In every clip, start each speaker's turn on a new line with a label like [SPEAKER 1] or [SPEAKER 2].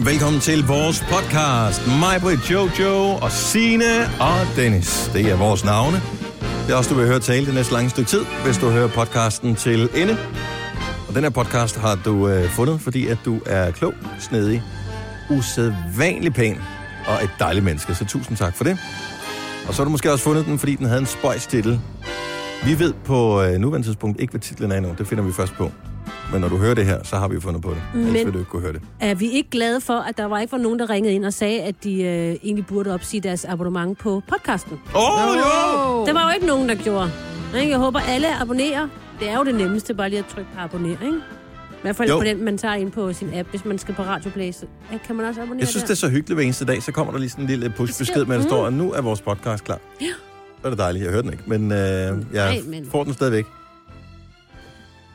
[SPEAKER 1] velkommen til vores podcast. Mig, Britt, Jojo og Sine og Dennis. Det er vores navne. Det er også, du vil høre tale det næste lange stykke tid, hvis du hører podcasten til ende. Og den her podcast har du øh, fundet, fordi at du er klog, snedig, usædvanlig pæn og et dejligt menneske. Så tusind tak for det. Og så har du måske også fundet den, fordi den havde en spøjs titel. Vi ved på øh, nuværende tidspunkt ikke, hvad titlen er endnu. Det finder vi først på. Men når du hører det her, så har vi jo fundet på det. Men... Ellers
[SPEAKER 2] Men-
[SPEAKER 1] vil du ikke kunne høre det.
[SPEAKER 2] Er vi ikke glade for, at der var ikke var nogen, der ringede ind og sagde, at de øh, egentlig burde opsige deres abonnement på podcasten?
[SPEAKER 1] Åh, oh, jo!
[SPEAKER 2] Oh. Der var jo ikke nogen, der gjorde. Ikke? Jeg håber, alle abonnerer. Det er jo det nemmeste, bare lige at trykke på abonner, ikke? I hvert fald
[SPEAKER 1] Jo.
[SPEAKER 2] på den, man tager ind på sin app, hvis man skal på Radioplay. Så ja, kan man også abonnere
[SPEAKER 1] Jeg synes, det
[SPEAKER 2] der?
[SPEAKER 1] er så hyggeligt hver eneste dag. Så kommer der lige sådan en lille push-besked, med at der står, at nu er vores podcast klar. Ja. Det er det dejligt. Jeg hørte den ikke, men øh, jeg
[SPEAKER 2] Nej, men-
[SPEAKER 1] får den stadigvæk.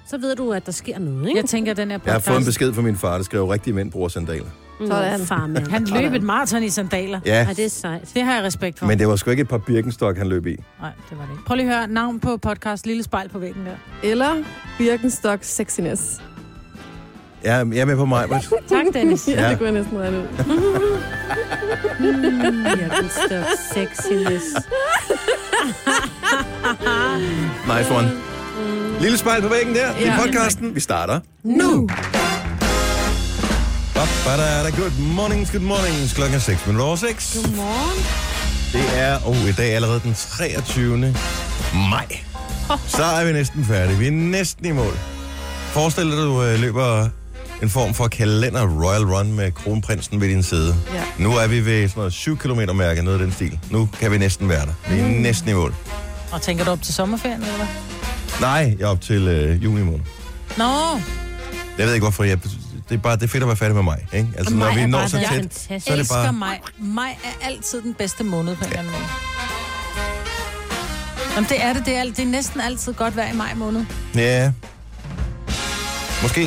[SPEAKER 2] Så ved du, at der sker noget, ikke?
[SPEAKER 3] Jeg tænker, den her podcast...
[SPEAKER 1] Jeg har fået en besked fra min far, der skrev, rigtige mænd bruger sandaler.
[SPEAKER 2] Mm,
[SPEAKER 4] Sådan.
[SPEAKER 2] Far, mand.
[SPEAKER 3] Han løb et maraton i sandaler. Ja.
[SPEAKER 1] Ja,
[SPEAKER 2] Ej, det er sejt.
[SPEAKER 3] Det har jeg respekt for.
[SPEAKER 1] men det var sgu ikke et par Birkenstock, han løb i.
[SPEAKER 3] Nej, det var det ikke. Prøv lige at høre navn på podcast. Lille spejl på væggen der.
[SPEAKER 4] Eller Birkenstock sexiness.
[SPEAKER 1] Ja, jeg er med på mig.
[SPEAKER 3] Tak, Dennis.
[SPEAKER 4] Ja,
[SPEAKER 1] Ja.
[SPEAKER 4] det kunne jeg næsten regne ud.
[SPEAKER 2] Birkenstock sexiness.
[SPEAKER 1] Nice one. Lille spejl på væggen der. Det er podcasten. Vi starter nu. Ba-ba-da-da. Good mornings, good mornings. Klokken er 6 minutter over 6.
[SPEAKER 3] Godmorgen.
[SPEAKER 1] Det er, oh, i dag er allerede den 23. maj. Så er vi næsten færdige. Vi er næsten i mål. Forestil dig, du øh, løber en form for kalender Royal Run med kronprinsen ved din side.
[SPEAKER 4] Ja.
[SPEAKER 1] Nu er vi ved sådan noget 7 km mærke, noget af den stil. Nu kan vi næsten være der. Vi
[SPEAKER 3] Mm.
[SPEAKER 1] er næsten i mål.
[SPEAKER 3] Og tænker du op til sommerferien, eller hvad?
[SPEAKER 1] Nej, jeg er op til øh, juni måned.
[SPEAKER 3] Nå,
[SPEAKER 1] Jeg ved ikke, hvorfor jeg... Det er bare det er fedt at være færdig med mig. Ikke? Altså,
[SPEAKER 3] Og
[SPEAKER 1] når
[SPEAKER 3] maj
[SPEAKER 1] vi
[SPEAKER 3] er
[SPEAKER 1] når
[SPEAKER 3] bare
[SPEAKER 1] så
[SPEAKER 3] været
[SPEAKER 1] tæt,
[SPEAKER 2] fantastisk.
[SPEAKER 1] så er det
[SPEAKER 3] elsker
[SPEAKER 1] bare...
[SPEAKER 3] mig. Mig er altid den bedste måned på en eller anden måde. Jamen, det er det. Det er, alt- det er næsten altid godt vejr i maj måned.
[SPEAKER 1] Ja. Måske.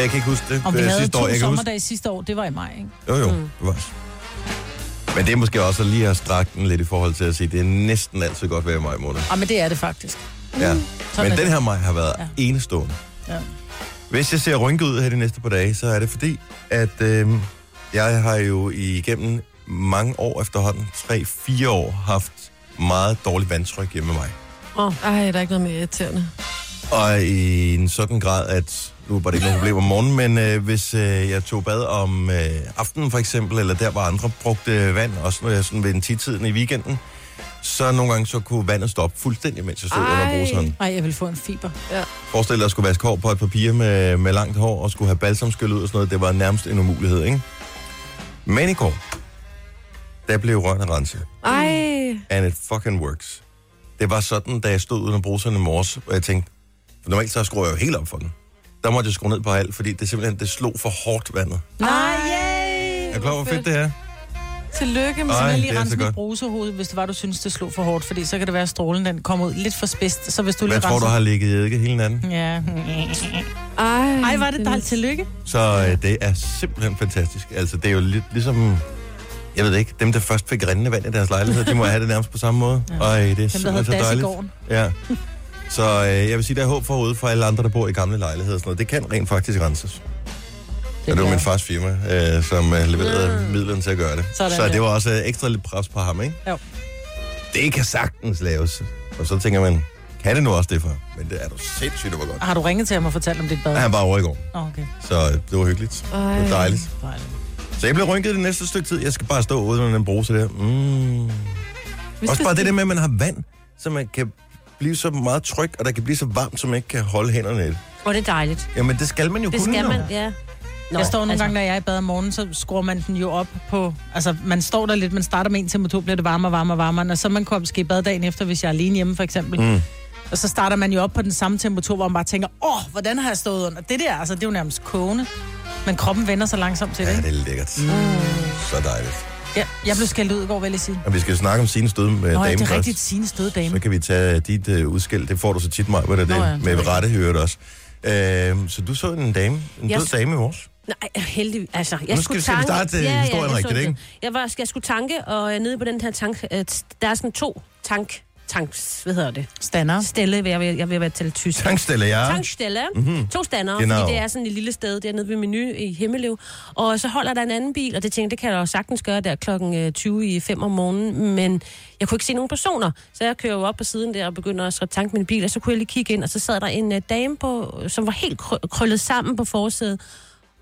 [SPEAKER 1] Jeg kan ikke huske det.
[SPEAKER 3] Om vi
[SPEAKER 1] øh,
[SPEAKER 3] havde
[SPEAKER 1] sidste
[SPEAKER 3] to
[SPEAKER 1] år. Jeg kan huske,
[SPEAKER 3] sommerdage sidste år, det var i maj, ikke?
[SPEAKER 1] Jo, jo. Mm. Det var. også. Men det er måske også lige at strække den lidt i forhold til at sige, det er næsten altid godt vejr i maj måned.
[SPEAKER 3] Ah, men det er det faktisk.
[SPEAKER 1] Ja.
[SPEAKER 3] Sådan
[SPEAKER 1] Men
[SPEAKER 3] er
[SPEAKER 1] den
[SPEAKER 3] det.
[SPEAKER 1] her maj har været ja.
[SPEAKER 3] Ja.
[SPEAKER 1] enestående.
[SPEAKER 3] Ja.
[SPEAKER 1] Hvis jeg ser rynket ud her de næste par dage, så er det fordi, at øh, jeg har jo igennem mange år efterhånden, 3-4 år, haft meget dårligt vandtryk hjemme med mig.
[SPEAKER 4] Ej, der er ikke noget mere irriterende.
[SPEAKER 1] Og i en sådan grad, at nu var det ikke noget problem om morgenen, men øh, hvis øh, jeg tog bad om øh, aftenen for eksempel, eller der var andre brugte vand, også når jeg sådan ved en tidtiden i weekenden, så nogle gange så kunne vandet stoppe fuldstændig, mens jeg stod
[SPEAKER 4] Ej.
[SPEAKER 1] under bruseren.
[SPEAKER 3] Ej, jeg vil få en fiber.
[SPEAKER 1] Forestil dig at skulle vaske hår på et papir med, med langt hår, og skulle have balsamskyld ud og sådan noget. Det var nærmest en umulighed, ikke? Men i går, der blev rørene renset.
[SPEAKER 4] Ej,
[SPEAKER 2] Mm.
[SPEAKER 1] And it fucking works. Det var sådan, da jeg stod uden at bruge sådan en morges, og jeg tænkte, for normalt så skruer jeg jo helt op for den. Der måtte jeg skrue ned på alt, fordi det simpelthen det slog for hårdt vandet.
[SPEAKER 3] Nej,
[SPEAKER 1] Er du klar, over, hvor fedt det er?
[SPEAKER 3] Tillykke med
[SPEAKER 1] Ej,
[SPEAKER 3] sådan
[SPEAKER 1] det
[SPEAKER 3] lige
[SPEAKER 1] er så
[SPEAKER 3] rense
[SPEAKER 1] godt.
[SPEAKER 3] mit brusehoved, hvis det var, du synes, det slog for hårdt, fordi så kan det være, at strålen den kommer ud lidt for spidst. Så hvis du
[SPEAKER 1] Hvad
[SPEAKER 3] lige
[SPEAKER 1] tror du
[SPEAKER 3] renser-
[SPEAKER 1] har ligget i eddike hele natten?
[SPEAKER 3] Ja.
[SPEAKER 4] ej.
[SPEAKER 3] Ej, var det dejligt. Tillykke.
[SPEAKER 1] Så øh, det er simpelthen fantastisk. Altså, det er jo lidt ligesom... Jeg ved det ikke, dem der først fik rindende vand i deres lejlighed, de må have det nærmest på samme måde. Ja. Øj, det er
[SPEAKER 3] Dem, der havde
[SPEAKER 1] simpelthen så
[SPEAKER 3] das i
[SPEAKER 1] dejligt.
[SPEAKER 3] gården.
[SPEAKER 1] Ja. Så øh, jeg vil sige, der er håb forude for alle andre, der bor i gamle lejligheder og sådan noget. Det kan rent faktisk renses. Det, og det var
[SPEAKER 3] er-
[SPEAKER 1] min fars firma, øh, som øh, leverede midlerne til at gøre det.
[SPEAKER 3] Mm. Sådan
[SPEAKER 1] så
[SPEAKER 3] der.
[SPEAKER 1] det var også øh, ekstra lidt pres på ham, ikke?
[SPEAKER 3] Jo.
[SPEAKER 1] Det kan sagtens laves. Og så tænker man, kan det nu også det for? Men det er du sindssygt, det var godt.
[SPEAKER 3] Har du ringet til ham og fortalt om dit bad?
[SPEAKER 1] Ja, Han var over i går,
[SPEAKER 3] Nå, Okay.
[SPEAKER 1] så øh, det var hyggeligt. Det var
[SPEAKER 4] Ej.
[SPEAKER 1] dejligt.
[SPEAKER 3] Dejligt.
[SPEAKER 1] Så jeg bliver rynket det næste stykke tid. Jeg skal bare stå uden den bruse der. Mm. Også bare det der med, at man har vand, så man kan blive så meget tryg, og der kan blive så varmt, som man ikke kan holde hænderne i det.
[SPEAKER 2] Og det er dejligt.
[SPEAKER 1] Jamen, det skal man jo
[SPEAKER 2] Det
[SPEAKER 1] kunne.
[SPEAKER 2] skal
[SPEAKER 1] jo.
[SPEAKER 2] man, ja. Nå,
[SPEAKER 3] Jeg står nogle altså... gange, når jeg er i bad om morgenen, så skruer man den jo op på... Altså, man står der lidt, man starter med en temperatur, bliver det varmere, varmere, varmere. Når så man kommer måske i bad dagen efter, hvis jeg er alene hjemme for eksempel. Mm. Og så starter man jo op på den samme temperatur, hvor man bare tænker, åh, oh, hvordan har jeg stået under? Det der, altså, det er jo nærmest kogende. Men kroppen vender sig langsomt til det,
[SPEAKER 1] Ja,
[SPEAKER 3] ikke?
[SPEAKER 1] det er lækkert. Mm. Så dejligt.
[SPEAKER 3] Ja, jeg blev skældt ud i går, vil jeg sige.
[SPEAKER 1] Og vi skal jo snakke om sine stød med
[SPEAKER 3] Nå, ja,
[SPEAKER 1] damen
[SPEAKER 3] det er
[SPEAKER 1] først.
[SPEAKER 3] rigtigt sine støde dame.
[SPEAKER 1] Så kan vi tage øh, dit øh, udskæld. Det får du så tit meget, hvor det
[SPEAKER 3] Nå ja,
[SPEAKER 1] er
[SPEAKER 3] det
[SPEAKER 1] det.
[SPEAKER 3] er
[SPEAKER 1] Med
[SPEAKER 3] rigtigt.
[SPEAKER 1] rette hører det også. Øh, så du så en dame, en
[SPEAKER 2] Jeg
[SPEAKER 1] død
[SPEAKER 2] så-
[SPEAKER 1] dame i vores.
[SPEAKER 2] Nej, heldigvis. Altså,
[SPEAKER 1] Nu
[SPEAKER 2] jeg
[SPEAKER 1] skal
[SPEAKER 2] skulle
[SPEAKER 1] vi- skal vi
[SPEAKER 2] tanke...
[SPEAKER 1] starte, øh, historien
[SPEAKER 2] jeg
[SPEAKER 1] rigtigt,
[SPEAKER 2] så det.
[SPEAKER 1] ikke?
[SPEAKER 2] Jeg, var, jeg skulle tanke, og øh, nede på den her tank... Øh, der er sådan to tank tanks, hvad hedder det?
[SPEAKER 3] Stander.
[SPEAKER 2] Stelle, vil jeg, jeg vil være til tysk.
[SPEAKER 1] Tankstille, ja. Mhm.
[SPEAKER 2] Tankstelle. Mm-hmm. To standere,
[SPEAKER 1] Genau.
[SPEAKER 2] fordi det er sådan et lille sted dernede ved Menu i Himmelev. Og så holder der en anden bil, og det tænkte, det kan jeg jo sagtens gøre der klokken øh, 20 i 5 om morgenen, men jeg kunne ikke se nogen personer. Så jeg kører jo op på siden der og begynder også at tanke min bil, og så kunne jeg lige kigge ind, og så sad der en øh, dame på, som var helt krø- krøllet sammen på forsædet.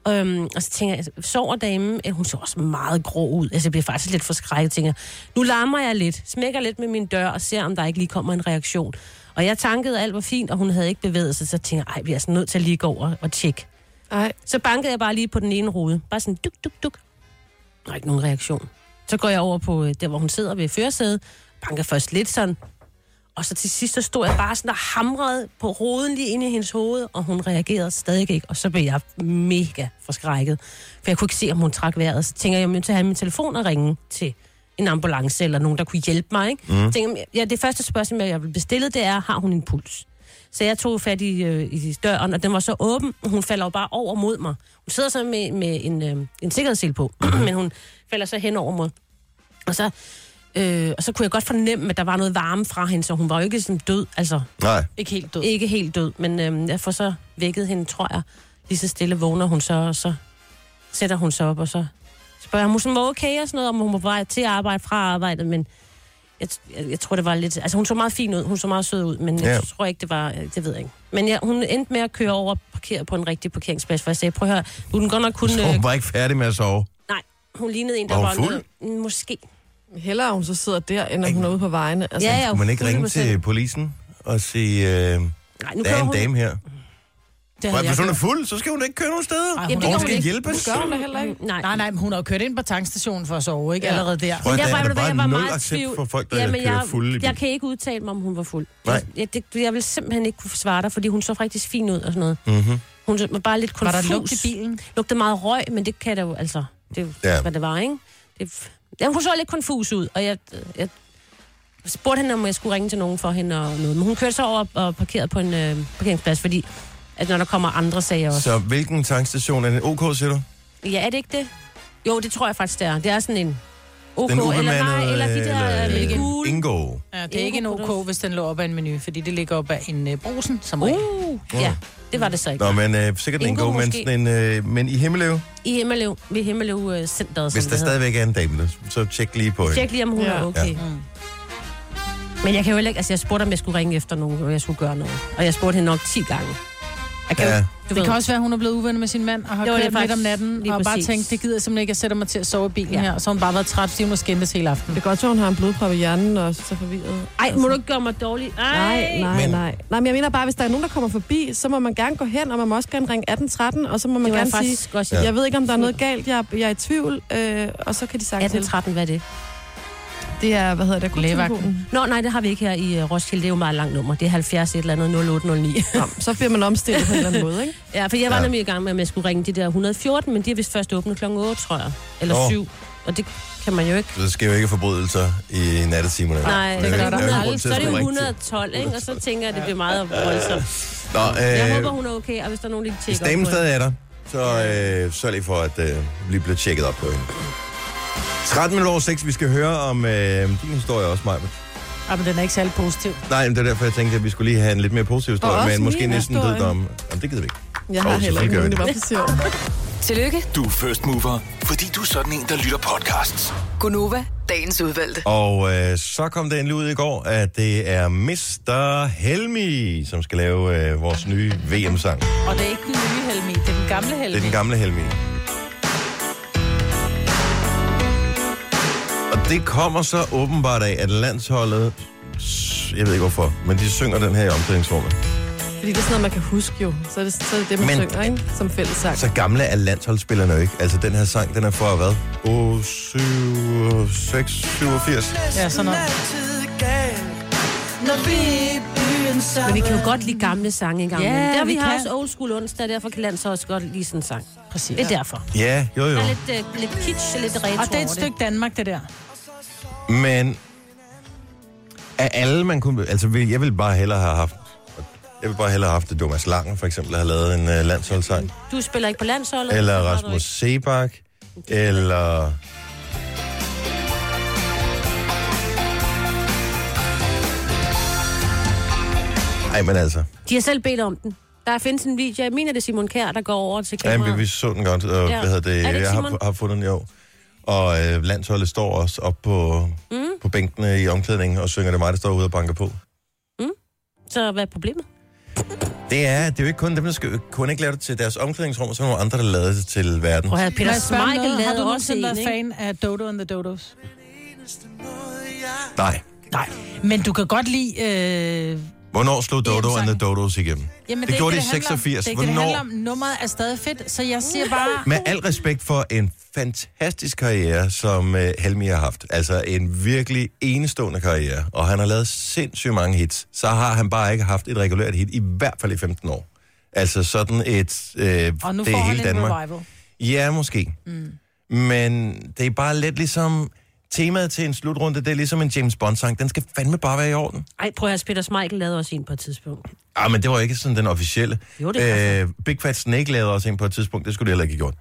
[SPEAKER 2] Øhm, og så tænker jeg, sover damen? Øh, Hun så også meget grå ud. Altså, jeg bliver faktisk lidt forskrækket. Tænker, nu larmer jeg lidt, smækker lidt med min dør og ser, om der ikke lige kommer en reaktion. Og jeg tankede, at alt var fint, og hun havde ikke bevæget sig. Så tænker jeg, ej, vi er altså nødt til at lige gå over og tjekke.
[SPEAKER 4] Ej,
[SPEAKER 2] Så bankede jeg bare lige på den ene rude. Bare sådan duk, duk, duk. Der er ikke nogen reaktion. Så går jeg over på øh, der, hvor hun sidder ved førersædet. Banker først lidt sådan. Og så til sidst, så stod jeg bare sådan og hamrede på roden lige inde i hendes hoved, og hun reagerede stadig ikke. Og så blev jeg mega forskrækket, for jeg kunne ikke se, om hun trak vejret. Så tænker jeg, jeg er nødt til at have min telefon og ringe til en ambulance eller nogen, der kunne hjælpe mig. Ikke? Mm. Tænker, jeg, ja, det første spørgsmål, jeg vil bestille, det er, har hun en puls? Så jeg tog fat i, øh, i døren, og den var så åben, og hun falder jo bare over mod mig. Hun sidder så med, med en, øh, en sikkerhedssel på, men hun falder så hen over mod. Og så, øh, og så kunne jeg godt fornemme, at der var noget varme fra hende, så hun var jo ikke sådan død, altså
[SPEAKER 1] Nej.
[SPEAKER 3] Ikke helt død.
[SPEAKER 2] ikke helt død, men øh, jeg får så vækket hende, tror jeg. Lige så stille vågner hun så, og så sætter hun sig op, og så spørger jeg, om hun sådan var okay og sådan noget, om hun var på vej til at arbejde fra arbejdet, men jeg, jeg, jeg tror, det var lidt... Altså, hun så meget fin ud, hun så meget sød ud, men jeg
[SPEAKER 1] Ja.
[SPEAKER 2] tror ikke, det var... øh, Det ved jeg ikke. Men jeg, hun endte med at køre over og parkere på en rigtig parkeringsplads, for jeg sagde, prøv at høre, du er den godt nok kun...
[SPEAKER 1] Så
[SPEAKER 2] Øh,
[SPEAKER 1] hun var ikke færdig med at sove.
[SPEAKER 2] nej, hun lignede en, der
[SPEAKER 1] Var
[SPEAKER 2] var,
[SPEAKER 1] hun fuld?
[SPEAKER 2] noget- Måske.
[SPEAKER 4] hellere hun så sidder der, end at hun er ude på vejene. Altså,
[SPEAKER 2] Ja, ja,
[SPEAKER 1] Kunne man ikke ringe
[SPEAKER 2] 100%.
[SPEAKER 1] til polisen og sige, øh,
[SPEAKER 2] Nej, nu
[SPEAKER 1] der er
[SPEAKER 2] kører
[SPEAKER 1] en
[SPEAKER 2] hun.
[SPEAKER 1] dame her?
[SPEAKER 3] Det
[SPEAKER 1] Nej,
[SPEAKER 3] havde jeg
[SPEAKER 1] hvis hun er
[SPEAKER 3] gjort.
[SPEAKER 1] fuld, så skal hun da ikke køre nogen steder. Ej,
[SPEAKER 3] Ej, hun
[SPEAKER 2] Jamen,
[SPEAKER 3] er-
[SPEAKER 2] det
[SPEAKER 1] hun
[SPEAKER 2] gør
[SPEAKER 1] skal
[SPEAKER 2] hun ikke.
[SPEAKER 1] hjælpes.
[SPEAKER 4] Gør hun da heller ikke?
[SPEAKER 2] Nej,
[SPEAKER 3] Nej, nej, men hun har jo kørt ind på tankstationen for at sove, ikke?
[SPEAKER 4] Ja.
[SPEAKER 3] Ja. Allerede der.
[SPEAKER 1] Prøv at
[SPEAKER 2] Jeg
[SPEAKER 1] der
[SPEAKER 2] var-
[SPEAKER 1] er
[SPEAKER 2] ved
[SPEAKER 1] der
[SPEAKER 2] du hvad,
[SPEAKER 1] bare
[SPEAKER 2] jeg var
[SPEAKER 1] nul
[SPEAKER 2] meget i
[SPEAKER 1] accept
[SPEAKER 2] tvivl.
[SPEAKER 1] for folk, der
[SPEAKER 2] Jamen,
[SPEAKER 1] kører
[SPEAKER 2] jeg,
[SPEAKER 1] fulde i bil.
[SPEAKER 2] jeg kan ikke udtale mig, om hun var fuld.
[SPEAKER 1] Nej.
[SPEAKER 2] Jeg, jeg, det, jeg vil simpelthen ikke kunne svare dig, fordi hun så faktisk fin ud og sådan noget.
[SPEAKER 5] Mm-hmm.
[SPEAKER 1] Mhm.
[SPEAKER 2] Hun var bare lidt
[SPEAKER 3] Var
[SPEAKER 2] konfus.
[SPEAKER 3] der lugt i bilen?
[SPEAKER 2] Lugtede meget røg, men det kan der jo, altså, det er jo,
[SPEAKER 1] Ja.
[SPEAKER 2] ja. hvad det var, ikke? Det, ja, hun så lidt konfus ud, og jeg, jeg spurgte hende, om jeg skulle ringe til nogen for hende og noget. Men hun kørte så over og parkerede på en øh, parkeringsplads, fordi at når der kommer andre sager også.
[SPEAKER 1] Så hvilken tankstation er det? OK, siger du?
[SPEAKER 2] Ja, er det ikke det? Jo, det tror jeg faktisk, det er. Det er sådan en OK,
[SPEAKER 1] Den
[SPEAKER 2] eller nej,
[SPEAKER 1] ubemandede,
[SPEAKER 2] eller de der
[SPEAKER 1] eller,
[SPEAKER 2] øh,
[SPEAKER 1] øh,
[SPEAKER 2] gule.
[SPEAKER 1] Ingo.
[SPEAKER 3] Ja, det er ikke en
[SPEAKER 2] Ingen
[SPEAKER 3] OK,
[SPEAKER 2] produkt.
[SPEAKER 3] hvis den lå op ad en menu, fordi det ligger op ad en uh, brusen, som regel.
[SPEAKER 2] Uh, ja, det var det så ikke.
[SPEAKER 1] Nå, men øh, sikkert en
[SPEAKER 2] Ingo
[SPEAKER 1] Ingo, men,
[SPEAKER 2] måske.
[SPEAKER 1] sådan en, øh, men i Himmeløv,
[SPEAKER 2] I Himmelev, ved Himmelev uh, Centeret,
[SPEAKER 1] hvis
[SPEAKER 2] som
[SPEAKER 1] der
[SPEAKER 2] det hedder.
[SPEAKER 1] stadigvæk er en dame, der, så tjek lige på hende.
[SPEAKER 2] Tjek lige, om hun
[SPEAKER 4] Ja. Mm.
[SPEAKER 2] ja. er okay. Ja. Men jeg kan jo heller ikke, altså jeg spurgte, om jeg skulle ringe efter nogen, og jeg skulle gøre noget. Og jeg spurgte hende nok 10 gange. Jeg kan
[SPEAKER 1] Ja.
[SPEAKER 2] ja. jo, du
[SPEAKER 3] Det
[SPEAKER 2] ved.
[SPEAKER 3] kan også være, at hun er blevet uven med sin mand og har
[SPEAKER 2] Det var
[SPEAKER 3] kørt
[SPEAKER 2] det
[SPEAKER 3] lidt
[SPEAKER 2] faktisk.
[SPEAKER 3] om natten
[SPEAKER 2] Lige
[SPEAKER 3] og bare
[SPEAKER 2] præcis.
[SPEAKER 3] tænkt, det gider jeg simpelthen ikke, jeg sætter mig til at sove i bilen
[SPEAKER 2] Ja.
[SPEAKER 3] her. Og så har hun bare været træt, fordi hun har skændtes hele
[SPEAKER 4] Det
[SPEAKER 3] aftenen. Altså.
[SPEAKER 4] er godt, at hun har en blodprop i hjernen og så forvirret.
[SPEAKER 2] Ej, må du ikke gøre mig dårlig? Ej.
[SPEAKER 4] Nej, nej,
[SPEAKER 1] Men-
[SPEAKER 4] men... nej. Nej, men jeg mener bare, hvis der er nogen, der kommer forbi, så må man gerne gå hen, og man må også gerne ringe 1813, og så må man
[SPEAKER 2] Det var
[SPEAKER 4] gerne
[SPEAKER 2] jeg
[SPEAKER 4] sige,
[SPEAKER 2] faktisk også.
[SPEAKER 1] Ja.
[SPEAKER 4] ja. jeg ved ikke, om der er noget galt, jeg, er- jeg er i tvivl, øh, og så kan de sagtens hjælpe.
[SPEAKER 2] 18-13, hvad er det?
[SPEAKER 4] Det er, hvad hedder det, akuttelefonen.
[SPEAKER 2] Nå, nej, det har vi ikke her i øh, Roskilde. Det er jo meget langt nummer. Det er 70 et eller andet 0809.
[SPEAKER 4] Nå, så bliver man omstillet på en eller anden måde, ikke?
[SPEAKER 2] ja, for jeg var
[SPEAKER 1] Ja.
[SPEAKER 2] ja. nemlig i gang med, at jeg skulle ringe de der 114, men de er vist først åbne kl. 8, tror jeg. Eller
[SPEAKER 1] Nå.
[SPEAKER 2] 7. Og det kan man jo ikke.
[SPEAKER 1] Så sker jo ikke forbrydelser i nattetimerne.
[SPEAKER 2] Nej,
[SPEAKER 1] Men øh, der
[SPEAKER 2] det er,
[SPEAKER 1] jo
[SPEAKER 2] det
[SPEAKER 1] ingen
[SPEAKER 2] er,
[SPEAKER 1] grund til
[SPEAKER 2] så
[SPEAKER 1] at
[SPEAKER 2] er det jo
[SPEAKER 1] skulle ringe
[SPEAKER 2] 112, ikke? Og så tænker jeg, at det bliver meget voldsomt.
[SPEAKER 1] til- Nå, øh,
[SPEAKER 2] Jeg håber, hun er okay, og hvis der er nogen, der lige
[SPEAKER 1] Hvis
[SPEAKER 2] tjekker
[SPEAKER 1] damen
[SPEAKER 2] op på hende.
[SPEAKER 1] stadig er der, så øh, sørg lige for at øh, lige blive tjekket op på hende. 13 minutter over 6, vi skal høre om øh, din historie også, Maja.
[SPEAKER 3] Ja, men den er ikke særlig positiv.
[SPEAKER 1] Nej, men det er derfor, jeg tænkte, at vi skulle lige have en lidt mere positiv historie,
[SPEAKER 4] også
[SPEAKER 1] men måske
[SPEAKER 4] min
[SPEAKER 1] næsten
[SPEAKER 4] historie.
[SPEAKER 1] død om. Jamen, det gider vi ikke.
[SPEAKER 4] Jeg har
[SPEAKER 1] Jo,
[SPEAKER 4] heller
[SPEAKER 1] selvfølgelig gør
[SPEAKER 4] ikke nogen,
[SPEAKER 1] det.
[SPEAKER 4] det var for sjovt.
[SPEAKER 6] Tillykke,
[SPEAKER 7] Du er first mover, fordi du er sådan en, der lytter podcasts.
[SPEAKER 6] Gunova, dagens udvalgte.
[SPEAKER 1] Og øh, så kom det endelig ud i går, at det er Mr. Helmi, som skal lave øh, vores nye VM-sang.
[SPEAKER 3] Og det er ikke den nye Helmi, det er den gamle
[SPEAKER 1] Det er
[SPEAKER 3] Helmi.
[SPEAKER 1] den gamle Helmi. Og det kommer så åbenbart af, at landsholdet, s- jeg ved ikke hvorfor, men de synger den her i omklædningsrummet.
[SPEAKER 4] Fordi det er sådan noget, man kan huske jo. Så er det så er det, det man
[SPEAKER 1] Men-
[SPEAKER 4] men... synger, ikke? Som fællessang.
[SPEAKER 1] Så gamle er landsholdsspillerne jo ikke. Altså den her sang, den er for hvad? 8, 7, 6, 87.
[SPEAKER 3] Ja, sådan noget.
[SPEAKER 2] Men vi kan jo godt lide gamle sange engang.
[SPEAKER 3] Ja,
[SPEAKER 2] der
[SPEAKER 3] vi
[SPEAKER 2] vi har
[SPEAKER 3] kan.
[SPEAKER 2] også old school onsdag, derfor kan landet så også godt lide sådan en sang. Det
[SPEAKER 3] Præcis.
[SPEAKER 2] er derfor.
[SPEAKER 1] Ja, jo jo.
[SPEAKER 2] Der er lidt, øh, lidt kitsch og lidt retro
[SPEAKER 3] Og det er
[SPEAKER 2] over
[SPEAKER 3] et stykke Danmark, det der.
[SPEAKER 1] Men af alle, man kunne... Altså, vil- jeg ville bare hellere have haft... Jeg ville bare hellere have haft at Thomas Langen, for eksempel, have lavet en uh, landsholdssang.
[SPEAKER 2] Du spiller ikke på landsholdet.
[SPEAKER 1] Eller
[SPEAKER 2] så har du
[SPEAKER 1] Rasmus Sebak. Eller... Ej, men altså.
[SPEAKER 2] De har selv bedt om den. Der findes en video, jeg mener det er Simon Kær, der går over til
[SPEAKER 1] Ja,
[SPEAKER 2] kameraet.
[SPEAKER 1] men vi, vi så den godt, og
[SPEAKER 2] Ja.
[SPEAKER 1] hvad hedder
[SPEAKER 2] Er
[SPEAKER 1] det,
[SPEAKER 2] det ikke
[SPEAKER 1] jeg har,
[SPEAKER 2] Simon?
[SPEAKER 1] har fundet den i år. Og øh, landsholdet står også op på, mm. på bænkene i omklædningen og synger, det er mig, der står ude og banker på.
[SPEAKER 2] mm. Så hvad er problemet?
[SPEAKER 1] Det er, det er jo ikke kun dem, der skal, kun ikke lave det til deres omklædningsrum, og så er der nogle andre, der lavede det til verden.
[SPEAKER 2] Prøv at høre,
[SPEAKER 3] Må
[SPEAKER 2] Peter
[SPEAKER 3] jeg spørge om
[SPEAKER 2] Smeichel
[SPEAKER 3] noget? Har du
[SPEAKER 2] lavede også
[SPEAKER 3] nogensinde
[SPEAKER 2] en,
[SPEAKER 3] været
[SPEAKER 2] ikke?
[SPEAKER 3] fan af Dodo and the Dodos?
[SPEAKER 1] Nej.
[SPEAKER 3] Nej, men du kan godt lide... Øh...
[SPEAKER 1] Hvornår slog Dodo and
[SPEAKER 3] Jamen,
[SPEAKER 1] the Dodos igennem?
[SPEAKER 3] Jamen,
[SPEAKER 1] det
[SPEAKER 3] er
[SPEAKER 1] gjorde de
[SPEAKER 3] ikke
[SPEAKER 1] i
[SPEAKER 3] handler om.
[SPEAKER 1] 86.
[SPEAKER 3] Det er ikke det, det
[SPEAKER 1] Hvornår,
[SPEAKER 3] handler om. Nummeret er stadig fedt, så jeg siger bare...
[SPEAKER 1] med al respekt for en fantastisk karriere, som øh, Helmi har haft. Altså en virkelig enestående karriere. Og han har lavet sindssygt mange hits. Så har han bare ikke haft et regulært hit, i hvert fald i 15 år. Altså sådan et... Øh,
[SPEAKER 3] Og nu
[SPEAKER 1] det
[SPEAKER 3] får
[SPEAKER 1] er
[SPEAKER 3] han
[SPEAKER 1] hele
[SPEAKER 3] en
[SPEAKER 1] Danmark.
[SPEAKER 3] revival.
[SPEAKER 1] Ja, måske. Mm. Men det er bare lidt ligesom... Temaet til en slutrunde, det er ligesom en James Bond-sang. Den skal fandme bare være i orden.
[SPEAKER 2] Ej, prøv at høre, Peter Smeichel lavede også en på et tidspunkt.
[SPEAKER 1] Ah, men det var ikke sådan den officielle.
[SPEAKER 2] Jo, det er
[SPEAKER 1] øh, Big Fat Snake lavede også en på et tidspunkt, det skulle det heller ikke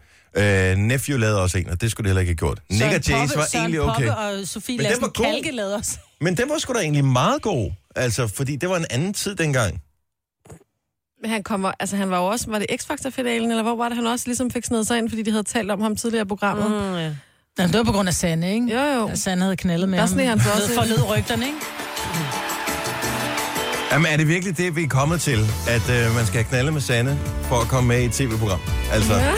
[SPEAKER 1] have gjort. Øh, Nephew lavede også en, og det skulle det heller ikke have gjort. Nick
[SPEAKER 3] Søren
[SPEAKER 1] og Jace
[SPEAKER 3] Poppe-
[SPEAKER 1] var
[SPEAKER 3] Søren
[SPEAKER 1] egentlig okay.
[SPEAKER 3] Poppe og Sofie
[SPEAKER 1] Men den var
[SPEAKER 3] Lassen
[SPEAKER 1] god.
[SPEAKER 3] Kalke lavede os.
[SPEAKER 1] Men den var sgu da egentlig meget god. Altså, fordi det var en anden tid dengang.
[SPEAKER 4] Men han, kommer, altså, han var jo også, var det X-Factor-finalen, eller hvor var det, han også ligesom fik sned sig ind, fordi de havde talt om ham tidligere i programmet. Mm.
[SPEAKER 2] Mm, ja.
[SPEAKER 3] Nå, det var på grund af Sande, ikke?
[SPEAKER 4] Jo, jo.
[SPEAKER 3] Ja, Sande havde knaldet med
[SPEAKER 4] Der
[SPEAKER 3] ham.
[SPEAKER 4] sneg han sig også
[SPEAKER 3] Ved-
[SPEAKER 4] ind.
[SPEAKER 3] Forlød rygterne, ikke?
[SPEAKER 1] Jamen, er det virkelig det, vi er kommet til? At øh, man skal knalde med Sande for at komme med i et tv-program? Altså... Ja.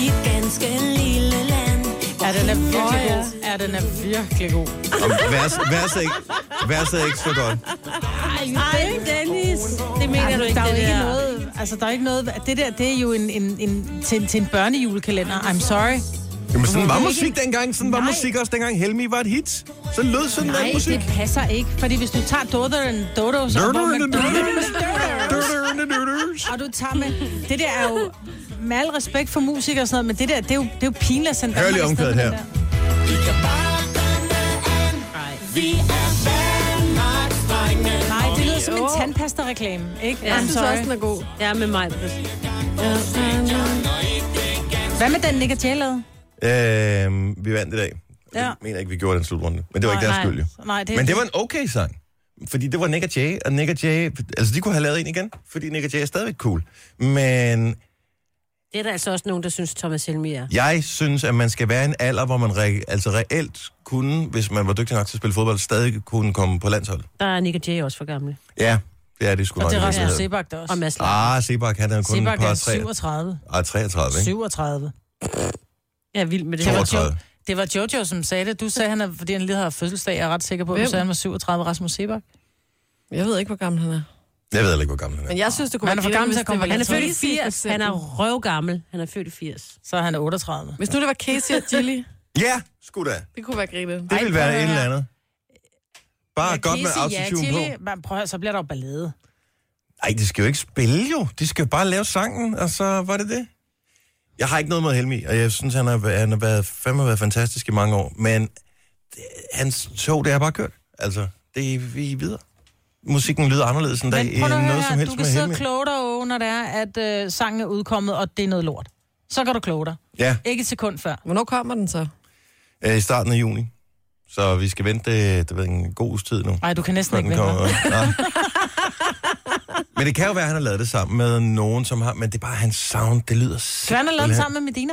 [SPEAKER 8] I et ganske lille land.
[SPEAKER 3] Ja, den er virkelig god. Ja, den er virkelig god.
[SPEAKER 1] Om vers, vers, er ikke, vers er ikke så godt.
[SPEAKER 2] Ej, Dennis! Det mener du ikke,
[SPEAKER 3] der er jo
[SPEAKER 2] det
[SPEAKER 3] ikke
[SPEAKER 2] der.
[SPEAKER 3] noget... Altså, der er ikke noget... Det der, det er jo en, en, en, til, til en børnejulekalender. I'm sorry.
[SPEAKER 1] Jamen, sådan var
[SPEAKER 3] Det er
[SPEAKER 1] musik
[SPEAKER 3] ikke-
[SPEAKER 1] dengang. Sådan var
[SPEAKER 3] Nej.
[SPEAKER 1] musik også dengang Helmi var et hit. Så lød sådan
[SPEAKER 3] Nej,
[SPEAKER 1] noget musik.
[SPEAKER 3] det passer ikke. Fordi hvis du tager Dodo and Dodo, så...
[SPEAKER 1] Dodo
[SPEAKER 3] hvor man-
[SPEAKER 1] and the Dodos.
[SPEAKER 3] Dodo and the Dodos.
[SPEAKER 1] Dudurududududus.
[SPEAKER 3] og du tager med... Det der er jo... Med al respekt for musik og sådan noget, men det der, det er jo, det er jo pinligt at sende
[SPEAKER 1] Hør lige
[SPEAKER 3] Danmark afsted
[SPEAKER 1] omkvædet
[SPEAKER 3] med
[SPEAKER 1] her.
[SPEAKER 3] den der.
[SPEAKER 8] Vi kan bare komme an. Vi er Danmarks drenge.
[SPEAKER 3] Nej, det lyder som en tandpasta-reklame, ikke?
[SPEAKER 2] Ja.
[SPEAKER 4] Jeg
[SPEAKER 3] I'm
[SPEAKER 4] synes også, den
[SPEAKER 3] sorry.
[SPEAKER 4] er god.
[SPEAKER 2] Ja, med mig.
[SPEAKER 3] Hvad med den Nick og Jay lavede?
[SPEAKER 1] Øh, vi vandt i dag. Ja.
[SPEAKER 3] Ja.
[SPEAKER 1] Jeg mener ikke, vi gjorde den slutrunde. Men det var
[SPEAKER 3] Nej,
[SPEAKER 1] ikke deres
[SPEAKER 3] nej.
[SPEAKER 1] skyld, jo.
[SPEAKER 3] Nej, det er
[SPEAKER 1] Men det
[SPEAKER 3] det.
[SPEAKER 1] var en okay sang. Fordi det var Nick og Jay, og Nick og Jay... Altså, de kunne have lavet en igen, fordi Nick og Jay er stadigvæk cool. Men
[SPEAKER 2] Det er der altså også nogen, der synes, Thomas Helmi er.
[SPEAKER 1] jeg synes, at man skal være i en alder, hvor man re- altså reelt kunne, hvis man var dygtig nok til at spille fodbold, stadig kunne komme på landshold.
[SPEAKER 2] Der er Nick og Jay også for gamle.
[SPEAKER 1] Ja, det er det sgu
[SPEAKER 3] Og
[SPEAKER 1] nok,
[SPEAKER 3] det er
[SPEAKER 1] hvis det
[SPEAKER 3] Rasmus
[SPEAKER 1] hedder.
[SPEAKER 3] Sebak der også.
[SPEAKER 2] Og Mads Lang.
[SPEAKER 1] Ah, Sebak, han er kun
[SPEAKER 3] Sebak
[SPEAKER 1] et par
[SPEAKER 3] er
[SPEAKER 1] tre.
[SPEAKER 3] 37.
[SPEAKER 1] Ah, 33, ikke?
[SPEAKER 3] 37.
[SPEAKER 2] Jeg er vild med det
[SPEAKER 1] Det
[SPEAKER 2] her.
[SPEAKER 1] var
[SPEAKER 3] Jo,
[SPEAKER 1] 32.
[SPEAKER 3] det var Jojo, som sagde det. Du sagde, han er, fordi han lige havde fødselsdag. Jeg er ret sikker på, at du
[SPEAKER 4] Hvem?
[SPEAKER 3] sagde, han var 37. Rasmus Sebak.
[SPEAKER 4] Jeg ved ikke, hvor gammel han er.
[SPEAKER 1] Jeg ved heller ikke, hvor gammel han er.
[SPEAKER 4] Men jeg synes, det kunne
[SPEAKER 3] Men han er
[SPEAKER 4] være grineren,
[SPEAKER 3] for gammel til
[SPEAKER 4] hvis
[SPEAKER 3] at komme
[SPEAKER 4] det var
[SPEAKER 3] på
[SPEAKER 2] Han er
[SPEAKER 4] Casey,
[SPEAKER 2] født i
[SPEAKER 4] for
[SPEAKER 2] 80.
[SPEAKER 4] eksempel.
[SPEAKER 2] Han er røvgammel. Han er født i 80.
[SPEAKER 3] Så er han 38.
[SPEAKER 4] Hvis nu det var Casey og Jilly,
[SPEAKER 1] Ja, sgu da.
[SPEAKER 4] det kunne være grine.
[SPEAKER 1] Det ville være
[SPEAKER 3] prøv
[SPEAKER 1] et
[SPEAKER 3] at
[SPEAKER 1] eller
[SPEAKER 3] høre.
[SPEAKER 1] andet. Bare godt med
[SPEAKER 3] Casey,
[SPEAKER 1] autotune
[SPEAKER 3] ja,
[SPEAKER 1] på.
[SPEAKER 3] Tilly, Man, prøv, at høre, så bliver der jo ballade.
[SPEAKER 1] Ej, de skal jo ikke spille jo. De skal jo bare lave sangen, og så var det det. Jeg har ikke noget mod Helmi, og jeg synes, han har, han har været, fandme været fantastisk i mange år. Men det- hans tog, det er bare kørt. Altså, det er vi er videre. Musikken lyder anderledes end dag i
[SPEAKER 3] Men prøv nu at høre
[SPEAKER 1] noget som
[SPEAKER 3] her.
[SPEAKER 1] helst
[SPEAKER 3] Du
[SPEAKER 1] med
[SPEAKER 3] kan sidde
[SPEAKER 1] Helmi.
[SPEAKER 3] og kloge dig over, når det er, at øh, sangen er udkommet, og det er noget lort. Så kan du kloge dig.
[SPEAKER 1] Ja,
[SPEAKER 3] Ikke et sekund før.
[SPEAKER 4] Hvornår kommer den så?
[SPEAKER 1] øh, i starten af juni. Så vi skal vente øh, det ved, jeg, en god uges tid nu.
[SPEAKER 3] Nej, du kan næsten
[SPEAKER 1] før
[SPEAKER 3] ikke
[SPEAKER 1] den
[SPEAKER 3] vinde.
[SPEAKER 1] kommer.
[SPEAKER 3] hva'?
[SPEAKER 1] Nej. Men det kan jo være, at han har lavet det sammen med nogen, som har... Men det er bare hans sound, det lyder
[SPEAKER 3] Kan han have lavet
[SPEAKER 1] simpelthen-
[SPEAKER 3] den sammen med Medina?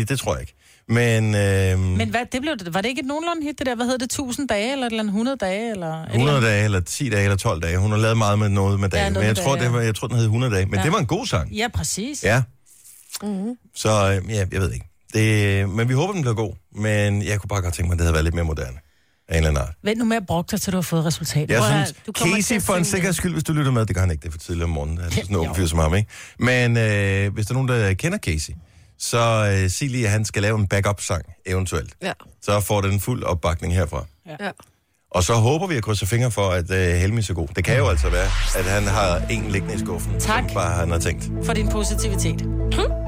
[SPEAKER 1] I, det tror jeg ikke. Men, øh,
[SPEAKER 3] Men
[SPEAKER 1] Men
[SPEAKER 3] hvad, det blev, det- var det ikke et nogenlunde hit, det der? Hvad hed det? 1000 dage, eller et eller andet 100 dage? Eller et eller
[SPEAKER 1] 100
[SPEAKER 3] andet?
[SPEAKER 1] dage, eller 10 dage, eller 12 dage. Hun har lavet meget med noget med dagen. Ja,
[SPEAKER 3] noget
[SPEAKER 1] men jeg,
[SPEAKER 3] med
[SPEAKER 1] tror,
[SPEAKER 3] dage,
[SPEAKER 1] det
[SPEAKER 3] ja.
[SPEAKER 1] var, jeg tror, den hed 100 dage. Men ja. det var en god sang.
[SPEAKER 3] Ja, præcis.
[SPEAKER 1] Ja. Mm-hmm. Så øh, ja, jeg ved ikke. Det, øh, men vi håber, den bliver god. Men jeg kunne bare godt tænke mig, at det havde været lidt mere moderne. Af en eller anden art.
[SPEAKER 3] Vent nu med at brokke dig, til du har fået resultatet.
[SPEAKER 1] Jeg
[SPEAKER 2] Prøv at høre,
[SPEAKER 1] synes,
[SPEAKER 2] du kommer til
[SPEAKER 1] Casey
[SPEAKER 2] at
[SPEAKER 1] for en
[SPEAKER 2] synge
[SPEAKER 1] sikkerheds skyld, hvis du lytter med, det gør han ikke, det er for tidligt om morgenen, han er sådan en ung
[SPEAKER 3] Jo.
[SPEAKER 1] fyr som ham, ikke? Men øh, hvis der er nogen, der kender Casey, så øh, sig lige, at han skal lave en backup-sang, eventuelt.
[SPEAKER 4] Ja.
[SPEAKER 1] Så får den fuld opbakning herfra.
[SPEAKER 4] ja.
[SPEAKER 1] Og så håber vi at krydse fingre for, at øh, Helmi er så god. Det kan jo altså være, at han har en liggende i skuffen,
[SPEAKER 3] Tak.
[SPEAKER 1] som bare han har tænkt.
[SPEAKER 3] For din positivitet.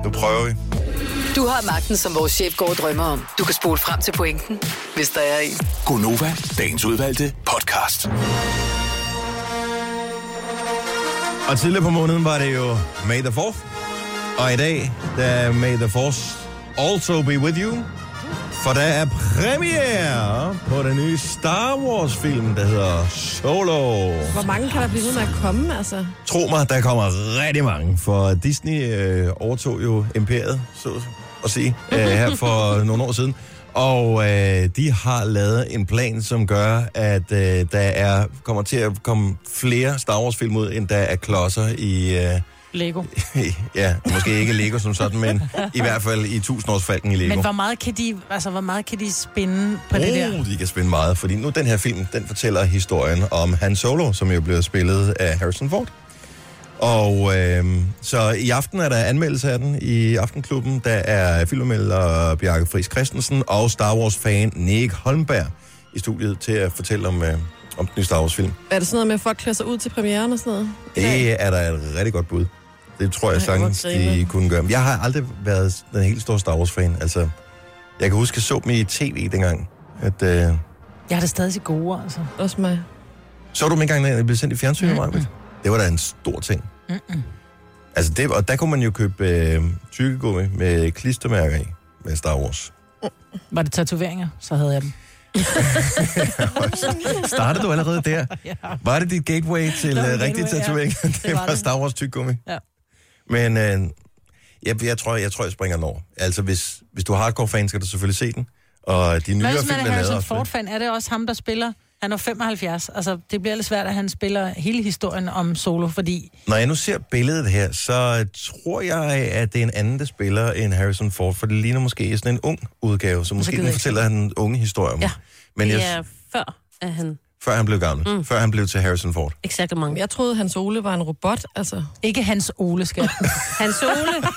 [SPEAKER 1] Nu prøver vi.
[SPEAKER 6] Du har magten, som vores chef går og drømmer om. Du kan spole frem til pointen, hvis der er en.
[SPEAKER 7] Gonova, dagens udvalgte podcast.
[SPEAKER 1] Og tidligere på måneden var det jo May the 4th. Og i dag, der er May the 4th also be with you. For der er premiere på den nye Star Wars-film, der hedder Solo.
[SPEAKER 4] Hvor mange kan der blive ved med at komme, altså?
[SPEAKER 1] Tro mig, der kommer rigtig mange, for Disney øh, overtog jo imperiet, så at sige, øh, her for nogle år siden. Og øh, de har lavet en plan, som gør, at øh, der er, kommer til at komme flere Star Wars-film ud, end der er klodser i... Øh,
[SPEAKER 3] Lego.
[SPEAKER 1] ja, måske ikke Lego som sådan, men i hvert fald i tusindårsfalken i Lego.
[SPEAKER 3] Men hvor meget kan de, altså, hvor meget kan de spænde på det der?
[SPEAKER 1] Uh, de kan spille meget, fordi nu den her film, den fortæller historien om Han Solo, som jo blev spillet af Harrison Ford. Og øh, så i aften er der anmeldelse af den i Aftenklubben. Der er filmanmelder Bjarke Friis Christensen og Star Wars-fan Nick Holmberg i studiet til at fortælle om, øh, om den nye Star Wars-film.
[SPEAKER 4] Er det sådan noget med, at folk klæder sig ud til premieren og sådan noget? I dag?
[SPEAKER 1] Det er da et rigtig godt bud. Det tror jeg
[SPEAKER 4] Ej, hvor
[SPEAKER 1] sagtens, de
[SPEAKER 4] griner.
[SPEAKER 1] kunne gøre. Men Jeg har aldrig været den helt store Star Wars-fan. Altså, jeg kan huske, jeg så dem i tv dengang. At, øh,
[SPEAKER 3] Jeg har det stadig til gode, altså.
[SPEAKER 4] Også mig.
[SPEAKER 1] Så du dem engang, da jeg blev sendt i fjernsynet, mm-hmm. Det var da en stor ting. Mm-hmm. Altså, det, og der kunne man jo købe øh, tykkegummi med klistermærker i, med Star Wars.
[SPEAKER 3] Var det tatoveringer, så havde jeg dem.
[SPEAKER 1] Startede du allerede der?
[SPEAKER 3] Ja.
[SPEAKER 1] Var det dit gateway til
[SPEAKER 3] Det var
[SPEAKER 1] uh,
[SPEAKER 3] mit
[SPEAKER 1] rigtige
[SPEAKER 3] gateway, ja.
[SPEAKER 1] tatovering? det,
[SPEAKER 3] Det
[SPEAKER 1] var
[SPEAKER 3] var det.
[SPEAKER 1] Star Wars tykkegummi.
[SPEAKER 3] Ja.
[SPEAKER 1] Men øh, jeg, jeg, tror, jeg tror, jeg springer den over. Altså, hvis, hvis du er hardcore-fan, skal du selvfølgelig se den. Og de nyere
[SPEAKER 3] Hvad hvis
[SPEAKER 1] film,
[SPEAKER 3] man
[SPEAKER 1] der
[SPEAKER 3] er Harrison
[SPEAKER 1] også det.
[SPEAKER 3] Ford-fan? Er det også ham, der spiller? Han er 75. Altså, det bliver lidt svært, at han spiller hele historien om Solo, fordi
[SPEAKER 1] Når jeg nu ser billedet her, så tror jeg, at det er en anden, der spiller end Harrison Ford, for det ligner måske sådan en ung udgave, så måske
[SPEAKER 3] gider
[SPEAKER 1] den
[SPEAKER 3] jeg
[SPEAKER 1] fortæller han en unge historie om.
[SPEAKER 3] Ja.
[SPEAKER 1] Men jeg,
[SPEAKER 2] Det er før, at han...
[SPEAKER 1] før han blev gammel, mm. før han blev til Harrison Ford.
[SPEAKER 2] Exakt mange.
[SPEAKER 4] Jeg troede, hans Ole var en robot, altså.
[SPEAKER 3] ikke hans Ole skal.
[SPEAKER 2] Han Sole.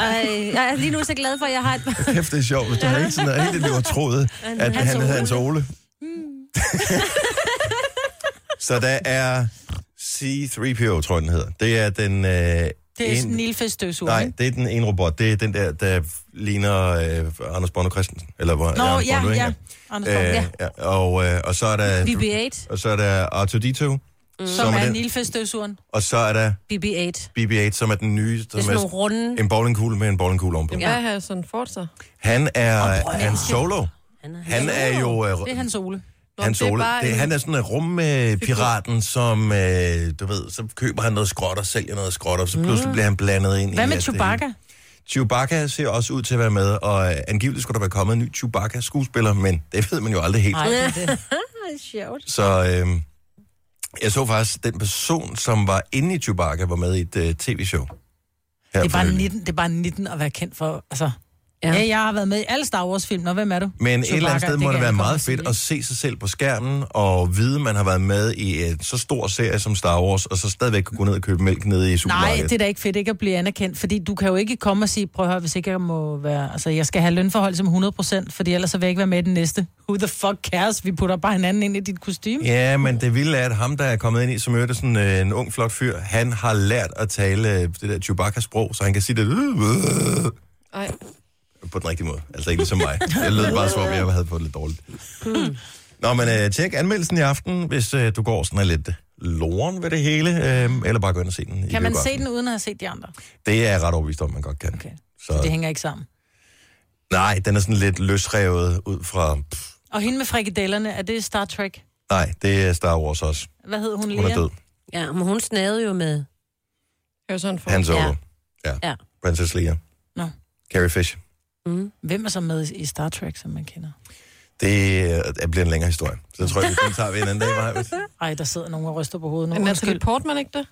[SPEAKER 2] Ej, jeg er lige nu så glad for, at jeg har et...
[SPEAKER 1] Kæft, det er sjovt, hvis du havde ikke sådan havde helt det, du har troet, at
[SPEAKER 2] Hans
[SPEAKER 1] han hed
[SPEAKER 2] Ole.
[SPEAKER 1] Hans Ole.
[SPEAKER 3] Mm.
[SPEAKER 1] så der er C-3PO, tror jeg, den hedder. Det er den... Øh,
[SPEAKER 3] Det er
[SPEAKER 1] en-
[SPEAKER 3] sådan en lille feststøvsuger,
[SPEAKER 1] Nej,
[SPEAKER 3] ikke?
[SPEAKER 1] det er den ene robot. Det er den der, der ligner øh, Anders Bono Christensen. Eller hvor
[SPEAKER 3] Nå,
[SPEAKER 1] Anders
[SPEAKER 3] ja,
[SPEAKER 1] Bono, ikke?
[SPEAKER 3] ja. Anders Borg,
[SPEAKER 1] Øh,
[SPEAKER 3] ja.
[SPEAKER 1] ja. Og, øh, og så er der...
[SPEAKER 2] BB-8.
[SPEAKER 1] Og så er der R2-D2. Mm.
[SPEAKER 3] Som
[SPEAKER 1] Som
[SPEAKER 3] er
[SPEAKER 1] er
[SPEAKER 3] en
[SPEAKER 1] den,
[SPEAKER 3] lille feststøvsugeren.
[SPEAKER 1] og så er der
[SPEAKER 2] BB-8.
[SPEAKER 1] BB-8, som er den nye.
[SPEAKER 2] Det er
[SPEAKER 1] Som
[SPEAKER 2] sådan
[SPEAKER 1] er
[SPEAKER 2] nogle runde...
[SPEAKER 1] en bowlingkugle med en bowlingkugle ovenpå.
[SPEAKER 4] Hvad har sådan Ford så?
[SPEAKER 1] Han er han solo. Han er jo...
[SPEAKER 3] Det er
[SPEAKER 1] Øh,
[SPEAKER 3] hans Ole.
[SPEAKER 1] han,
[SPEAKER 4] det er
[SPEAKER 1] solo.
[SPEAKER 4] bare
[SPEAKER 1] Det,
[SPEAKER 4] en-
[SPEAKER 1] han er sådan en rumpiraten, som, øh, du ved, så køber han noget skråt og sælger noget skråt, og så pludselig bliver han blandet ind i...
[SPEAKER 3] Hvad med
[SPEAKER 1] at det
[SPEAKER 3] Chewbacca?
[SPEAKER 1] hele- Chewbacca ser også ud til at være med, og øh, angiveligt skulle der være kommet en ny Chewbacca-skuespiller, men det ved man jo aldrig helt.
[SPEAKER 3] Nej, det er det.
[SPEAKER 1] Så øh, jeg så faktisk, den person, som var inde i Chewbacca, var med i et øh, tv-show. Her
[SPEAKER 3] Det er,
[SPEAKER 1] for
[SPEAKER 3] bare
[SPEAKER 1] nylig.
[SPEAKER 3] 19, det er bare 19 at være kendt for. Altså,
[SPEAKER 2] Ja.
[SPEAKER 3] ja. hey, jeg har været med i alle Star Wars-film, og hvem er du?
[SPEAKER 1] Men et eller andet
[SPEAKER 3] Chewbacca,
[SPEAKER 1] sted må det
[SPEAKER 3] kan
[SPEAKER 1] være
[SPEAKER 3] jeg
[SPEAKER 1] meget
[SPEAKER 3] godt
[SPEAKER 1] fedt
[SPEAKER 3] sige.
[SPEAKER 1] at se sig selv på skærmen og vide, man har været med i en så stor serie som Star Wars, og så stadigvæk kunne gå ned og købe mælk nede i
[SPEAKER 3] Nej,
[SPEAKER 1] supermarkedet.
[SPEAKER 3] det er da ikke fedt ikke at blive anerkendt, fordi du kan jo ikke komme og sige, prøv at høre, hvis ikke jeg må være, altså jeg skal have lønforhold som 100%, fordi ellers så vil jeg ikke være med i den næste. Who the fuck cares? Vi putter bare hinanden ind i dit kostume. Yeah.
[SPEAKER 1] Ja, men det vilde er, at ham, der er kommet ind i, som mødte sådan øh, en ung, flot fyr, han har lært at tale øh, det der Chewbacca-sprog, så han kan sige det øh, øh,
[SPEAKER 4] Ej,
[SPEAKER 1] på den rigtige måde. Altså ikke ligesom mig. Jeg lød bare, som om jeg havde fået det lidt dårligt. Nå, men øh, tjek anmeldelsen i aften, hvis øh, du går sådan lidt loren ved det hele, øh, eller bare gå ind og se den. i
[SPEAKER 3] Kan man se
[SPEAKER 1] biografen.
[SPEAKER 3] den uden at have set de andre?
[SPEAKER 1] Det er jeg ret overbevist om, man godt kan. Okay.
[SPEAKER 3] Så det
[SPEAKER 1] Så,
[SPEAKER 3] hænger ikke sammen.
[SPEAKER 1] nej, den er sådan lidt løsrevet ud fra... Pff,
[SPEAKER 3] Og hende med frikadellerne, er det Star Trek?
[SPEAKER 1] nej, det er Star Wars også.
[SPEAKER 3] Hvad hed hun, Lea?
[SPEAKER 1] Hun er død.
[SPEAKER 2] Ja, men hun snagede jo med...
[SPEAKER 4] Harrison Ford.
[SPEAKER 1] Han Solo. Ja.
[SPEAKER 2] Ja.
[SPEAKER 1] ja.
[SPEAKER 2] Ja.
[SPEAKER 1] Princess Leia.
[SPEAKER 3] Nå.
[SPEAKER 1] Carrie Fisher.
[SPEAKER 3] Hvem er så med i Star Trek, som man kender?
[SPEAKER 1] Det øh, bliver en længere historie. Så det tror jeg, vi kun tager ved en anden dag, Maja.
[SPEAKER 3] Ej, der sidder nogen og ryster på hovedet nu.
[SPEAKER 4] Men Natalie
[SPEAKER 3] Undskyld.
[SPEAKER 4] Portman, ikke det?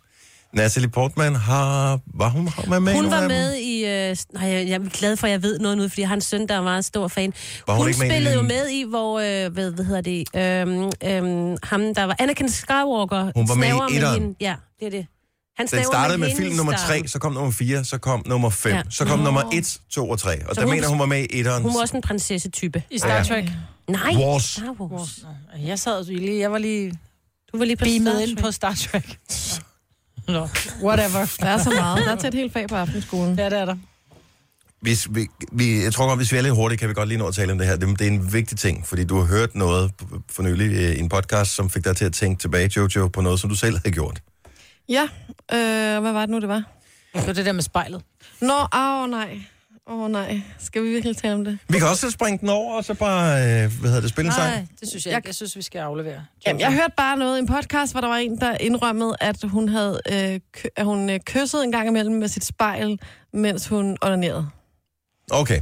[SPEAKER 1] Natalie Portman har... Var hun, har hun været med i
[SPEAKER 2] Hun
[SPEAKER 1] nogle
[SPEAKER 2] var
[SPEAKER 1] af dem?
[SPEAKER 2] med i... Øh, s- nej, jeg, jeg er glad for, at jeg ved noget nu, fordi jeg har en søn, der er meget stor fan.
[SPEAKER 1] Var hun
[SPEAKER 2] hun
[SPEAKER 1] ikke med i den
[SPEAKER 2] spillede jo
[SPEAKER 1] nye-
[SPEAKER 2] med i, hvor... Øh, hvad, hvad hedder det? Øhm, øhm, ham, der var Anakin Skywalker.
[SPEAKER 1] Hun var med i
[SPEAKER 2] snaver
[SPEAKER 1] etteren.
[SPEAKER 2] hende. Ja, det er det. Han
[SPEAKER 1] Den
[SPEAKER 2] snaver
[SPEAKER 1] startede med
[SPEAKER 2] hende
[SPEAKER 1] film
[SPEAKER 2] i
[SPEAKER 1] nummer
[SPEAKER 2] starten.
[SPEAKER 1] 3, så kom nummer 4, så kom nummer 5, ja.
[SPEAKER 2] Ja.
[SPEAKER 1] så kom nummer 1, 2 og 3. Og så der
[SPEAKER 2] hun-
[SPEAKER 1] mener hun var med i etteren.
[SPEAKER 2] Hun var også en prinsesse-type.
[SPEAKER 3] I Star
[SPEAKER 1] Ja.
[SPEAKER 3] Trek?
[SPEAKER 2] Nej,
[SPEAKER 1] Wars.
[SPEAKER 2] Star Wars.
[SPEAKER 3] Jeg sad jo lige, jeg var lige
[SPEAKER 2] Du var lige på
[SPEAKER 3] beamet
[SPEAKER 2] Star
[SPEAKER 3] ind
[SPEAKER 2] Trek.
[SPEAKER 3] på Star Trek. Nå, whatever.
[SPEAKER 4] Der er så meget. Der er til et helt fag på aftenskolen.
[SPEAKER 3] Ja, det er der.
[SPEAKER 1] Hvis vi, vi, jeg tror godt, hvis vi er lidt hurtige, kan vi godt lige nå at tale om det her. Det, det er en vigtig ting, fordi du har hørt noget p- for nylig øh, i en podcast, som fik dig til at tænke tilbage, Jojo, på noget, som du selv havde gjort.
[SPEAKER 4] Ja, øh, hvad var det nu, det var?
[SPEAKER 3] Det var det der med spejlet.
[SPEAKER 4] Nå, au, nej. Åh oh, nej, skal vi virkelig tale om det?
[SPEAKER 1] Vi kan også springe den over, og så bare, øh, hvad hedder det, spille en sang.
[SPEAKER 3] Nej, det synes jeg ikke. Jeg synes, vi skal aflevere.
[SPEAKER 4] Jamen, jeg hørte bare noget i en podcast, hvor der var en, der indrømmede, at hun havde øh, kø- at hun øh, kyssede en gang imellem med sit spejl, mens hun onanerede.
[SPEAKER 1] Okay.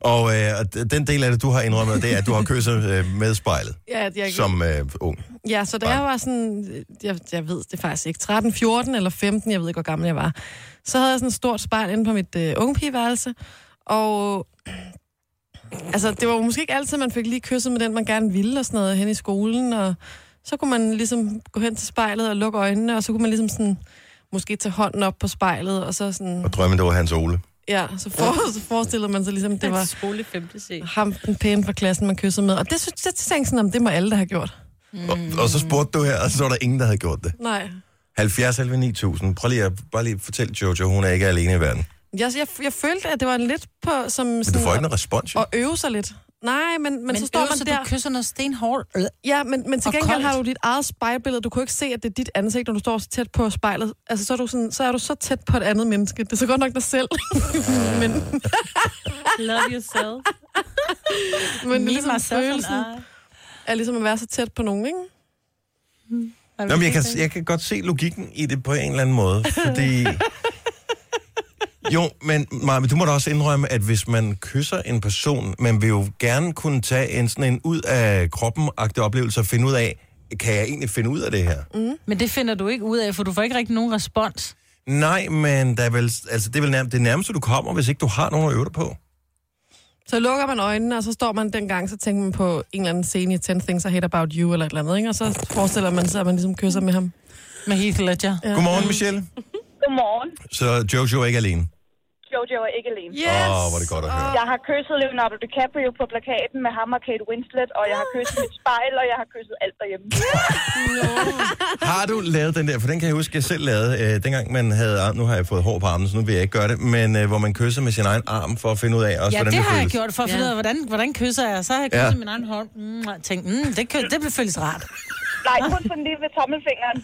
[SPEAKER 1] Og øh, og d- den del af det, du har indrømmet, det er, at du har kysset øh, med spejlet
[SPEAKER 4] Ja, jeg,
[SPEAKER 1] som øh, ung.
[SPEAKER 4] ja så da jeg var sådan, øh, jeg, jeg ved det faktisk ikke, 13, 14 eller 15, jeg ved ikke, hvor gammel jeg var, så havde jeg sådan et stort spejl inde på mit øh, ungepigeværelse, og altså, det var jo måske ikke altid, man fik lige kysset med den, man gerne ville og sådan noget hen i skolen, og så kunne man ligesom gå hen til spejlet og lukke øjnene, og så kunne man ligesom sådan, måske tage hånden op på spejlet, og så sådan...
[SPEAKER 1] Og drømmen, det var Hans Ole.
[SPEAKER 4] Ja, så, for, så forestillede man sig ligesom, det var
[SPEAKER 2] Skole 5. C.
[SPEAKER 4] ham, den pæne fra klassen, man kyssede med. Og det synes jeg tænkte sådan, om det må alle, der har gjort.
[SPEAKER 1] Mm. Og, og så spurgte du her, og så var der ingen, der havde gjort det.
[SPEAKER 4] Nej.
[SPEAKER 1] 70 11 9000. Prøv lige at bare lige fortælle Jojo, hun er ikke alene i verden.
[SPEAKER 4] Jeg, jeg, jeg følte, at det var lidt på, som
[SPEAKER 1] Men du
[SPEAKER 4] sådan,
[SPEAKER 1] får ikke noget respons, jo.
[SPEAKER 4] at, at øve sig lidt. Nej, men, men, men
[SPEAKER 3] Men
[SPEAKER 4] så står man
[SPEAKER 3] så
[SPEAKER 4] der.
[SPEAKER 3] du kysser noget stenhårdt. Øh.
[SPEAKER 4] Ja, men, men til
[SPEAKER 3] Og
[SPEAKER 4] gengæld
[SPEAKER 3] koldt.
[SPEAKER 4] har du dit eget spejlbillede. Du kunne ikke se, at det er dit ansigt, når du står så tæt på spejlet. Altså, så er du, sådan, så, er du så tæt på et andet menneske. Det er så godt nok dig selv. men,
[SPEAKER 2] Love yourself.
[SPEAKER 4] men det er ligesom følelsen er ligesom at være så tæt på nogen, ikke?
[SPEAKER 1] Nå, men jeg, kan, jeg kan godt se logikken i det på en eller anden måde, fordi... Jo, men Maja, men du må da også indrømme, at hvis man kysser en person, man vil jo gerne kunne tage en sådan en ud af kroppen agtig oplevelse og finde ud af, kan jeg egentlig finde ud af det her?
[SPEAKER 3] Men det finder du ikke ud af, for du får ikke rigtig nogen respons.
[SPEAKER 1] Mm. Nej, men der er vel, altså, det er vel nærmest, det nærmeste, du kommer, hvis ikke du har nogen at øve dig på.
[SPEAKER 4] Så lukker man øjnene, og så står man dengang, så tænker man på en eller anden scene i 10 Things I Hate About You, eller et eller andet, ikke? Og så forestiller man sig, at man ligesom kysser med ham.
[SPEAKER 3] Med Heath Ledger.
[SPEAKER 1] Ja. Godmorgen, Michelle.
[SPEAKER 9] Godmorgen.
[SPEAKER 1] Så Jojo er ikke alene.
[SPEAKER 9] Jojo er ikke alene.
[SPEAKER 1] Åh, yes. oh, hvor er det godt at høre.
[SPEAKER 9] Jeg har kysset Leonardo DiCaprio på plakaten med ham og Kate Winslet, og jeg har kysset mit spejl, og jeg har kysset alt derhjemme.
[SPEAKER 1] Har du lavet den der, for den kan jeg huske, jeg selv lavede, øh, dengang man havde arm, nu har jeg fået hår på armen, så nu vil jeg ikke gøre det, men øh, hvor man kysser med sin egen arm for at finde ud af, også,
[SPEAKER 3] Ja,
[SPEAKER 1] hvordan
[SPEAKER 3] det
[SPEAKER 1] det
[SPEAKER 3] har jeg
[SPEAKER 1] føles.
[SPEAKER 3] gjort for at finde ud af, hvordan, hvordan kysser jeg. Så har jeg
[SPEAKER 1] Ja.
[SPEAKER 3] kysset min egen hånd. Mm, og tænkt, mm, det, kø- det blev føles rart.
[SPEAKER 9] Nej, kun sådan lige ved tommelfingeren.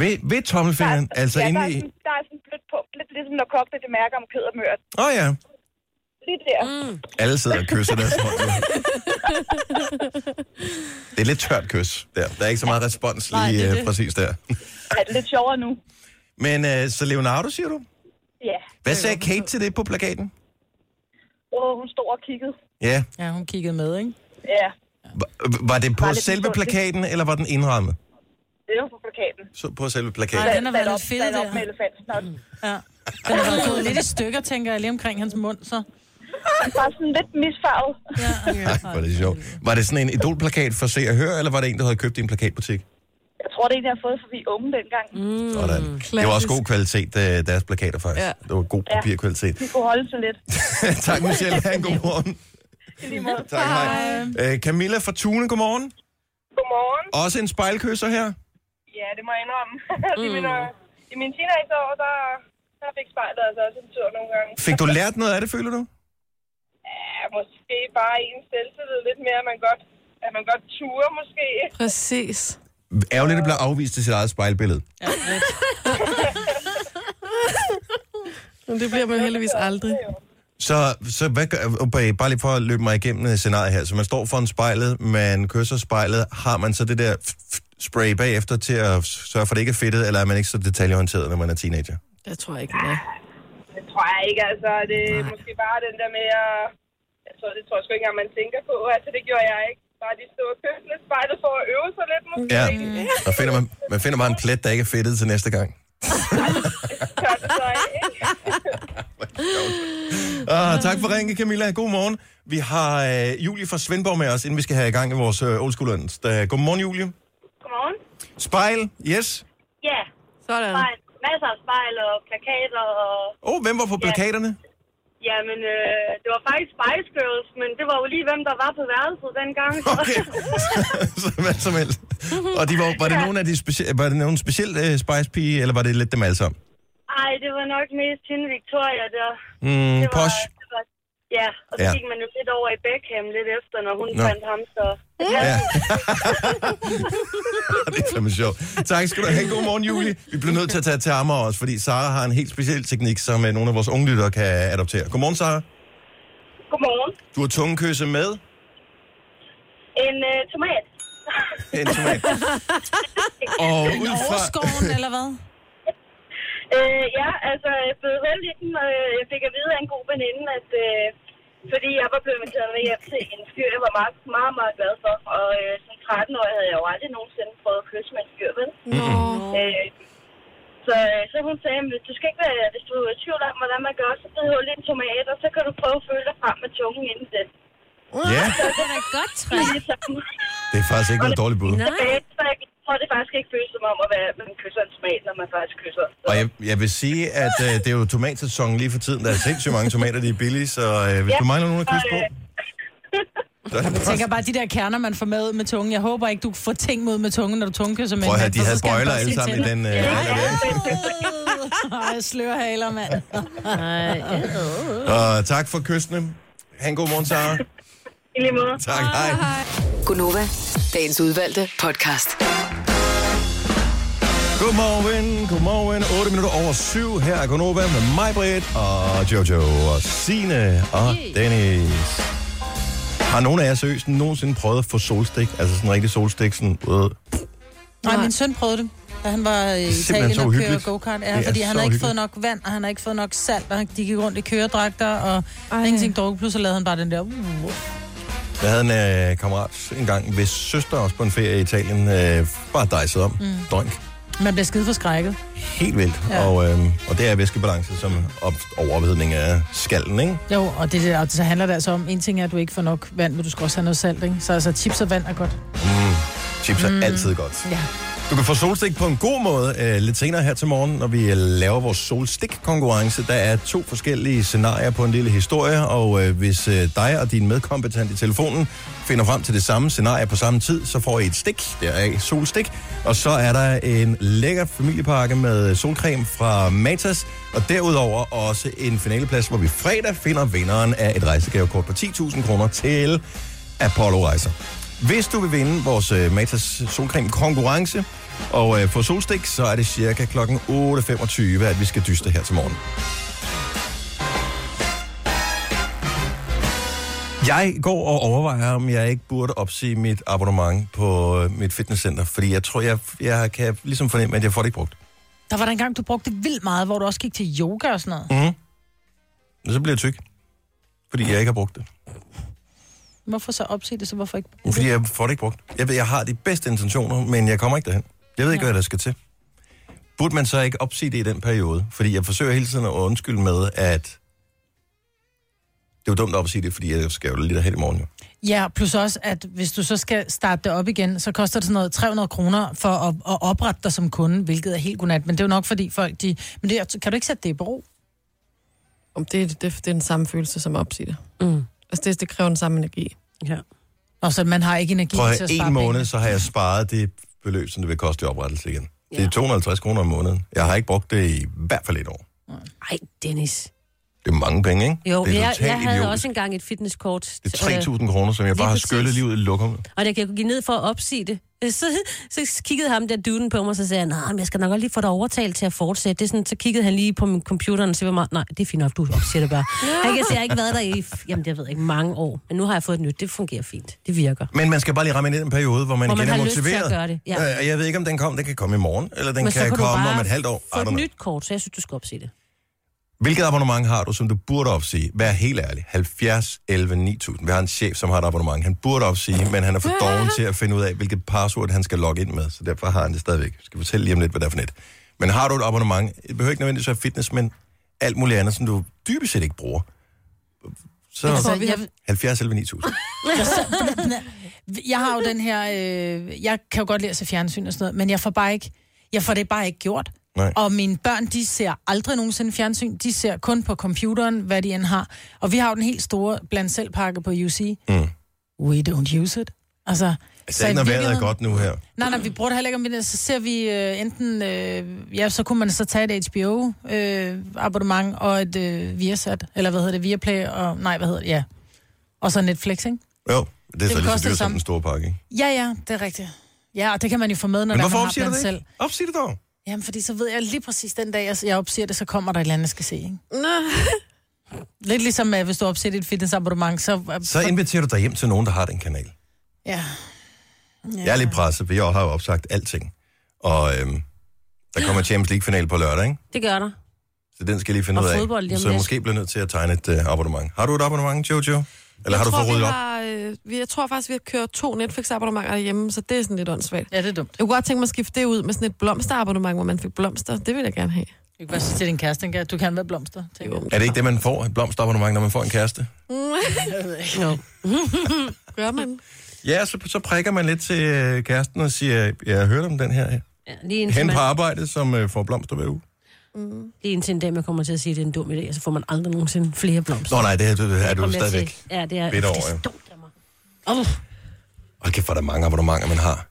[SPEAKER 1] Ved, ved tommelfingeren,
[SPEAKER 9] Der er-
[SPEAKER 1] altså
[SPEAKER 9] ja,
[SPEAKER 1] inde
[SPEAKER 9] der,
[SPEAKER 1] i...
[SPEAKER 9] er sådan, der er sådan et blødt punkt, lidt ligesom når kogte det mærker om kød og mør.
[SPEAKER 1] Åh oh, ja,
[SPEAKER 9] Lige der. Mm.
[SPEAKER 1] alle sidder og kysser deres hånd. nu. Det er lidt tørt kys der. Der er ikke så meget respons lige
[SPEAKER 3] Nej, det er
[SPEAKER 1] øh,
[SPEAKER 3] det.
[SPEAKER 1] præcis der.
[SPEAKER 9] Er det lidt sjovere nu?
[SPEAKER 1] Men øh, så Leonardo, siger du?
[SPEAKER 9] Ja.
[SPEAKER 1] Hvad sagde Kate til det på plakaten?
[SPEAKER 9] Åh, hun stod og kiggede.
[SPEAKER 1] Ja.
[SPEAKER 3] Ja, hun kiggede med, ikke?
[SPEAKER 9] Ja,
[SPEAKER 1] Var, var det på
[SPEAKER 9] Var lidt
[SPEAKER 1] selve
[SPEAKER 9] misundelig.
[SPEAKER 1] plakaten, eller var den indrammet?
[SPEAKER 9] det var på plakaten.
[SPEAKER 1] Så på selve plakaten.
[SPEAKER 3] Nej, den har været
[SPEAKER 9] Sat
[SPEAKER 3] lidt
[SPEAKER 9] op-
[SPEAKER 3] fed
[SPEAKER 9] sat op
[SPEAKER 3] der.
[SPEAKER 9] med elefantsnot.
[SPEAKER 3] Ja. Den har været gået lidt i stykker, tænker jeg, lige omkring hans mund, så.
[SPEAKER 9] Bare sådan lidt misfarvet.
[SPEAKER 1] Nej, var det sjovt. Var det sådan en idolplakat for Se og Hør, eller var det en, der havde købt i en plakatbutik?
[SPEAKER 9] Jeg tror, det er en, jeg har fået, for vi er unge dengang. Mm.
[SPEAKER 1] Sådan. Det var også god kvalitet, øh, deres plakater faktisk. Ja.
[SPEAKER 4] Ja.
[SPEAKER 1] Det var god papirkvalitet.
[SPEAKER 9] Vi kunne holde sig lidt.
[SPEAKER 1] tak Michelle, ha' en god morgen. tak, hej. Øh, Camilla fra Tune, godmorgen.
[SPEAKER 9] Godmorgen.
[SPEAKER 1] Også en spejlkysser her.
[SPEAKER 9] Ja, det må jeg indrømme. Mm. I, mine, I mine teenageår, der, der fik spejlet altså også en tur nogle gange.
[SPEAKER 1] Fik du lært noget af det, føler du?
[SPEAKER 9] Ja, måske bare ens selvtillid lidt mere, at man godt, at man godt turer måske.
[SPEAKER 4] Præcis.
[SPEAKER 1] Ærgerligt, at blive afvist til sit eget spejlbillede.
[SPEAKER 3] Ja, lidt.
[SPEAKER 4] Men det bliver man heldigvis aldrig.
[SPEAKER 1] Så, så hvad gør, okay, bare lige for at løbe mig igennem øh, scenariet her. Så man står foran spejlet, man kysser spejlet. Har man så det der f- f- spray bagefter til at sørge for, at det ikke er fedtet, eller er man ikke så detaljeorienteret, når man er teenager?
[SPEAKER 9] Mm.
[SPEAKER 4] Jeg tror jeg ikke, nej.
[SPEAKER 9] Det tror jeg ikke, altså. Det er måske bare den der med at... Jeg tror, det tror jeg sgu ikke engang, man tænker på. Altså, det gjorde jeg ikke. Bare de stod og købte lidt spejlet for at øve sig lidt måske.
[SPEAKER 1] Ja, og finder man, man finder bare en plet, der ikke er fedtet til næste gang.
[SPEAKER 9] Tør det så ikke.
[SPEAKER 1] Uh, tak for ringen, Camilla. God morgen. Vi har uh, Julie fra Svendborg med os, inden vi skal have i gang i vores uh, old school onsdag. Godmorgen, Julie.
[SPEAKER 9] Godmorgen.
[SPEAKER 1] Spejl, yes.
[SPEAKER 9] Ja,
[SPEAKER 4] Sådan.
[SPEAKER 9] Masser af spejl og plakater og
[SPEAKER 1] Åh, oh, hvem var på plakaterne?
[SPEAKER 9] Jamen, øh, det var faktisk Spice Girls, men det var jo lige, hvem der var på værelset dengang.
[SPEAKER 1] Okay, så hvad som helst. Og de var, var det nogen af de speci- var det nogen speciel uh, Spice Pige, eller var det lidt dem alle sammen?
[SPEAKER 9] Ej, det var nok mest hende Victoria der.
[SPEAKER 1] Mm,
[SPEAKER 9] Det var,
[SPEAKER 1] posh.
[SPEAKER 9] det var, ja, og så
[SPEAKER 1] Ja.
[SPEAKER 9] ja. gik man jo lidt over i Beckham lidt efter, når hun
[SPEAKER 1] Nå.
[SPEAKER 9] Nå. fandt ham, så...
[SPEAKER 1] Ja. det er fandme sjovt. Tak skal du have. God morgen, Julie. Vi bliver nødt til at tage øh, til Amager også, fordi Sara har en helt speciel teknik, som uh, nogle af vores unge lyttere kan adoptere. Godmorgen, Sara.
[SPEAKER 9] Godmorgen.
[SPEAKER 1] Du har tungekysset med
[SPEAKER 9] En øh, tomat.
[SPEAKER 1] en tomat. Og ud fra...
[SPEAKER 3] Overskoven, eller hvad?
[SPEAKER 9] Øh, ja, altså, jeg blev heldig, i den, og øh, jeg fik at vide af en god veninde, at øh, fordi jeg var blevet inviteret med hjem til en fyr, jeg var meget, meget, meget glad for. Og øh, som 13 år havde jeg jo aldrig nogensinde prøvet at kysse med en fyr, vel?
[SPEAKER 4] Nå.
[SPEAKER 9] Øh, så, øh, så hun sagde, at du skal ikke være, hvis du er i tvivl om, hvordan man gør, så bid hul i en tomat, og så kan du prøve at føle dig frem med tungen inden den.
[SPEAKER 1] Ja,
[SPEAKER 2] Det er da et godt træk.
[SPEAKER 1] det er faktisk ikke noget dårligt bud.
[SPEAKER 2] Nej.
[SPEAKER 9] Så jeg tror, det faktisk ikke føles som om, at være, man kysser en tomat, når man faktisk kysser. Så,
[SPEAKER 1] Og jeg, jeg vil sige, at øh, det er jo tomatsæson lige for tiden. Der er sindssygt mange tomater, de er billige, så øh, hvis du mangler nogen at kysse på... Så er det
[SPEAKER 3] Jeg tænker bare, de der kerner, man får med ud med tungen. Jeg håber ikke, du får ting ud med tungen, når du tungkysser med
[SPEAKER 1] Prøv at
[SPEAKER 3] en
[SPEAKER 1] have,
[SPEAKER 3] mand,
[SPEAKER 1] de
[SPEAKER 3] for så
[SPEAKER 1] havde
[SPEAKER 3] skal han
[SPEAKER 1] bøjler
[SPEAKER 3] bare
[SPEAKER 1] alle
[SPEAKER 3] se
[SPEAKER 1] sammen i
[SPEAKER 3] tænder.
[SPEAKER 1] den. Øh, ja.
[SPEAKER 3] Ej, slørhaler, mand.
[SPEAKER 1] Og tak for kyssene. Ha' en god morgen, Sara.
[SPEAKER 9] I lige måde.
[SPEAKER 1] Tak, hej.
[SPEAKER 6] Gunova, dagens udvalgte podcast.
[SPEAKER 1] Godmorgen, godmorgen. 8 minutter over 7. Her er Gonova med mig, Britt, og Jojo, og Sine og Dennis. Har nogen af jer seriøst nogensinde prøvet at få solstik? Altså sådan en rigtig solstik, sådan øh,
[SPEAKER 3] Nej, min søn prøvede det, da han var i Italien
[SPEAKER 1] så
[SPEAKER 3] og kørte
[SPEAKER 1] uhyggeligt.
[SPEAKER 3] go-kart. Ja,
[SPEAKER 1] Det er
[SPEAKER 3] fordi han
[SPEAKER 1] så
[SPEAKER 3] havde
[SPEAKER 1] uhyggeligt.
[SPEAKER 3] ikke fået nok vand, og han havde ikke fået nok salt, og han- de gik rundt i køredragter, og Ej. ingenting druk. Plus så lavede han bare den der... Uh, uh.
[SPEAKER 1] Jeg havde en øh, kammerat engang, hvis søster også på en ferie i Italien, øh, bare dejset om. Mm. Drønk.
[SPEAKER 3] Man bliver skide forskrækket.
[SPEAKER 1] Helt vildt. Ja.
[SPEAKER 3] Ja.
[SPEAKER 1] Og, øh, og det er væskebalance, som op- overophedning af skallen, ikke?
[SPEAKER 3] Jo, og det, der, og så handler det altså om, en ting er, at du ikke får nok vand, men du skal også have noget salt, ikke? Så altså, chips og vand er godt.
[SPEAKER 1] Chips er mm. altid godt.
[SPEAKER 3] Ja.
[SPEAKER 1] Du kan få solstik på en god måde øh, lidt senere her til morgen, når vi øh, laver vores solstik-konkurrence. Der er to forskellige scenarier på en lille historie, og øh, hvis øh, dig og din medkompetent i telefonen finder frem til det samme scenarie på samme tid, så får I et stik, der er solstik. Og så er der en lækker familiepakke med solcreme fra Matas, og derudover også en finaleplads, hvor vi fredag finder vinderen af et rejsegavekort på 10.000 kroner til Apollo Rejser. Hvis du vil vinde vores øh, Matas solcreme konkurrence og øh, få solstik, så er det cirka kl. 8.25, at vi skal dyste her til morgen. Jeg går og overvejer, om jeg ikke burde opsige mit abonnement på øh, mit fitnesscenter, fordi jeg tror, jeg, jeg kan ligesom fornemme, at jeg får det ikke brugt.
[SPEAKER 3] Der var der engang, du brugte det vildt meget, hvor du også gik til yoga og sådan noget. Mm.
[SPEAKER 1] Og så bliver jeg tyk, fordi jeg ikke har brugt det.
[SPEAKER 3] Hvorfor så opsige det, så hvorfor ikke?
[SPEAKER 1] Fordi jeg får det ikke brugt. Jeg ved, jeg har de bedste intentioner, men jeg kommer ikke derhen. Jeg ved ikke, hvad der skal til. Burde man så ikke opsige det i den periode? Fordi jeg forsøger hele tiden at undskylde med, at det var dumt at opsige det, fordi jeg skal jo lige derhen i morgen. jo.
[SPEAKER 3] Ja, plus også, at hvis du så skal starte det op igen, så koster det sådan noget 300 kroner for at, at oprette dig som kunde, hvilket er helt godnat. Men det er jo nok, fordi folk, de... Men det, er- kan du ikke sætte det i bero?
[SPEAKER 4] Om det, er- det, det, er den samme følelse som at opsige det.
[SPEAKER 2] Mm.
[SPEAKER 4] Altså, det, det kræver den samme energi.
[SPEAKER 2] Ja.
[SPEAKER 3] Og så man har ikke energi
[SPEAKER 1] Prøv at
[SPEAKER 3] til at
[SPEAKER 1] have
[SPEAKER 3] spare
[SPEAKER 1] en måned,
[SPEAKER 3] penge.
[SPEAKER 1] så har jeg sparet det beløb, som det vil koste i oprettelse igen. Det er
[SPEAKER 2] Ja.
[SPEAKER 1] 250 kroner om måneden. Jeg har ikke brugt det i hvert fald et år.
[SPEAKER 2] Ej, Dennis.
[SPEAKER 1] Det er mange penge, ikke?
[SPEAKER 2] Jo,
[SPEAKER 1] det er
[SPEAKER 2] jeg,
[SPEAKER 1] totalt
[SPEAKER 2] jeg havde
[SPEAKER 1] idiotisk.
[SPEAKER 2] også engang et fitnesskort.
[SPEAKER 1] Det
[SPEAKER 2] øh,
[SPEAKER 1] er 3.000 kroner, som jeg
[SPEAKER 2] Lige
[SPEAKER 1] bare har
[SPEAKER 2] præcis.
[SPEAKER 1] skyllet lige ud i lokummet.
[SPEAKER 2] Og da jeg gik ned for at opsige det, øh, så, så kiggede ham der duden på mig, og så sagde han, nej, men jeg skal nok også lige få dig overtalt til at fortsætte. Det er sådan, så kiggede han lige på min computer, og så var mig, nej, det er fint nok, du opsiger det bare. Han kan sige, jeg har ikke været der i, jamen jeg ved ikke, mange år, men nu har jeg fået et nyt, det fungerer fint, det virker.
[SPEAKER 1] Men man skal bare lige ramme ind i den periode, hvor man,
[SPEAKER 2] Hvor man
[SPEAKER 1] igen er
[SPEAKER 2] har lyst til at
[SPEAKER 1] motiveret.
[SPEAKER 2] gøre det, ja.
[SPEAKER 1] Øh, og jeg ved ikke, om den kommer. Den kan komme i morgen, eller den
[SPEAKER 2] men
[SPEAKER 1] kan,
[SPEAKER 2] så kan du
[SPEAKER 1] komme
[SPEAKER 2] bare
[SPEAKER 1] om et halvt år. I
[SPEAKER 2] få
[SPEAKER 1] don't
[SPEAKER 2] et
[SPEAKER 1] know.
[SPEAKER 2] nyt kort, så jeg synes, du skal opsige det.
[SPEAKER 1] Hvilket abonnement har du, som du burde opsige? Vær helt ærlig. 70, 11, 9000. Vi har en chef, som har et abonnement. Han burde opsige, men han er for doven til at finde ud af, hvilket password han skal logge ind med. Så derfor har han det stadigvæk. Jeg skal fortælle lige om lidt, hvad det er for net. Men har du et abonnement, det behøver ikke nødvendigvis være fitness, men alt muligt andet, som du dybest set ikke bruger. Så
[SPEAKER 3] Altså,
[SPEAKER 4] vi
[SPEAKER 3] jeg,
[SPEAKER 1] 70, 11, 9000.
[SPEAKER 3] jeg har jo den her... Øh, jeg kan jo godt lide at se fjernsyn og sådan noget, men jeg får bare ikke... Jeg får det bare ikke gjort.
[SPEAKER 1] Nej.
[SPEAKER 3] Og mine børn, de ser aldrig nogensinde fjernsyn. De ser kun på computeren, hvad de end har. Og vi har jo den helt store blandt selv pakke på UC. Mm. We don't use it. Altså,
[SPEAKER 1] Altså, ikke når vejret er godt nu her.
[SPEAKER 3] Nej, nej, vi bruger det heller ikke om vinteren. Så ser vi øh, enten... Øh, ja, så kunne man så tage et HBO-abonnement øh, og et øh, Viasat, eller hvad hedder det, Viaplay, og... Nej, hvad hedder det, ja. Og så Netflix, ikke?
[SPEAKER 1] Jo, det er så
[SPEAKER 3] vil
[SPEAKER 1] lige så
[SPEAKER 3] koste det
[SPEAKER 1] dyrt som
[SPEAKER 3] samme.
[SPEAKER 1] den store pakke, ikke?
[SPEAKER 3] Ja, ja, det er rigtigt. Ja, og det kan man jo få med, når
[SPEAKER 1] Men
[SPEAKER 3] der, man
[SPEAKER 1] hvorfor
[SPEAKER 3] har
[SPEAKER 1] opsiger du
[SPEAKER 3] blandt
[SPEAKER 1] det
[SPEAKER 3] selv.
[SPEAKER 1] ikke? Opsig det dog.
[SPEAKER 3] Jamen, fordi så ved jeg lige præcis den dag, jeg, jeg opsiger det, så kommer der et eller andet, jeg skal se, ikke?
[SPEAKER 4] Nå.
[SPEAKER 3] Lidt ligesom, at hvis du opsætter et fitnessabonnement, så... øh,
[SPEAKER 1] Så inviterer du dig hjem til nogen, der har den kanal.
[SPEAKER 3] Ja.
[SPEAKER 1] Ja. Jeg er lidt presset, for jeg har jo opsagt alting. Og øhm, der kommer Champions League-final på lørdag, ikke?
[SPEAKER 2] Det gør der.
[SPEAKER 1] Så den skal jeg lige finde
[SPEAKER 2] Og
[SPEAKER 1] ud af.
[SPEAKER 2] fodbold lige om
[SPEAKER 1] så jeg
[SPEAKER 2] lidt.
[SPEAKER 1] måske bliver nødt til at tegne et øh, abonnement. Har du et abonnement, Jojo? Eller har du fået ryddet op?
[SPEAKER 4] op? Øh, vi- jeg tror faktisk, vi har kørt to Netflix-abonnementer derhjemme, så det er sådan lidt åndssvagt.
[SPEAKER 3] Ja, det er dumt.
[SPEAKER 4] Jeg kunne godt tænke mig at skifte det ud med sådan et blomsterabonnement, hvor man fik blomster. Det vil jeg gerne have.
[SPEAKER 3] Du kan bare sige til din kæreste, ikke? du kan være blomster. Jo.
[SPEAKER 1] Er det ikke det, man får? Et blomsterabonnement, når man får en kæreste?
[SPEAKER 4] Gør man?
[SPEAKER 1] Ja, så, så prikker man lidt til øh, kæresten og siger, jeg har hørt om den her
[SPEAKER 2] Ja, lige indtil,
[SPEAKER 1] hen på
[SPEAKER 2] man,
[SPEAKER 1] arbejde, som øh, får blomster hver uge.
[SPEAKER 2] lige indtil en dag, man kommer til at sige, at det er en dum idé, og så får man aldrig nogensinde flere blomster.
[SPEAKER 1] Nå nej, det, her, det, det er du
[SPEAKER 2] Kommer
[SPEAKER 1] jo
[SPEAKER 2] jeg til-
[SPEAKER 1] stadigvæk.
[SPEAKER 2] Ja, det er,
[SPEAKER 1] bitter
[SPEAKER 2] det
[SPEAKER 1] over,
[SPEAKER 2] er
[SPEAKER 1] ja.
[SPEAKER 2] så dumt af mig. Oh,
[SPEAKER 1] Hold kæft, hvor er der mange abonnementer, man har.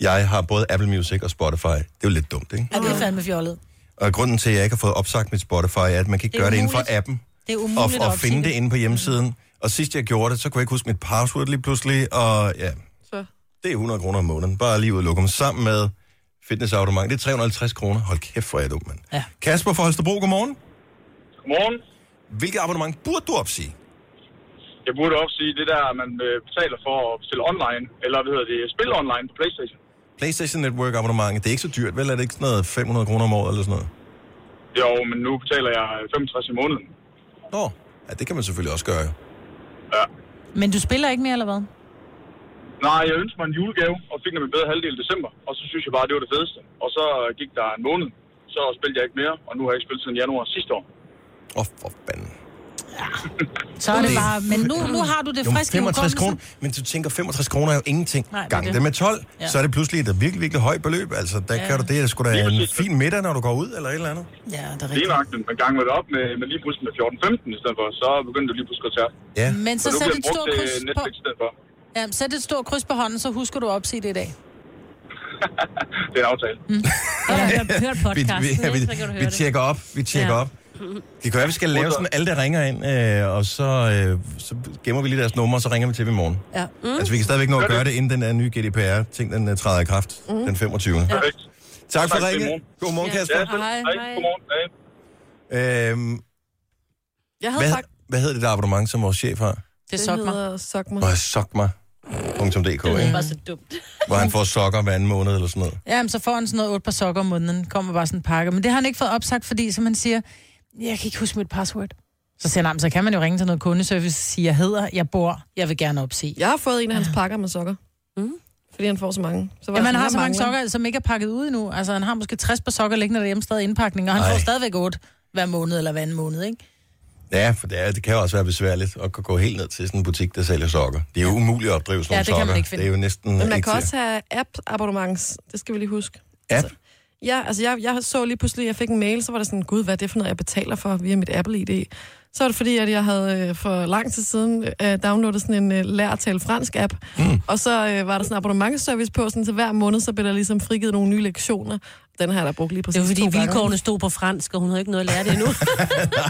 [SPEAKER 1] Jeg har både Apple Music og Spotify. Det er jo lidt dumt, ikke?
[SPEAKER 3] Ja, det er fandme fjollet.
[SPEAKER 1] Og grunden til, at jeg ikke har fået opsagt mit Spotify, er, at man kan ikke
[SPEAKER 3] Det er
[SPEAKER 1] gøre det inden for
[SPEAKER 3] umuligt.
[SPEAKER 1] appen.
[SPEAKER 3] Det er
[SPEAKER 1] og,
[SPEAKER 3] umuligt
[SPEAKER 1] og
[SPEAKER 3] at
[SPEAKER 1] finde
[SPEAKER 3] opsige
[SPEAKER 1] det inde på hjemmesiden. Og sidst jeg gjorde det, så kunne jeg ikke huske mit password lige pludselig, og ja,
[SPEAKER 4] Så.
[SPEAKER 1] det er 100 kroner om måneden. Bare lige ud og lukke dem sammen med fitnessautomat. Det er 350 kroner. Hold kæft, hvor er jeg dum, mand.
[SPEAKER 3] Ja.
[SPEAKER 1] Kasper fra Holstebro, godmorgen.
[SPEAKER 5] Godmorgen.
[SPEAKER 1] Hvilket abonnement burde du opsige?
[SPEAKER 5] Jeg burde opsige det der, man øh, betaler for at bestille online, eller hvad hedder det, spille online på Playstation.
[SPEAKER 1] PlayStation Network abonnementet, det er ikke så dyrt, vel? Er det ikke sådan noget 500 kroner om året eller sådan noget?
[SPEAKER 5] Jo, men nu betaler jeg 65 i måneden.
[SPEAKER 1] Nå, ja, det kan man selvfølgelig også gøre. jo.
[SPEAKER 5] Ja.
[SPEAKER 3] Men du spiller ikke mere, eller hvad?
[SPEAKER 5] Nej, jeg ønskede mig en julegave, og fik den med bedre halvdel i december, og så synes jeg bare, det var det fedeste. Og så øh, gik der en måned, så spillede jeg ikke mere, og nu har jeg ikke spillet siden januar sidste år.
[SPEAKER 1] Åh, oh, for fanden.
[SPEAKER 3] Så er det bare... Men nu, nu har du det
[SPEAKER 1] Jo,
[SPEAKER 3] friske
[SPEAKER 1] 65
[SPEAKER 3] i hukommelsen.
[SPEAKER 1] kroner, men du tænker, 65 kroner er jo ingenting.
[SPEAKER 3] Nej, det er
[SPEAKER 1] Gang det.
[SPEAKER 3] det.
[SPEAKER 1] med 12, ja.
[SPEAKER 3] Ja.
[SPEAKER 1] så er det pludselig et virkelig, virkelig højt beløb. Altså, der ja. kan du det, er sgu da
[SPEAKER 5] Lige
[SPEAKER 1] en
[SPEAKER 5] præcis.
[SPEAKER 1] fin middag, når du går ud, eller et eller andet.
[SPEAKER 3] Ja, det er
[SPEAKER 5] Lige
[SPEAKER 3] rigtigt.
[SPEAKER 5] nok, men gang med det op med, med lige pludselig med 14-15 i stedet for, så begyndte det lige pludselig at tage.
[SPEAKER 1] Ja.
[SPEAKER 3] Men
[SPEAKER 5] Så
[SPEAKER 3] så
[SPEAKER 5] nu
[SPEAKER 3] sæt
[SPEAKER 5] bliver den
[SPEAKER 3] et
[SPEAKER 5] brugt
[SPEAKER 3] stort
[SPEAKER 5] til
[SPEAKER 3] kryds på...
[SPEAKER 5] Netflix i stedet for.
[SPEAKER 3] Ja, sæt et stort kryds på hånden, så husker du at opsige det i dag.
[SPEAKER 5] Det er en aftale.
[SPEAKER 2] jeg har hørt, hørt
[SPEAKER 1] vi,
[SPEAKER 2] podcasten,
[SPEAKER 1] vi, ja,
[SPEAKER 2] ikke?
[SPEAKER 1] vi,
[SPEAKER 2] så kan du høre
[SPEAKER 1] vi
[SPEAKER 2] det.
[SPEAKER 1] tjekker op, vi tjekker ja.
[SPEAKER 2] Ja.
[SPEAKER 1] op. Det kan være, vi skal lave sådan alle, der ringer ind, øh, og så, øh, så gemmer vi lige deres numre, og så ringer vi til dem i morgen.
[SPEAKER 3] Ja.
[SPEAKER 1] Mm. Altså, vi kan stadigvæk nå at gøre det, inden den der nye GDPR-ting, den øh, træder i kraft mm. den 25. Ja.
[SPEAKER 5] Perfekt.
[SPEAKER 1] Tak for
[SPEAKER 5] Tak, det er
[SPEAKER 1] ringet.
[SPEAKER 5] morgen.
[SPEAKER 1] Godmorgen,
[SPEAKER 5] Ja,
[SPEAKER 1] Kasper.
[SPEAKER 5] selv.
[SPEAKER 2] Hej,
[SPEAKER 5] Hej.
[SPEAKER 2] hej.
[SPEAKER 5] Godmorgen. Hej.
[SPEAKER 1] Øhm,
[SPEAKER 4] Jeg havde
[SPEAKER 1] hvad,
[SPEAKER 4] sagt,
[SPEAKER 1] hvad hedder det der abonnement, som vores chef har?
[SPEAKER 3] Det
[SPEAKER 4] det
[SPEAKER 3] sokker mig.
[SPEAKER 4] hedder Sokma.
[SPEAKER 1] Nå, sokma.dk,
[SPEAKER 2] Det
[SPEAKER 1] ikke?
[SPEAKER 2] var så dumt.
[SPEAKER 1] Hvor han får sokker hver anden måned eller sådan noget.
[SPEAKER 3] Jamen, så får han sådan noget otte par sokker om måneden. Kommer bare sådan en pakke. Men det har han ikke fået opsagt, fordi som han siger, jeg kan ikke huske mit password. Så siger han, "Jamen, så kan man jo ringe til noget kundeservice og sige, jeg hedder, jeg bor, jeg vil gerne opsige.
[SPEAKER 4] Jeg har fået en af hans pakker med sokker. Mm. Fordi han får så mange. Så var
[SPEAKER 3] Ja,
[SPEAKER 4] jeg
[SPEAKER 3] man
[SPEAKER 4] sådan,
[SPEAKER 3] har
[SPEAKER 4] jeg
[SPEAKER 3] så mange
[SPEAKER 4] mangler.
[SPEAKER 3] sokker, som ikke er pakket ud endnu. Altså, han har måske 60 par sokker liggende derhjemme stadig i indpakning, og han
[SPEAKER 1] Ej.
[SPEAKER 3] Ej. får stadigvæk 8 hver måned eller hver anden måned, ikke?
[SPEAKER 1] Ja, for det, er, det kan jo også være besværligt at gå- gå helt ned til sådan en butik, der sælger sokker. Det er jo umuligt at opdrive sådan
[SPEAKER 3] Ja,
[SPEAKER 1] nogle
[SPEAKER 3] det kan man
[SPEAKER 1] sokker.
[SPEAKER 3] ikke finde.
[SPEAKER 1] Det er jo næsten
[SPEAKER 4] Men man
[SPEAKER 1] ikke
[SPEAKER 4] kan
[SPEAKER 1] til.
[SPEAKER 4] også have app-abonnements. Det skal vi lige huske.
[SPEAKER 1] App?
[SPEAKER 4] Altså, ja, altså jeg, jeg så lige pludselig, jeg fik en mail, så var der sådan, gud, hvad er det for noget, jeg betaler for via mit Apple-ID? Så var det fordi, at jeg havde øh, for lang tid siden øh, downloadet sådan en øh, lær at tale fransk-app, mm. og så øh, var der sådan en abonnementsservice på, sådan, så hver måned, så blev der ligesom frigivet nogle nye lektioner. Den har jeg da brugt lige
[SPEAKER 2] Det
[SPEAKER 4] præcis
[SPEAKER 2] var fordi
[SPEAKER 4] to gange.
[SPEAKER 2] vilkårene stod på fransk, og hun havde ikke noget at lære det endnu.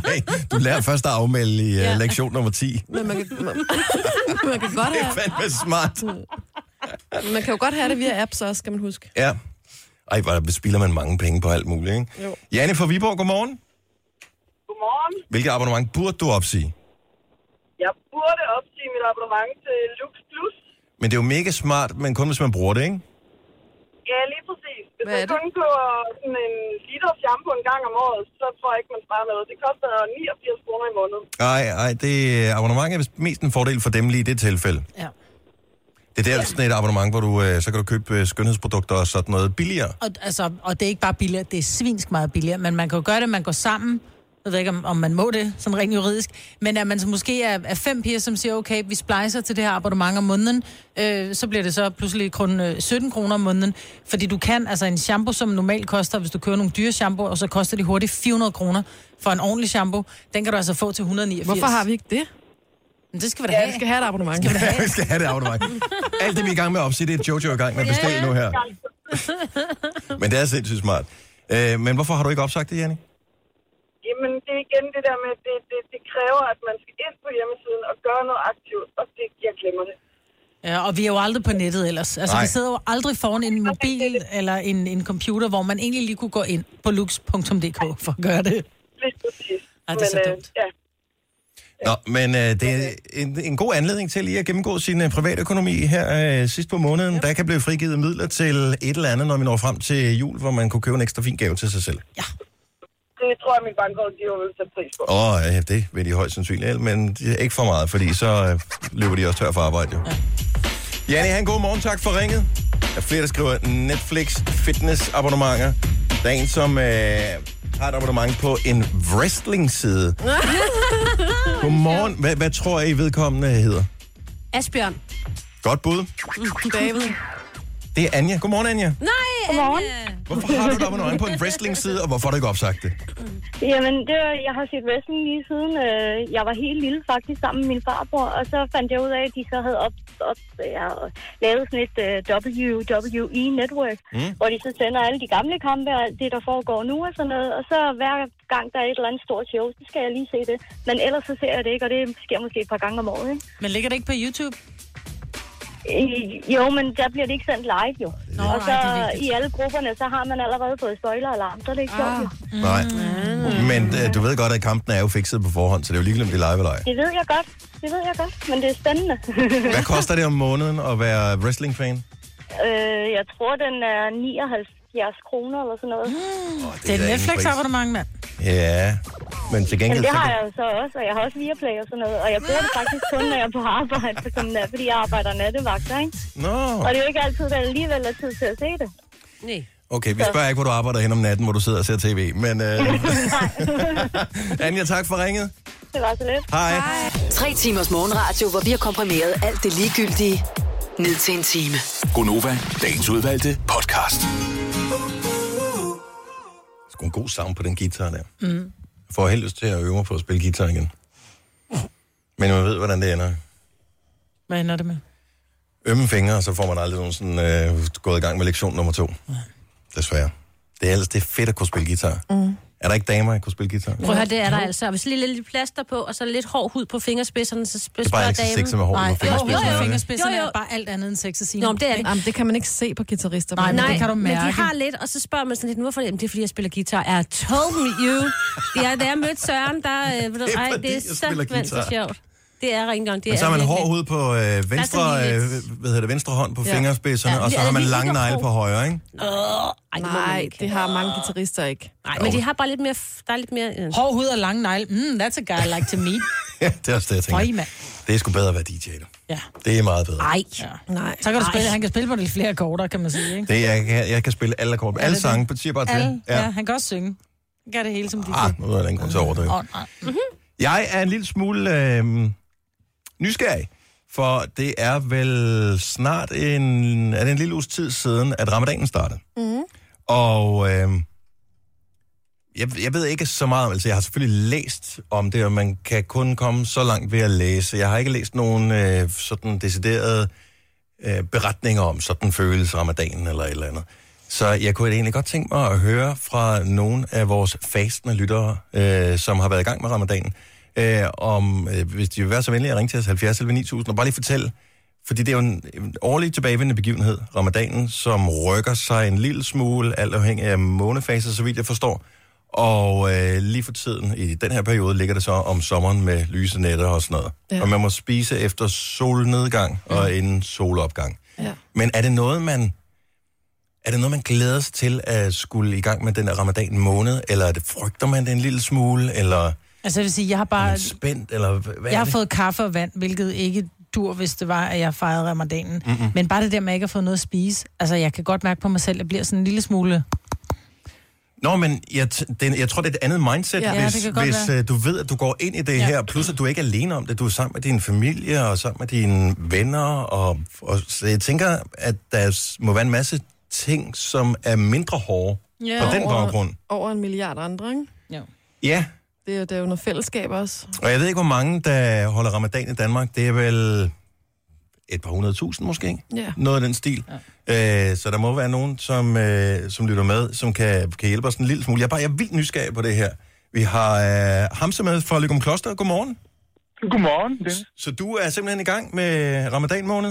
[SPEAKER 1] Nej, du lærer først at afmelde i ja. lektion nummer 10.
[SPEAKER 4] Men man kan, man, man, kan godt
[SPEAKER 1] Det er
[SPEAKER 4] have,
[SPEAKER 1] fandme smart.
[SPEAKER 4] man kan jo godt have det via apps også, skal man huske.
[SPEAKER 1] Ja. Ej, hvor spilder man mange penge på alt muligt, ikke? Jo. Janne fra Viborg, godmorgen.
[SPEAKER 9] Godmorgen.
[SPEAKER 1] Hvilket abonnement burde du opsige?
[SPEAKER 9] Jeg burde opsige mit abonnement til Lux Plus.
[SPEAKER 1] Men det er jo mega smart, men kun hvis man bruger det, ikke?
[SPEAKER 9] Ja, lige præcis. Hvis
[SPEAKER 4] Hvad er
[SPEAKER 9] man
[SPEAKER 4] det?
[SPEAKER 9] kun køber sådan en liter shampoo en gang om året, så tror jeg ikke, man sparer noget. Det koster 89 kroner i måneden.
[SPEAKER 1] Nej, nej, det øh, abonnement er vist mest en fordel for dem lige i det tilfælde.
[SPEAKER 3] Ja.
[SPEAKER 1] Det er der sådan et abonnement, hvor du øh, så kan du købe øh, skønhedsprodukter og sådan noget billigere.
[SPEAKER 3] Og, altså, og det er ikke bare billigere, det er svinsk meget billigere, men man kan jo gøre det, man går sammen. Jeg ved ikke, om, om man må det, sådan rent juridisk. Men at man så måske er, er fem piger, som siger, okay, vi splicer til det her abonnement om måneden, øh, så bliver det så pludselig kun øh, 17 kroner om måneden. Fordi du kan, altså en shampoo, som normalt koster, hvis du kører nogle dyre shampoo, og så koster de hurtigt 400 kroner for en ordentlig shampoo, den kan du altså få til 189.
[SPEAKER 4] Hvorfor har vi ikke det?
[SPEAKER 3] Men det skal vi da
[SPEAKER 4] Ja,
[SPEAKER 3] have.
[SPEAKER 4] vi skal have et abonnement. Skal
[SPEAKER 1] Ja, vi skal have det abonnement. Alt det, vi er i gang med at opsige, det er Jojo i gang med at bestille nu her.
[SPEAKER 9] altså,
[SPEAKER 1] Men det er sindssygt smart. Øh, men hvorfor har du ikke opsagt det, Janne?
[SPEAKER 9] Jamen, det er igen det der med, at det, det, det kræver, at man skal ind på hjemmesiden og gøre noget aktivt, og det, jeg glemmer det.
[SPEAKER 3] Ja, og vi er jo aldrig på nettet ellers. Altså,
[SPEAKER 1] Nej.
[SPEAKER 3] Nej. vi sidder jo aldrig foran en mobil eller en, en computer, hvor man egentlig lige kunne gå ind på lux.dk for at gøre det.
[SPEAKER 9] Lige præcis.
[SPEAKER 3] Ej, det er så
[SPEAKER 9] Men, øh,
[SPEAKER 3] dumt.
[SPEAKER 9] ja.
[SPEAKER 1] Nå, men øh, det er en, en god anledning til lige at gennemgå sin øh, privatøkonomi her øh, sidst på måneden. Der kan blive frigivet midler til et eller andet, når vi når frem til jul, hvor man kunne købe en ekstra fin gave til sig selv.
[SPEAKER 9] Det tror jeg, min bankrådgiver vil sætte pris på.
[SPEAKER 1] Og øh, det vil de højst sandsynligt, men det er ikke for meget, fordi så øh, løber de også tør for arbejde. Jo. Janne, han god morgen. Tak for ringet. Der er flere, der skriver Netflix fitness abonnementer. Der er en, som øh, har et abonnement på en wrestling-side. Godmorgen. Hvad, hvad tror I vedkommende hedder?
[SPEAKER 2] Asbjørn.
[SPEAKER 1] Godt bud.
[SPEAKER 4] David.
[SPEAKER 1] Det er Anja. Godmorgen, Anja.
[SPEAKER 2] Nej,
[SPEAKER 10] Godmorgen.
[SPEAKER 1] Hvorfor har du et abonnement på en wrestling-side, og hvorfor har du ikke opsagt det?
[SPEAKER 10] Jamen, det var, jeg har set wrestling lige siden øh, jeg var helt lille, faktisk, sammen med min farbror. Og så fandt jeg ud af, at de så havde op, op, ja, lavet sådan et øh, WWE-network,
[SPEAKER 1] Mm.
[SPEAKER 10] mm. hvor de så sender alle de gamle kampe og alt det, der foregår nu og sådan noget. Og så hver gang, der er et eller andet stort show, så skal jeg lige se det. Men ellers så ser jeg det ikke, og det sker måske et par gange om året, ikke?
[SPEAKER 3] Men ligger det ikke på YouTube?
[SPEAKER 10] Øh, Jo, men der bliver det ikke sendt live, jo.
[SPEAKER 3] Nå,
[SPEAKER 10] og
[SPEAKER 3] nej,
[SPEAKER 10] så
[SPEAKER 3] det er vigtigt.
[SPEAKER 10] i alle grupperne, så har man allerede fået spoiler-alarm, så er det ikke sjovt, jo.
[SPEAKER 3] Ah.
[SPEAKER 1] Nej. Men øh, du ved godt, at kampen er jo fikset på forhånd, så det er jo ligegyldigt, om det er live eller ej.
[SPEAKER 10] Det ved jeg godt. Det ved jeg godt, men det er spændende.
[SPEAKER 1] Hvad koster det om måneden at være wrestling-fan?
[SPEAKER 10] øh, jeg tror, den er 79 kroner eller sådan noget.
[SPEAKER 1] Oh,
[SPEAKER 3] Det er et Netflix-abonnement, mand.
[SPEAKER 1] Ja, men
[SPEAKER 10] Men
[SPEAKER 1] til gengæld...
[SPEAKER 10] det
[SPEAKER 1] så
[SPEAKER 10] har
[SPEAKER 1] kan-
[SPEAKER 10] jeg jo så også, og jeg har også Viaplay og sådan noget. Og jeg bruger det faktisk kun, når jeg er på arbejde, for sådan der, fordi jeg arbejder nattevagter, ikke?
[SPEAKER 1] Nå,
[SPEAKER 10] Og det er jo ikke altid, der alligevel er tid til at se det.
[SPEAKER 2] nej.
[SPEAKER 1] okay, vi spørger ikke, hvor du arbejder hen om natten, hvor du sidder og ser tv, men... Øh... Anja, tak for ringet.
[SPEAKER 10] Det var så lidt.
[SPEAKER 1] Hej. Hej.
[SPEAKER 6] Tre timers morgenradio, hvor vi har komprimeret alt det ligegyldige ned til en time.
[SPEAKER 7] Gonova, dagens udvalgte podcast.
[SPEAKER 1] Sgu en god sound på den guitar der. Mm. Jeg får helt lyst til at øve mig på at spille guitar igen. Men man ved, hvordan det ender.
[SPEAKER 3] Hvad ender det med?
[SPEAKER 1] ømme fingre, og så får man aldrig nogen sådan, øh, gået i gang med lektion nummer to. Desværre. Det er ellers det er fedt at kunne spille guitar. Mm. Er der ikke damer, der kunne spille guitar? Det
[SPEAKER 2] Prøv at høre, det er der altså. Og Hvis lige lidt plaster på, og så lidt hård hud på fingerspidserne, så spørger
[SPEAKER 1] er bare
[SPEAKER 2] damen.
[SPEAKER 1] ikke så sexet med hårdt
[SPEAKER 3] Nej,
[SPEAKER 1] på
[SPEAKER 3] jo, jo,
[SPEAKER 1] fingerspidserne. er
[SPEAKER 3] jo,
[SPEAKER 1] det?
[SPEAKER 2] Jo,
[SPEAKER 3] fingerspidserne jo,
[SPEAKER 2] jo.
[SPEAKER 3] jo. er bare alt andet end sex og sine.
[SPEAKER 2] Nå, men det er det.
[SPEAKER 4] Jamen, det kan man ikke se på guitarister. på
[SPEAKER 3] Nej,
[SPEAKER 4] den
[SPEAKER 3] men
[SPEAKER 4] måde.
[SPEAKER 3] det kan du mærke.
[SPEAKER 2] men de har lidt, og så spørger man sådan lidt, hvorfor det? Jamen, det er, fordi jeg spiller guitar. Er told me you. Det er, da jeg mødte Søren, der... Øh, det
[SPEAKER 1] er,
[SPEAKER 2] er, ej,
[SPEAKER 1] fordi
[SPEAKER 2] det er
[SPEAKER 1] jeg
[SPEAKER 2] så,
[SPEAKER 1] spiller
[SPEAKER 2] men, så
[SPEAKER 1] guitar.
[SPEAKER 2] sjovt. Det er ikke engang. Det
[SPEAKER 1] Men så har
[SPEAKER 2] er
[SPEAKER 1] man
[SPEAKER 2] virkelig-
[SPEAKER 1] hård hud på øh, venstre,
[SPEAKER 2] lige
[SPEAKER 1] øh,
[SPEAKER 2] lidt.
[SPEAKER 1] hvad hedder det, venstre hånd på ja. fingerspidserne,
[SPEAKER 2] Ja,
[SPEAKER 1] og så
[SPEAKER 2] det er
[SPEAKER 1] har man
[SPEAKER 2] lige
[SPEAKER 1] lange
[SPEAKER 2] lidt
[SPEAKER 1] negle
[SPEAKER 2] hård.
[SPEAKER 1] på højre, ikke?
[SPEAKER 2] Ej, det må man
[SPEAKER 4] Nej,
[SPEAKER 2] ikke.
[SPEAKER 4] det har mange guitarister ikke.
[SPEAKER 2] Nej, men de har bare lidt mere... f- Der er lidt mere... Øh.
[SPEAKER 3] Hård hud og lang negle. Mm, that's a guy I like to meet.
[SPEAKER 1] Ja, det er også det, jeg
[SPEAKER 3] Øj,
[SPEAKER 1] tænker.
[SPEAKER 3] mand.
[SPEAKER 1] Det er sgu bedre at være DJ, du.
[SPEAKER 3] Ja.
[SPEAKER 1] Det er meget bedre.
[SPEAKER 2] Ej.
[SPEAKER 4] Nej.
[SPEAKER 3] Så kan du spille, han kan spille på lidt flere akkorder, kan man sige, ikke?
[SPEAKER 1] Det, jeg, kan, jeg kan spille alle akkord. Alle
[SPEAKER 3] det
[SPEAKER 1] sange, på siger bare til.
[SPEAKER 3] Alle, ja.
[SPEAKER 1] ja.
[SPEAKER 3] han kan også synge. Han gør det hele som de
[SPEAKER 1] Ah,
[SPEAKER 3] kan.
[SPEAKER 1] nu er der ingen grund til at overdrive.
[SPEAKER 3] Åh, nej. Mm.
[SPEAKER 1] Jeg er en lille smule øh, nysgerrig, for det er vel snart en, er det en lille uges tid siden, at ramadanen startede. Mm. Og øh, jeg, jeg ved ikke så meget om, altså jeg har selvfølgelig læst om det, og man kan kun komme så langt ved at læse. Jeg har ikke læst nogen øh, sådan deciderede øh, beretninger om, sådan føles ramadanen eller et eller andet. Så jeg kunne egentlig godt tænke mig at høre fra nogle af vores fastende lyttere, øh, som har været i gang med ramadanen, øh, om øh, hvis de vil være så venlige at ringe til os 70 11 9000 og bare lige fortælle, fordi det er jo en en årlig tilbagevendende begivenhed, ramadanen, som rykker sig en lille smule, alt afhængig af månefaser, så vidt jeg forstår. Og øh, lige for tiden, i den her periode, ligger det så om sommeren med lyse nætter og sådan noget. Ja.
[SPEAKER 4] Ja.
[SPEAKER 1] Og man må spise efter solnedgang og inden solopgang.
[SPEAKER 4] Ja.
[SPEAKER 1] Men er det noget, man... Er det noget, man glæder sig til at skulle i gang med den her ramadan måned? Eller er det, frygter man det en lille smule? Eller
[SPEAKER 3] Altså, jeg vil sige, jeg har
[SPEAKER 1] er
[SPEAKER 3] bare...
[SPEAKER 1] man spændt? Eller hvad er
[SPEAKER 3] Jeg har
[SPEAKER 1] det?
[SPEAKER 3] fået kaffe og vand, hvilket ikke dur, hvis det var, at jeg fejrede ramadanen. Mm-mm. Men bare det der med, at jeg ikke har fået noget at spise. Altså, jeg kan godt mærke på mig selv, at jeg bliver sådan en lille smule...
[SPEAKER 1] Nå, men jeg, t- det, jeg tror, det er et andet mindset,
[SPEAKER 3] Ja,
[SPEAKER 1] ja,
[SPEAKER 3] det
[SPEAKER 1] hvis,
[SPEAKER 3] kan godt
[SPEAKER 1] hvis
[SPEAKER 3] være.
[SPEAKER 1] øh, du ved, at du går ind i det ja. her, plus at du ikke er alene om det. Du er sammen med din familie og sammen med dine venner. Og, og, så jeg tænker, at der s- må være en masse ting, som er mindre hårde ja, på den
[SPEAKER 4] over-
[SPEAKER 1] baggrund.
[SPEAKER 4] Over en milliard andre, ikke?
[SPEAKER 3] Jo.
[SPEAKER 1] Ja,
[SPEAKER 4] Det er jo, der er jo noget fællesskab også.
[SPEAKER 1] Og jeg ved ikke, hvor mange, der holder ramadan i Danmark. Det er vel et par hundrede tusind måske, ikke?
[SPEAKER 4] Ja.
[SPEAKER 1] Noget af den stil. Ja. Øh, så der må være nogen, som, øh, som lytter med, som kan, kan hjælpe os en lille smule. Jeg er bare jeg er vildt nysgerrig på det her. Vi har øh, Hamse med fra Lykum Kloster. Godmorgen.
[SPEAKER 5] Godmorgen, Dennis.
[SPEAKER 1] Så du er simpelthen i gang med ramadan måned?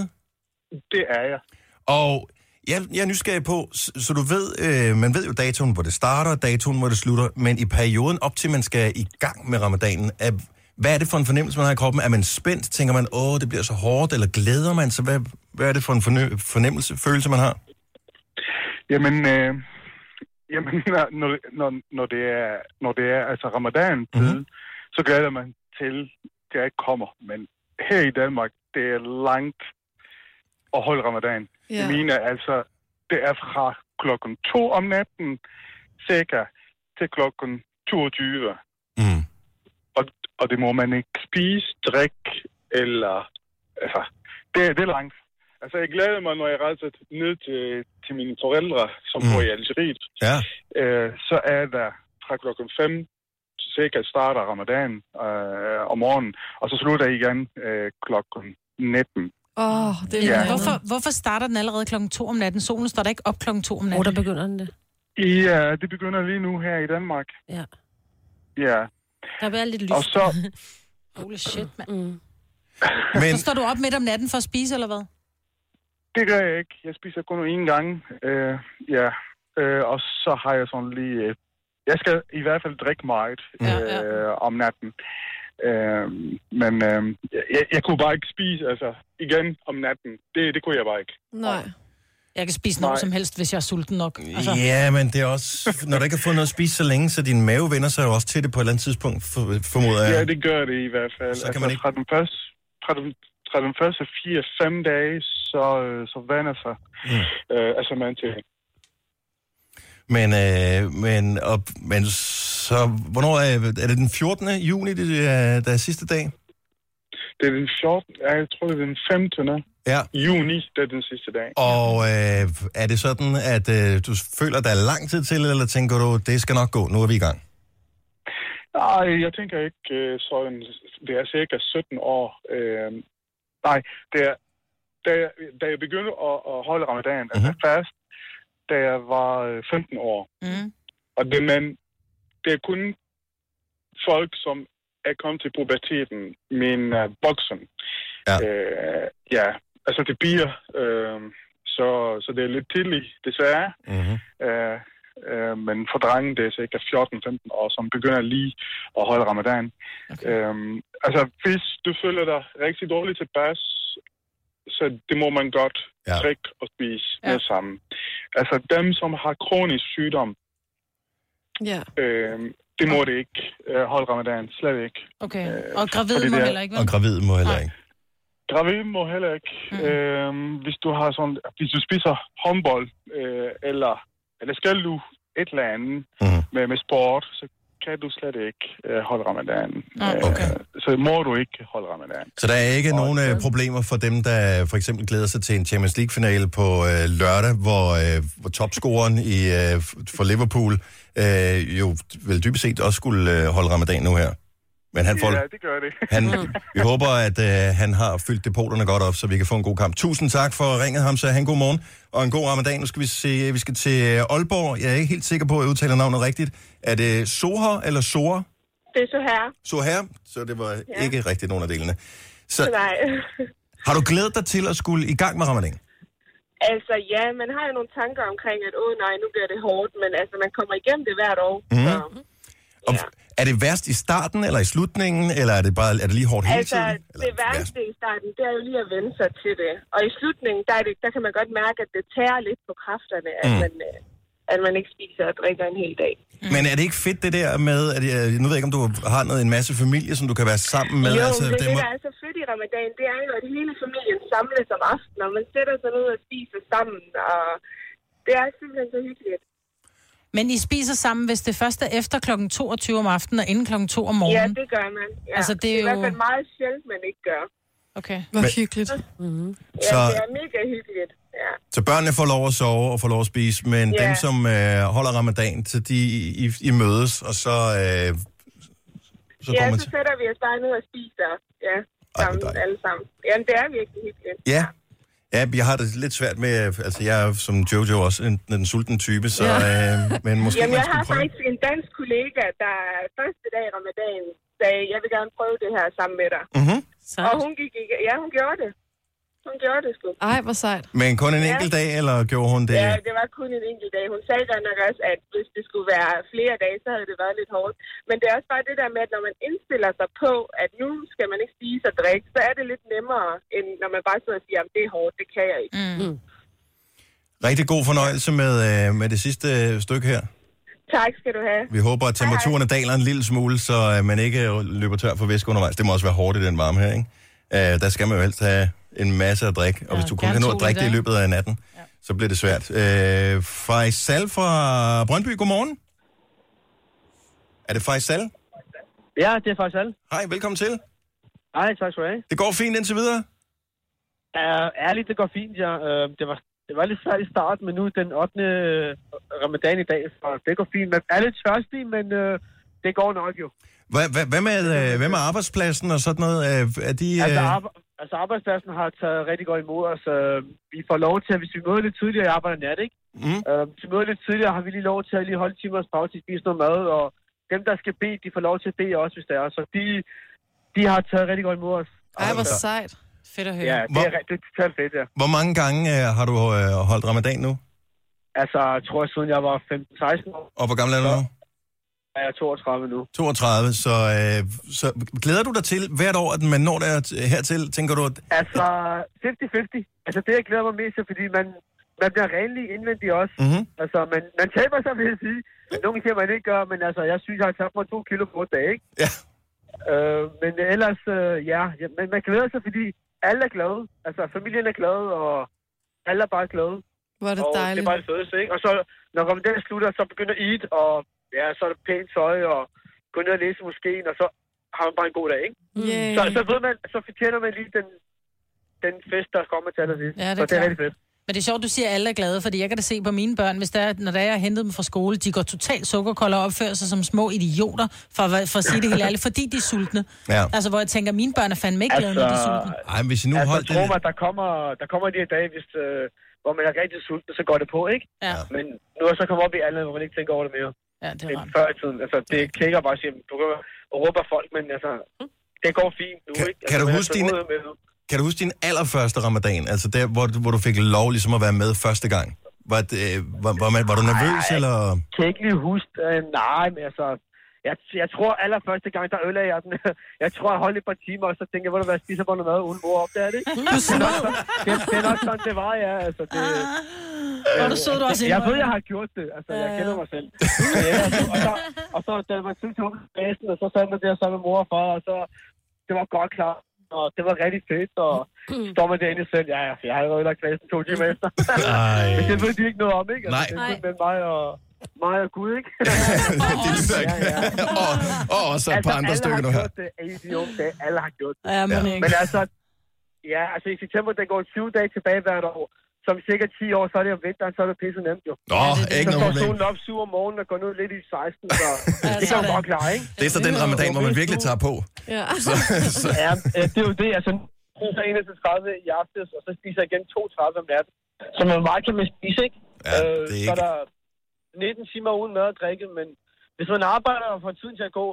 [SPEAKER 5] Det er jeg.
[SPEAKER 1] Og jeg, jeg er nysgerrig på, så, så du ved, øh, man ved jo datoen, hvor det starter, og datoen, hvor det slutter, men i perioden op til, man skal i gang med ramadanen, er, Hvad er det for en fornemmelse, man har i kroppen? Er man spændt? Tænker man, åh, det bliver så hårdt? Eller glæder man sig? Hvad, hvad er det for en fornø- fornemmelse, følelse, man har?
[SPEAKER 5] Jamen, øh, jamen når, når, når, når, det er, når det er altså ramadan mm-hmm. så glæder man til, at jeg ikke kommer. Men her i Danmark, det er langt at holde ramadan.
[SPEAKER 8] Ja.
[SPEAKER 5] Ja. Jeg mener altså, det er fra klokken 2 om natten, cirka, til klokken 22. Mm. Og, og det må man ikke spise, drikke, eller... Altså, det, er- det er langt. Altså, jeg glæder mig, når jeg rejser t- ned til, til mine forældre, som mm. bor i Algeriet.
[SPEAKER 1] Ja.
[SPEAKER 5] Øh, så er der fra klokken 5 cirka starter ramadan øh, om morgenen, og så slutter jeg igen øh, klokken 19.
[SPEAKER 4] Åh, oh,
[SPEAKER 5] det er Ja. noget andet.
[SPEAKER 3] hvorfor, hvorfor starter den allerede klokken 2 om natten? Solen står der ikke op klokken 2 om natten. Hvor
[SPEAKER 2] der begynder den det?
[SPEAKER 5] Ja, øh, det begynder lige nu her i Danmark.
[SPEAKER 2] Ja.
[SPEAKER 5] Ja.
[SPEAKER 2] Der vil være lidt lys.
[SPEAKER 5] Og så,
[SPEAKER 3] Holy shit, mand.
[SPEAKER 2] Mm.
[SPEAKER 3] Men...
[SPEAKER 5] Men-
[SPEAKER 3] Så står du op midt om natten for at spise, eller hvad?
[SPEAKER 5] Det gør jeg ikke. Jeg spiser kun én gang. Øh, ja. Øh, og så har jeg sådan lige... Øh, jeg skal i hvert fald drikke meget øh, ja, ja. om natten. Øh, men øh, jeg, jeg kunne bare ikke spise, altså, igen om natten. Det, det kunne jeg bare ikke.
[SPEAKER 4] Nej.
[SPEAKER 3] Jeg kan spise noget
[SPEAKER 5] Nej.
[SPEAKER 3] som helst, hvis jeg er sulten nok. Altså,
[SPEAKER 1] Ja, men det er også... Når du ikke har fået noget at spise så længe, så din mave vender sig jo også til det på et eller andet tidspunkt, for- formoder jeg.
[SPEAKER 5] Ja, det gør det i hvert fald. øh, Så kan altså, man ikke... fra, den første, fra, den, fra den første fire, fem dage, så, øh, så vander sig
[SPEAKER 1] Mm.
[SPEAKER 5] øh, altså man til.
[SPEAKER 1] Men, øh, men, og, men så... Hvornår er, er det den 14. juni, det er, der er sidste dag?
[SPEAKER 5] Det er den 14. ja, Jeg tror, det er den 15.
[SPEAKER 1] Ja.
[SPEAKER 5] juni, det er den sidste dag.
[SPEAKER 1] Og øh, er det sådan, at øh, du føler, der er lang tid til, eller tænker du, det skal nok gå, nu er vi i gang?
[SPEAKER 5] Nej, jeg tænker ikke øh, sådan. Det er cirka 17 år. Øh, nej, det er, da, jeg, da jeg begyndte at, at holde ramadan, mm-hmm. altså fast, da jeg var øh, 15 år.
[SPEAKER 3] Mm.
[SPEAKER 5] Og det, man, det er kun folk, som er kommet til puberteten, men uh, boksen.
[SPEAKER 1] Ja.
[SPEAKER 5] Øh, ja, altså det bier, øh, så, så det er lidt tidligt, desværre.
[SPEAKER 1] Mm-hmm.
[SPEAKER 5] Øh, øh, men for drenge, det er cirka 14-15 år, som begynder lige at holde ramadan. Okay. Øhm, altså, hvis du føler dig rigtig dårligt tilpas, så det må man godt
[SPEAKER 1] ja.
[SPEAKER 5] drikke og spise ja. med sammen. Altså, dem, som har kronisk sygdom,
[SPEAKER 4] Ja.
[SPEAKER 5] øh, det må det ikke øh, holde ramadan. Slet ikke.
[SPEAKER 3] Okay.
[SPEAKER 5] Øh,
[SPEAKER 3] Og gravide
[SPEAKER 5] fordi
[SPEAKER 3] må
[SPEAKER 5] det er-
[SPEAKER 3] heller ikke, vel?
[SPEAKER 1] Og gravid må heller ikke.
[SPEAKER 5] Gravid må heller ikke. Mm. Øhm, hvis du har sådan, hvis du spiser håndbold, øh, eller, eller skal du et eller andet
[SPEAKER 1] mm.
[SPEAKER 5] med, med sport, så kan du slet ikke øh, holde ramadan.
[SPEAKER 1] Okay.
[SPEAKER 5] Øh, så må du ikke holde ramadan.
[SPEAKER 1] Så der er ikke nogen øh, problemer for dem, der øh, for eksempel glæder sig til en Champions League-finale på øh, lørdag, hvor, øh, hvor topscoreren i, øh, f- for Liverpool øh, jo vel dybest set også skulle øh, holde ramadan nu her. Men han får...
[SPEAKER 5] Ja, det gør det.
[SPEAKER 3] Mm.
[SPEAKER 1] Han, vi håber, at øh, han har fyldt depoterne godt op, så vi kan få en god kamp. Tusind tak for ringet ham, så han god morgen og en god ramadan. Nu skal vi, se, vi skal til øh, Aalborg. Jeg er ikke helt sikker på, at jeg udtaler navnet rigtigt. Er det Soher eller Sora?
[SPEAKER 11] Det er så her.
[SPEAKER 1] Soher? Så det var ja.
[SPEAKER 11] Ja.
[SPEAKER 1] ikke rigtigt nogen af delene.
[SPEAKER 11] Så...
[SPEAKER 1] Så
[SPEAKER 11] Nej.
[SPEAKER 1] har du glædet dig til at skulle i gang med ramadan?
[SPEAKER 11] altså ja, man har jo nogle tanker omkring, at åh nej, nu bliver det hårdt, men altså man kommer igennem det hvert år.
[SPEAKER 1] Mhm.
[SPEAKER 11] Så,
[SPEAKER 1] Og er det værst i starten eller i slutningen, eller er det, bare, er det lige hårdt hele
[SPEAKER 11] altså
[SPEAKER 1] tiden?
[SPEAKER 11] det værste i starten, det er jo lige at vende sig til det. Og i slutningen, der, er det, der kan man godt mærke, at det tærer lidt på kræfterne, at,
[SPEAKER 1] Mm.
[SPEAKER 11] man, øh, at man ikke spiser og drikker en hel dag.
[SPEAKER 1] Men er det ikke fedt det der med, at jeg, nu ved jeg ikke, om du har noget, en masse familie, som du kan være sammen med?
[SPEAKER 11] jo,
[SPEAKER 1] altså,
[SPEAKER 11] men det,
[SPEAKER 1] må-
[SPEAKER 11] der er så fedt i ramadan, det er jo, at hele familien samles om aftenen, og man sætter sig ned og spiser sammen, og det er simpelthen så hyggeligt.
[SPEAKER 3] Men I spiser sammen, hvis det først er efter klokken 22 om aftenen og inden klokken 2 om
[SPEAKER 11] Ja,
[SPEAKER 3] morgenen?
[SPEAKER 11] det gør man. Ja.
[SPEAKER 3] Altså, det er
[SPEAKER 11] i hvert
[SPEAKER 3] jo-
[SPEAKER 11] fald meget sjældent, man ikke gør.
[SPEAKER 3] Okay. Mhm.
[SPEAKER 1] Hvor Men-
[SPEAKER 4] hyggeligt.
[SPEAKER 11] Mm-hmm. Ja,
[SPEAKER 1] Så-
[SPEAKER 11] det er mega hyggeligt. Ja.
[SPEAKER 1] Så børnene får lov at sove og får lov at spise, men
[SPEAKER 11] Ja.
[SPEAKER 1] dem, som øh, holder ramadan, så de I, I mødes, og så, øh, så
[SPEAKER 11] ja,
[SPEAKER 1] går man
[SPEAKER 11] så
[SPEAKER 1] til...
[SPEAKER 11] sætter vi os bare ned og spiser. Ja, sammen, alle sammen. Jamen, det er virkelig hyggeligt.
[SPEAKER 1] Ja. Ja, jeg har det lidt svært med, øh, altså jeg er som Jojo også en, en sulten type, så
[SPEAKER 11] Ja.
[SPEAKER 1] øh, men måske
[SPEAKER 11] Jamen,
[SPEAKER 1] man
[SPEAKER 11] jeg har
[SPEAKER 1] skulle prøve.
[SPEAKER 11] faktisk en dansk kollega, der første dag i ramadagen sagde, jeg vil gerne prøve det her sammen med dig.
[SPEAKER 1] Mhm.
[SPEAKER 11] Og hun, gik, i- ja, hun gjorde det. hun gjorde det sgu.
[SPEAKER 4] Ej, hvor sejt.
[SPEAKER 1] Men kun en enkelt dag, eller gjorde hun det?
[SPEAKER 11] Ja, det var kun en enkelt dag. Hun sagde godt nok også, at hvis det skulle være flere dage, så havde det været lidt hårdt. Men det er også bare det der med, at når man indstiller sig på, at nu skal man ikke spise og drikke, så er det lidt nemmere, end når man bare sidder og siger, at det er hårdt, det kan jeg ikke. Mm.
[SPEAKER 1] Rigtig god fornøjelse med, øh, med det sidste øh, stykke her.
[SPEAKER 11] Tak skal du have.
[SPEAKER 1] Vi håber, at temperaturen daler en lille smule, så øh, man ikke øh, løber tør for væske undervejs. Det må også være hårdt i den varme her, ikke? Øh, der skal man jo helst have en masse at drikke, og ja, hvis du kun
[SPEAKER 12] gerne
[SPEAKER 1] kan nå
[SPEAKER 12] to
[SPEAKER 1] at drikke det i
[SPEAKER 12] liter,
[SPEAKER 1] løbet af natten, ja. så bliver det svært. Øh, Faisal fra Brøndby, godmorgen. Er det Faisal?
[SPEAKER 13] Ja, det er faktisk alt.
[SPEAKER 1] Hej, velkommen til.
[SPEAKER 13] Hej, tak skal du have.
[SPEAKER 1] Det går fint indtil videre?
[SPEAKER 13] Uh, ærligt, det går fint, ja. Uh, det, var, det var lidt svært i starten, men nu er den 8. øh, ramadan i dag, så det går fint. Man er lidt tørstig, men uh, det går nok jo.
[SPEAKER 1] Hva- hva- Hvad med, øh, hvad med arbejdspladsen og sådan noget? Øh, Er de,
[SPEAKER 13] Altså,
[SPEAKER 1] øh,
[SPEAKER 13] arbe- altså arbejdspladsen har taget rigtig godt imod os. Øh, vi får lov til, at hvis vi møder lidt tidligere, jeg arbejder nat, ikke?
[SPEAKER 1] Mm.
[SPEAKER 13] Øh, hvis vi møder lidt tidligere, har vi lige lov til at lige holde en timers pause til at spise noget mad, og dem, der skal bede, de får lov til at bede også, hvis det er. Så de, de har taget rigtig godt imod os. Altså,
[SPEAKER 4] Ej, hvor sejt.
[SPEAKER 3] Fedt at
[SPEAKER 13] Ja, det er, re- det er totalt fedt, ja.
[SPEAKER 1] hvor mange gange øh, har du øh, holdt ramadan nu?
[SPEAKER 13] Altså, jeg tror, siden jeg var 15-16 år,
[SPEAKER 1] Og hvor gammel er du nu?
[SPEAKER 13] er jeg 32 nu.
[SPEAKER 1] 32, så, øh, så glæder du dig til hvert år, at man når der hertil, tænker du, at
[SPEAKER 13] Altså, 50-50. Altså, det jeg glæder mig mest til, fordi man, man bliver renlig indvendig også.
[SPEAKER 1] Mhm.
[SPEAKER 13] Altså, man, man taber sig, vil jeg sige. Nogle siger, man ikke gør, men altså, jeg synes, jeg har tabt mig to kilo på et dag, ikke?
[SPEAKER 1] Ja.
[SPEAKER 13] Øh, men ellers, øh, ja, ja men man glæder sig, fordi alle er glade. Altså, familien er glad, og alle er bare glade.
[SPEAKER 4] Hvor er det
[SPEAKER 13] og det
[SPEAKER 4] dejligt.
[SPEAKER 13] er bare det fedeste, ikke? Og så, når den slutter, så begynder Eid, og ja, så er det pænt tøj, og gå ned og læse måske, og så har man bare en god dag, ikke?
[SPEAKER 3] Mm. Øh.
[SPEAKER 4] Yay.
[SPEAKER 13] Så, så ved man, så fortjener man lige den, den fest, der kommer til allersidst.
[SPEAKER 3] Ja, det
[SPEAKER 13] så
[SPEAKER 3] er
[SPEAKER 13] det er
[SPEAKER 3] klart.
[SPEAKER 13] rigtig fedt.
[SPEAKER 3] Men det er sjovt, du siger, at alle er glade, fordi jeg kan da se på mine børn, hvis der, er- når der er, jeg har hentet dem fra skole, de går totalt sukkerkolde og opfører sig som små idioter, for, at være- for at sige det helt ærligt, fordi de er sultne.
[SPEAKER 1] Ja.
[SPEAKER 3] Altså, hvor jeg tænker, mine børn er fandme ikke glade, når
[SPEAKER 1] Altså,
[SPEAKER 3] de er sultne.
[SPEAKER 1] Ej, men hvis I nu
[SPEAKER 13] altså,
[SPEAKER 1] holdt
[SPEAKER 13] tro
[SPEAKER 1] den-
[SPEAKER 13] mig, der kommer, der kommer de her dage, hvis, øh, hvor man er rigtig sulten, så går det på, ikke?
[SPEAKER 3] Ja.
[SPEAKER 13] Men nu er jeg så kommet op i alderen, hvor man ikke tænker over det mere.
[SPEAKER 3] Ja, det
[SPEAKER 13] er end før i tiden. Altså, det klikker bare siger, du kan råbe folk, men altså,
[SPEAKER 3] Mm.
[SPEAKER 13] det går fint nu, kan, ikke? Altså,
[SPEAKER 1] kan du
[SPEAKER 13] man er
[SPEAKER 1] huske
[SPEAKER 13] så
[SPEAKER 1] dine-
[SPEAKER 13] modig med nu.
[SPEAKER 1] kan du huske din allerførste ramadan, altså der, hvor, du- hvor du fik lov ligesom at være med første gang? Var, det, øh, var, var, man, var du nervøs,
[SPEAKER 13] Ej.
[SPEAKER 1] eller?
[SPEAKER 13] kan ikke lige huske, øh, nej, men altså, jeg, jeg tror allerførste gang, der øl jeg den. Jeg tror, jeg holdt et par timer, og så tænkte jeg, hvor du hvad, jeg spiser bare noget mad, uden mor opdager det, ikke?
[SPEAKER 3] Du
[SPEAKER 13] det, er nok sådan- det, det er nok sådan, det var, ja. Altså, det,
[SPEAKER 3] Hvor er du sød, du også
[SPEAKER 13] Jeg ved,
[SPEAKER 3] indrømmer.
[SPEAKER 13] jeg har gjort det. Altså, jeg kender mig selv. Men ja, og, så, og så, da man synes, hun basen, og så sad man der sammen med mor og far, og så, det var godt klar. Og det var rigtig fedt, og så står man derinde selv. Ja, ja, jeg har jo lagt basen to timer efter.
[SPEAKER 1] Ej.
[SPEAKER 13] Men det ved de ikke noget om, ikke? Altså,
[SPEAKER 1] Nej.
[SPEAKER 13] Det er kun mellem mig og, mig og Gud, ikke?
[SPEAKER 1] det lyder ikke. og, og også et par andre stykker nu
[SPEAKER 13] Altså,
[SPEAKER 1] her.
[SPEAKER 13] alle har gjort det i de unge dage. Alle har gjort det.
[SPEAKER 1] Ja, men Ja. ikke.
[SPEAKER 13] men altså, ja, altså i september, der går 20 dage tilbage hvert år. Som cirka 10 år, så er det om vinteren, så er det pisse nemt jo.
[SPEAKER 1] Nå, Ja, det er det. ikke
[SPEAKER 13] så
[SPEAKER 1] noget
[SPEAKER 13] står
[SPEAKER 1] problem.
[SPEAKER 13] solen op 7 om morgenen og går ned lidt i 16, så det kan man godt klare, ikke?
[SPEAKER 1] Det er så den ramadan, hvor man virkelig tager på.
[SPEAKER 4] Ja.
[SPEAKER 1] Så, så,
[SPEAKER 13] ja, øh, det er jo det, altså. nu er Jeg spiser 31 i aftes, og så spiser jeg igen 32 om natten. Så man meget kan man spise, ikke? Øh,
[SPEAKER 1] Ja, det er
[SPEAKER 13] Så
[SPEAKER 1] ikke...
[SPEAKER 13] er der 19 timer uden mad og drikke, men hvis man arbejder og får tiden til at gå,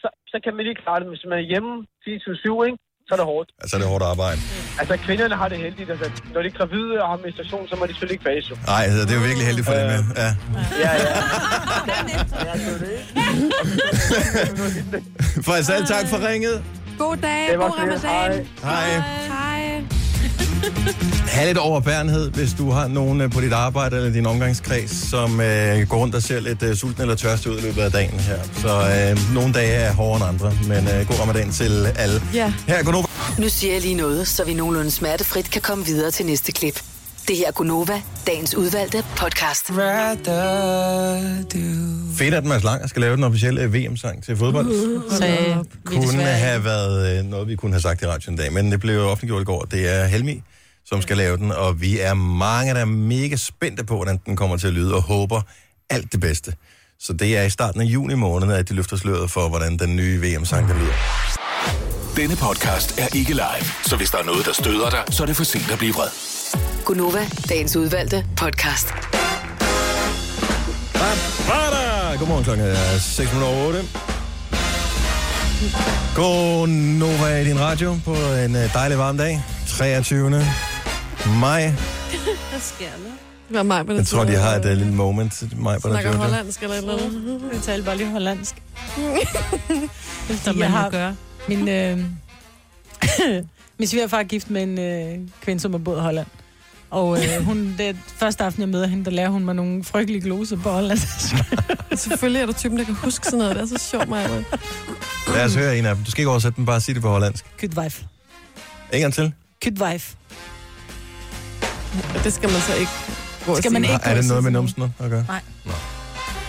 [SPEAKER 13] så, så kan man ikke klare det. Hvis man er hjemme 10-7, ikke? så er det hårdt.
[SPEAKER 1] Altså, det er hårdt arbejde.
[SPEAKER 13] Altså, kvinderne har det heldigt. Altså, når de er gravide og har menstruation, så må de selvfølgelig ikke fase. jo.
[SPEAKER 1] Nej, det er jo virkelig heldigt for
[SPEAKER 13] Øh.
[SPEAKER 1] dem, ja. ja.
[SPEAKER 13] Ja, ja.
[SPEAKER 1] For selv tak for ringet.
[SPEAKER 4] God dag,
[SPEAKER 13] Det var
[SPEAKER 4] god
[SPEAKER 13] fedt.
[SPEAKER 4] ramadan.
[SPEAKER 1] Hej.
[SPEAKER 4] Hej.
[SPEAKER 1] have lidt overbærenhed, hvis du har nogen øh, på dit arbejde eller din omgangskreds, som øh, går rundt og ser lidt øh, sulten eller tørst ud i løbet af dagen her. Så øh, nogle dage er hårdere end andre, men øh, god ramadan til alle.
[SPEAKER 6] Ja.
[SPEAKER 1] Her går du.
[SPEAKER 6] Nu siger jeg lige noget, så vi nogenlunde smertefrit kan komme videre til næste klip. Det her er Gunova, dagens udvalgte podcast.
[SPEAKER 1] Fedt, at Mads Langer skal lave den officielle øh, VM-sang til fodbold.
[SPEAKER 6] Uh,
[SPEAKER 1] Så
[SPEAKER 6] hold op.
[SPEAKER 3] Vi er
[SPEAKER 1] kunne
[SPEAKER 3] desværre
[SPEAKER 1] have været øh, noget, vi kunne have sagt i radioen i dag, men det blev jo offentliggjort i går. Det er Helmi, som skal lave den, og vi er mange, der er mega spændte på, hvordan den kommer til at lyde, og håber alt det bedste. Så det er i starten af juni måned, at de løfter sløret for, hvordan den nye VM-sang den lyder.
[SPEAKER 7] Denne podcast er ikke live, så hvis der er noget, der støder dig, så er det for sent at blive vred.
[SPEAKER 6] Gunova, dagens udvalgte podcast.
[SPEAKER 1] Bada! Godmorgen, klokken er 6.08. God Nova i din radio på en øh, dejlig varm dag. 23. maj.
[SPEAKER 2] Hvad sker der?
[SPEAKER 4] Det var mig,
[SPEAKER 1] Jeg tror, de har et uh, lille moment. Maj, på
[SPEAKER 4] Snakker
[SPEAKER 1] det.
[SPEAKER 4] hollandsk eller et eller andet.
[SPEAKER 3] Vi Mm-hmm. taler bare lige hollandsk.
[SPEAKER 4] Det
[SPEAKER 3] Som man har gøre. Min, øh, min svigerfar er gift med en øh, kvinde, som er boet i Holland. Og øh, hun, det er første aften, jeg møder hende, der lærer hun mig nogle frygtelige gloser på hollandsk.
[SPEAKER 4] Selvfølgelig er du typen, der kan huske sådan noget. Det er så sjovt, mig.
[SPEAKER 1] Lad os høre en af dem. Du skal ikke oversætte den, bare sig det på hollandsk.
[SPEAKER 3] Good wife.
[SPEAKER 1] En gang til.
[SPEAKER 3] Good wife.
[SPEAKER 4] Det skal man så ikke gå og
[SPEAKER 3] Skal man
[SPEAKER 4] sige.
[SPEAKER 3] ikke
[SPEAKER 1] Har- er det noget med numsen at gøre?
[SPEAKER 3] Nej.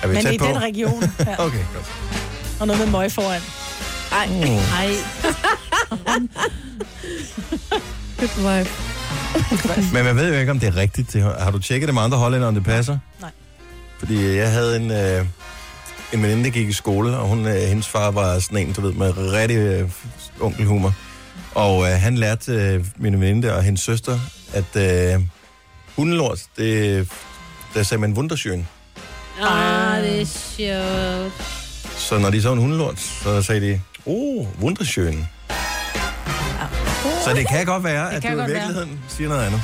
[SPEAKER 1] Er vi
[SPEAKER 3] Men
[SPEAKER 1] tæt
[SPEAKER 3] i
[SPEAKER 1] på?
[SPEAKER 3] den region. Ja.
[SPEAKER 1] okay, godt.
[SPEAKER 3] Og noget med møg foran.
[SPEAKER 4] Ej.
[SPEAKER 1] Mm.
[SPEAKER 3] Ej.
[SPEAKER 4] Good vibe.
[SPEAKER 1] Men man ved jo ikke, om det er rigtigt. Det har har du tjekket det med andre hollænder, om det passer?
[SPEAKER 3] Nej.
[SPEAKER 1] Fordi jeg havde en, øh, en veninde, der gik i skole, og hun, øh, hendes far var sådan en, du ved, med rigtig øh, onkelhumor. Og øh, han lærte øh, min veninde der og hendes søster, at øh, hundelort, det, der sagde man wunderschön.
[SPEAKER 2] Ah, det er sjovt.
[SPEAKER 1] Så når de så en hundelort, så sagde de, oh, wunderschön. Så det kan godt være,
[SPEAKER 3] Det
[SPEAKER 1] at
[SPEAKER 3] kan
[SPEAKER 1] du i
[SPEAKER 3] godt være.
[SPEAKER 1] virkeligheden siger noget andet.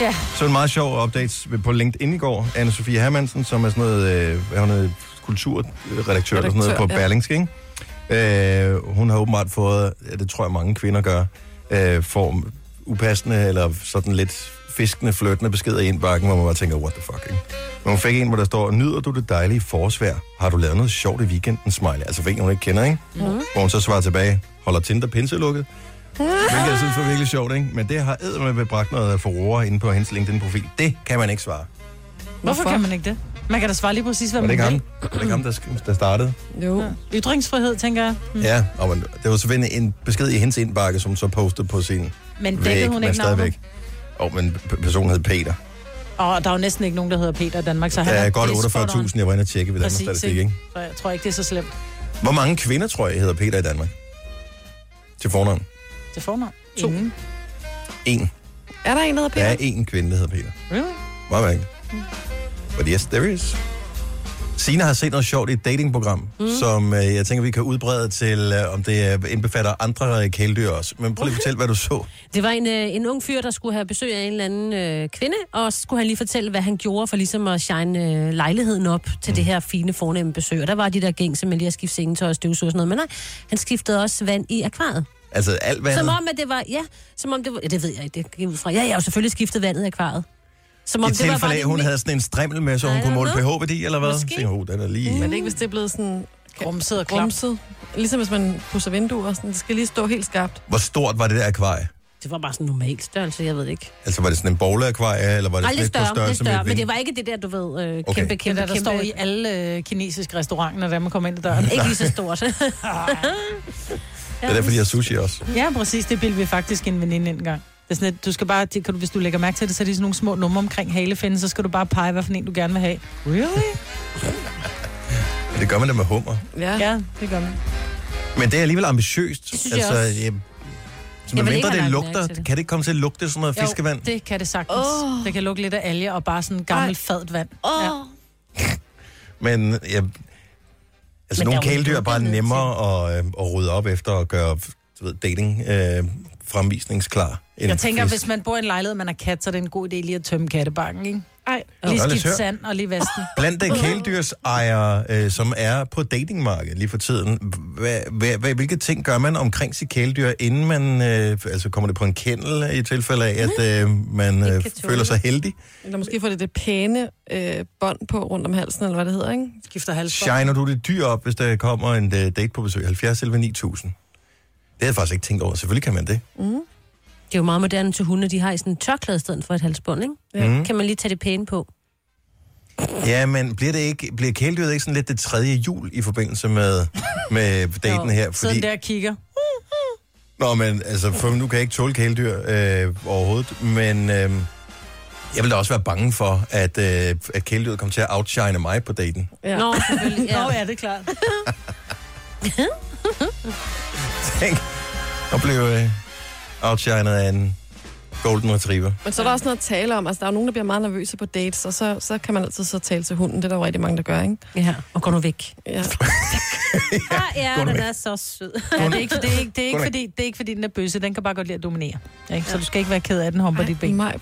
[SPEAKER 3] Ja.
[SPEAKER 1] Så en meget sjov update på LinkedIn i går. anne Sofie Hermansen, som er sådan noget, øh, hvad er hun hedder, kulturredaktør eller sådan noget på
[SPEAKER 7] Redaktør,
[SPEAKER 1] ja.
[SPEAKER 7] ja.
[SPEAKER 1] Berlingske, ikke? Øh, hun har åbenbart fået, ja, det tror jeg mange kvinder gør, øh, får upassende eller sådan lidt fiskende, flirtende beskeder i indbakken, hvor man bare tænker, what the fuck, ikke? Men hun fik en, hvor der står, nyder du det dejlige forårsvejr? Har du lavet noget sjovt i weekenden, smiley? Altså for en, hun ikke kender, ikke?
[SPEAKER 8] Mhm.
[SPEAKER 1] Hvor hun så svarer tilbage, holder Tinder pinselukket? Hvilket jeg synes var virkelig sjovt, ikke? Men det har eddermame bragt noget forroer inde på hendes LinkedIn-profil. Det kan man ikke svare.
[SPEAKER 3] Hvorfor,
[SPEAKER 4] Hvorfor?
[SPEAKER 3] kan man ikke det? Man kan da svare lige præcis, hvad
[SPEAKER 1] Var det ikke
[SPEAKER 3] man
[SPEAKER 1] ham,
[SPEAKER 3] vil.
[SPEAKER 1] var det ikke ham der, sk- der startede?
[SPEAKER 4] Jo.
[SPEAKER 3] Ja. Ytringsfrihed, tænker jeg. Mm.
[SPEAKER 1] Ja, og man, det var selvfølgelig en besked i hendes indbakke, som hun så postede på sin
[SPEAKER 3] Men dækkede
[SPEAKER 1] væg,
[SPEAKER 3] hun ikke
[SPEAKER 1] men
[SPEAKER 3] navnet?
[SPEAKER 1] stadigvæk. Og men p- personen hed Peter.
[SPEAKER 3] Og der er jo næsten ikke nogen, der hedder Peter i Danmark, så
[SPEAKER 1] Der
[SPEAKER 3] han
[SPEAKER 1] er godt
[SPEAKER 3] det spot on.
[SPEAKER 1] 48.000, jeg var inde og tjekke ved Danmarks
[SPEAKER 3] Præcis,
[SPEAKER 1] Statistik, ikke?
[SPEAKER 3] Så jeg tror ikke, det er så slemt
[SPEAKER 1] Hvor mange kvinder, tror jeg, hedder Peter i Danmark? Til fornavn.
[SPEAKER 3] til fornavn. To. Ingen.
[SPEAKER 1] En.
[SPEAKER 4] Er der en, der hedder
[SPEAKER 1] Der
[SPEAKER 4] Peter?
[SPEAKER 1] er én kvinde, der hedder Peter.
[SPEAKER 3] Really?
[SPEAKER 1] Meget mærkeligt. Mm. But yes, there is. Sina har set noget sjovt i et datingprogram, mm. som øh, jeg tænker, vi kan udbrede til, øh, om det øh, indbefatter andre øh, kæledyr også. Men prøv lige at fortælle, hvad du så.
[SPEAKER 2] Det var en, øh, en ung fyr, der skulle have besøg af en eller anden øh, kvinde, og så skulle han lige fortælle, hvad han gjorde for ligesom at shine øh, lejligheden op til det her fine, fornemme besøg. Og der var de der gængse med lige at skifte sengetøj og støvsug og sådan noget, men nej, han skiftede også vand i akvariet.
[SPEAKER 1] Altså alt, hvad
[SPEAKER 2] Som om, at det var, ja, som om det var, ja, det ved jeg ikke, det gik jeg ud fra. Ja, jeg har jo selvfølgelig skiftet vandet i akvariet. Som om
[SPEAKER 1] I
[SPEAKER 2] det var
[SPEAKER 1] tilfælde
[SPEAKER 2] bare
[SPEAKER 1] af,
[SPEAKER 2] det
[SPEAKER 1] at hun
[SPEAKER 2] mi-
[SPEAKER 1] havde sådan en strimmel med, så hun
[SPEAKER 2] I
[SPEAKER 1] kunne
[SPEAKER 2] don't
[SPEAKER 1] måle
[SPEAKER 2] know.
[SPEAKER 1] pH-værdi, eller hvad?
[SPEAKER 2] Måske.
[SPEAKER 1] Måske. Så, oh, den er lige...
[SPEAKER 4] Men ikke, hvis det er blevet sådan...
[SPEAKER 3] Grumset og
[SPEAKER 4] klap. Grumset. Ligesom hvis man pusser vinduer. Sådan. Det skal lige stå helt skarpt.
[SPEAKER 1] Hvor stort var det der akvarie?
[SPEAKER 2] Det var bare sådan en normal størrelse, jeg ved det ikke.
[SPEAKER 1] Altså, var det sådan en bowleakvarie, eller var det
[SPEAKER 2] Ej,
[SPEAKER 1] sådan
[SPEAKER 2] lidt
[SPEAKER 1] lidt på
[SPEAKER 2] større, lidt
[SPEAKER 1] størrelse med
[SPEAKER 2] større,
[SPEAKER 1] et
[SPEAKER 2] men det
[SPEAKER 1] vind?
[SPEAKER 2] var ikke det der, du ved, øh, kæmpe,
[SPEAKER 1] Okay.
[SPEAKER 2] kæmpe,
[SPEAKER 1] Det
[SPEAKER 3] Det
[SPEAKER 2] kæmpe,
[SPEAKER 3] der, der står i alle øh, kinesiske restauranter, når man kommer ind ad døren.
[SPEAKER 2] Ikke lige så stort.
[SPEAKER 1] Det er derfor, de har sushi også.
[SPEAKER 3] Ja, præcis. Det bildte vi faktisk en veninde en gang. Det er sådan, at du skal bare, det, kan du, hvis du lægger mærke til det, så er det sådan nogle små numre omkring halefinden, så skal du bare pege, hvad for en du gerne vil have. Really?
[SPEAKER 1] Men Det gør man da med hummer.
[SPEAKER 4] Ja,
[SPEAKER 3] ja det gør man.
[SPEAKER 1] Men det er alligevel ambitiøst.
[SPEAKER 3] Det synes jeg
[SPEAKER 1] altså,
[SPEAKER 3] også.
[SPEAKER 1] Jeg, så med
[SPEAKER 3] Jeg vil ikke
[SPEAKER 1] mindre
[SPEAKER 3] have
[SPEAKER 1] det
[SPEAKER 3] lagt mærke
[SPEAKER 1] lugter,
[SPEAKER 3] til det.
[SPEAKER 1] kan det ikke komme til at lugte sådan noget
[SPEAKER 3] Jo,
[SPEAKER 1] fiskevand?
[SPEAKER 3] det kan det sagtens. Oh. Det kan lugte lidt af alge og bare sådan gammelt fadt vand. Oh. Ja.
[SPEAKER 1] Men jeg, altså,
[SPEAKER 3] Men
[SPEAKER 1] nogle
[SPEAKER 3] der er jo
[SPEAKER 1] kæledyr er bare
[SPEAKER 3] lukket ned
[SPEAKER 1] nemmere at, øh, at rydde op efter og gøre du ved, dating øh, fremvisningsklar. end
[SPEAKER 3] Jeg tænker,
[SPEAKER 1] fisk.
[SPEAKER 3] hvis man bor i en lejlighed, man har kat, så er det en god idé lige at tømme kattebakken, ikke? Ej, lige
[SPEAKER 1] Nå, lad os
[SPEAKER 3] skifte
[SPEAKER 1] høre.
[SPEAKER 3] sand og lige vaske den.
[SPEAKER 1] Blandt de kæledyrsejere, øh, som er på datingmarkedet lige for tiden, hvad, hvad, hvad, hvilke ting gør man omkring sit kæledyr, inden man, øh, altså kommer det på en kendel i tilfælde af, at øh, man øh,
[SPEAKER 4] kan tåle
[SPEAKER 1] føler
[SPEAKER 4] det.
[SPEAKER 1] sig heldig?
[SPEAKER 4] Eller måske får det det pæne øh, bånd på rundt om halsen, eller hvad det hedder, ikke?
[SPEAKER 3] Skifter halsbånd.
[SPEAKER 1] Shiner du det dyr op, hvis der kommer en øh, date på besøg? 70 11 9000. Det havde jeg faktisk ikke tænkt over. Selvfølgelig kan man det.
[SPEAKER 2] Mm. Det er jo meget moderne til hunde, de har i sådan en tørklæde i stedet for et halsbånd, ikke?
[SPEAKER 1] Ja.
[SPEAKER 2] Mm. Kan man lige tage det pæne på.
[SPEAKER 1] Ja, men bliver, det ikke, bliver kæledyret ikke sådan lidt det tredje jul i forbindelse med, med daten her?
[SPEAKER 3] Fordi... Sådan der og kigger.
[SPEAKER 1] Nå, men altså, for nu kan jeg ikke tåle kæledyr øh, overhovedet, men øh, jeg vil da også være bange for, at, øh, at kæledyret kommer til at outshine mig på daten.
[SPEAKER 3] Ja. Nå, selvfølgelig. Ja. Nå, ja, det er klart.
[SPEAKER 1] Tænk at blive øh, outshinet af en Golden Retriever.
[SPEAKER 4] Men så er der også noget at tale om. Altså, der er jo nogen, der bliver meget nervøse på dates, og så, så kan man altid så tale til hunden. Det er der jo rigtig mange, der gør, ikke?
[SPEAKER 2] Ja, og går nu væk.
[SPEAKER 4] Ja.
[SPEAKER 3] Ah, ja,
[SPEAKER 4] Gå nu
[SPEAKER 3] den
[SPEAKER 4] væk.
[SPEAKER 3] er så sød. Ja, det, er ikke, det, er ikke, det, er
[SPEAKER 4] Gå
[SPEAKER 3] ikke
[SPEAKER 4] nu
[SPEAKER 3] fordi, det er ikke fordi, den er bøsse. Den kan bare godt lide at dominere. Ikke? Så du skal ikke være ked af, at den humper dit ben.
[SPEAKER 4] Nej,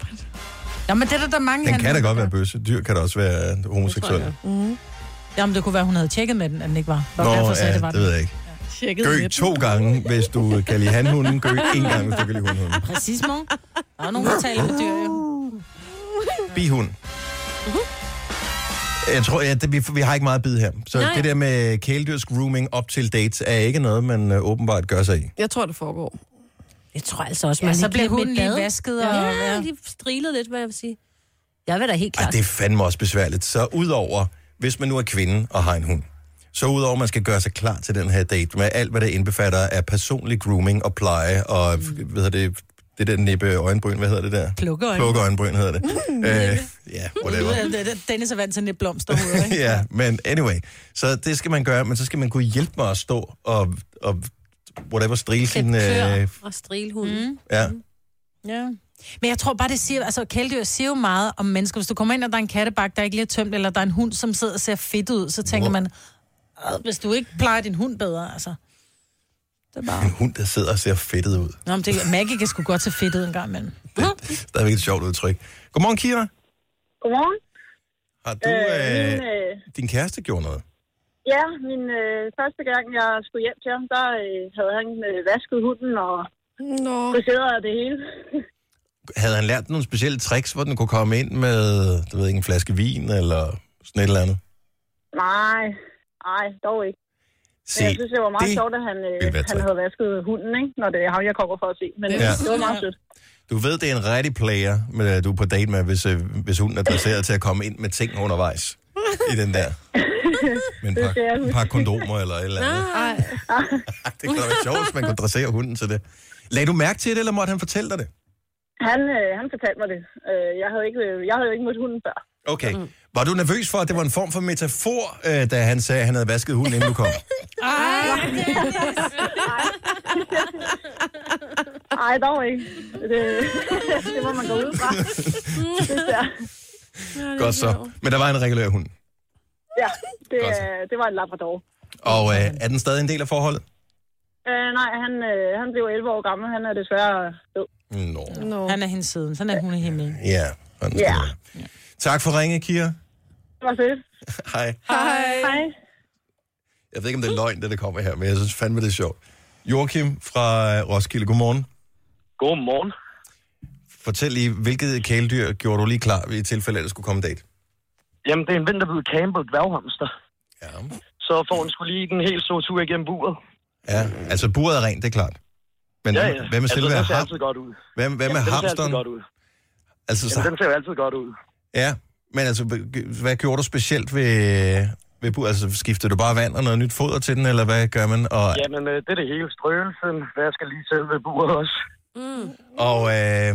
[SPEAKER 3] Nå, men det er der, der er mange...
[SPEAKER 1] Den
[SPEAKER 3] han-
[SPEAKER 1] kan da godt være bøsse. Dyr kan da også være homoseksuelle.
[SPEAKER 3] Mm. Jamen, det kunne være, hun havde tjekket med den, at den ikke var. Nå, derfor sagde,
[SPEAKER 1] ja,
[SPEAKER 3] det var
[SPEAKER 1] det ved jeg ikke. Gø to gange, hvis du kan lide hanhunden. Gø en gang, hvis du kan lide hunhunden.
[SPEAKER 3] Præcis, mor. Der er nogen, der taler med dyr, jo.
[SPEAKER 1] Bihund. Jeg tror, ja, det, vi, vi har ikke meget bid her. Så
[SPEAKER 4] Nej.
[SPEAKER 1] Nej. det der med kæledyrs grooming op til dates er ikke noget, man øh, åbenbart gør sig i.
[SPEAKER 4] Jeg tror, det foregår.
[SPEAKER 2] Jeg tror altså også,
[SPEAKER 3] Ja,
[SPEAKER 2] man
[SPEAKER 3] så
[SPEAKER 2] lige
[SPEAKER 3] bliver
[SPEAKER 2] giver dem
[SPEAKER 3] hunden
[SPEAKER 2] et
[SPEAKER 3] lige
[SPEAKER 2] bad.
[SPEAKER 3] vasket
[SPEAKER 2] Ja,
[SPEAKER 3] og-
[SPEAKER 2] ja,
[SPEAKER 3] ja.
[SPEAKER 2] lige strilet lidt, hvad jeg vil sige. Jeg vil da helt
[SPEAKER 1] Ej,
[SPEAKER 2] klart.
[SPEAKER 1] det er fandme også besværligt. Så udover, hvis man nu er kvinde og har en hund, så udover, man skal gøre sig klar til den her date med alt, hvad det indbefatter af personlig grooming og pleje og, mm. hvad hedder det, det der nippe øjenbryn, hvad hedder det der?
[SPEAKER 3] Plukkeøjenbryn.
[SPEAKER 1] Plukke øjenbryn hedder det.
[SPEAKER 3] Mm.
[SPEAKER 1] Øh, ja, whatever.
[SPEAKER 3] Dennis er vant til net blomsterhoveder, ikke?
[SPEAKER 1] ja, men anyway. Så det skal man gøre, men så skal man kunne hjælpe mig at stå og, og whatever, strile sin... Øh,
[SPEAKER 2] Og strilhunden. Mm.
[SPEAKER 1] ja.
[SPEAKER 3] Ja. Men jeg tror bare, det siger, altså kæledyr siger jo meget om mennesker. Hvis du kommer ind, og der er en kattebak, der ikke lige er tømt, eller der er en hund, som sidder og ser fedt ud, så tænker man, "Åh, hvis du ikke plejer din hund bedre, altså. Det er bare...
[SPEAKER 1] En hund, der sidder og ser fedtet ud.
[SPEAKER 3] Nå, men det, Maggie kan sgu godt se fedt ud en gang imellem.
[SPEAKER 1] Stadigvæk et sjovt udtryk. Godmorgen, Kira.
[SPEAKER 9] Godmorgen.
[SPEAKER 1] Har du...
[SPEAKER 9] Øh, min,
[SPEAKER 1] Øh,
[SPEAKER 9] øh,
[SPEAKER 1] din kæreste gjorde noget?
[SPEAKER 9] ja, min øh, første gang, jeg skulle hjem til ham, der øh, havde han øh, vasket hunden og
[SPEAKER 4] Nå.
[SPEAKER 9] friseret det hele.
[SPEAKER 1] Havde han lært nogle specielle tricks, hvor den kunne komme ind med, du ved ikke, en flaske vin eller sådan et eller andet?
[SPEAKER 9] Nej, nej, dog ikke. Men jeg
[SPEAKER 1] Se,
[SPEAKER 9] synes, det var meget
[SPEAKER 1] det
[SPEAKER 9] sjovt, at han, øh,
[SPEAKER 1] ville være
[SPEAKER 9] han
[SPEAKER 1] træt.
[SPEAKER 9] havde vasket hunden, ikke? når det er ham, jeg kommer for at se. Men
[SPEAKER 1] Ja.
[SPEAKER 9] ja. det var meget sødt.
[SPEAKER 1] Du ved, det er en rigtig player, med, du er på date med, hvis, øh, hvis hunden er placeret til at komme ind med ting undervejs i den der. Med en
[SPEAKER 9] Det
[SPEAKER 1] par,
[SPEAKER 9] skal jeg huske. Ah.
[SPEAKER 1] en par kondomer eller et eller andet.
[SPEAKER 4] Nej.
[SPEAKER 1] Det kunne da være sjovt, hvis man kunne dressere hunden til det. Lagde du mærke til det, eller måtte han fortælle dig det?
[SPEAKER 9] Han, øh, han fortalte mig det. Øh, jeg, havde ikke, jeg havde jo ikke mødt hunden før.
[SPEAKER 1] Okay. Var du nervøs for, at det var en form for metafor, øh, da han sagde, at han havde vasket hunden, inden du kom?
[SPEAKER 9] Ej, Ej, dog ikke. Det, det må man gå ud fra. synes jeg.
[SPEAKER 1] Godt så. Men der var en regulær hund.
[SPEAKER 9] Ja, det, øh, det var en labrador.
[SPEAKER 1] Og øh, er den stadig en del af forholdet?
[SPEAKER 9] Øh, nej, han, øh, han blev 11 år gammel. Han er desværre død.
[SPEAKER 1] Nå.
[SPEAKER 3] No. Han er hendes siden, sådan er hun i himlen.
[SPEAKER 1] Ja. sådan skal
[SPEAKER 9] Ja.
[SPEAKER 1] det være. Tak for ringe, Kira.
[SPEAKER 9] Det var fedt.
[SPEAKER 1] Hej.
[SPEAKER 9] Hej. Hej.
[SPEAKER 1] Jeg ved ikke, om det er løgn, det der kommer her, men jeg synes fandme, det er sjovt. Joachim fra øh, Roskilde, godmorgen.
[SPEAKER 13] Godmorgen.
[SPEAKER 1] Fortæl lige, hvilket kæledyr gjorde du lige klar i tilfælde, af, at der skulle komme en date?
[SPEAKER 13] Jamen, det er en ven, der blev Campbell dværghamster. Ja. Så får den skulle lige den helt store tur igennem buret.
[SPEAKER 1] Ja, altså buret er rent, det er klart. Men
[SPEAKER 13] ja,
[SPEAKER 1] hvad-
[SPEAKER 13] ja.
[SPEAKER 1] hvad med selve
[SPEAKER 13] altså, den ser
[SPEAKER 1] ham?
[SPEAKER 13] altid godt ud.
[SPEAKER 1] Hvad, hvad
[SPEAKER 13] Jamen,
[SPEAKER 1] med
[SPEAKER 13] den ser
[SPEAKER 1] hamsteren?
[SPEAKER 13] altid godt ud.
[SPEAKER 1] Altså, så,
[SPEAKER 13] Jamen, den ser jo altid godt ud.
[SPEAKER 1] ja, men altså, hv- hvad gjorde du specielt ved, ved buret? Altså, skiftede du bare vand og noget nyt foder til den, eller hvad gør man? Og,
[SPEAKER 13] Jamen, øh, det er det hele. Strøgelsen. Hvad skal lige selv ved buret også?
[SPEAKER 2] Mm.
[SPEAKER 1] og øh,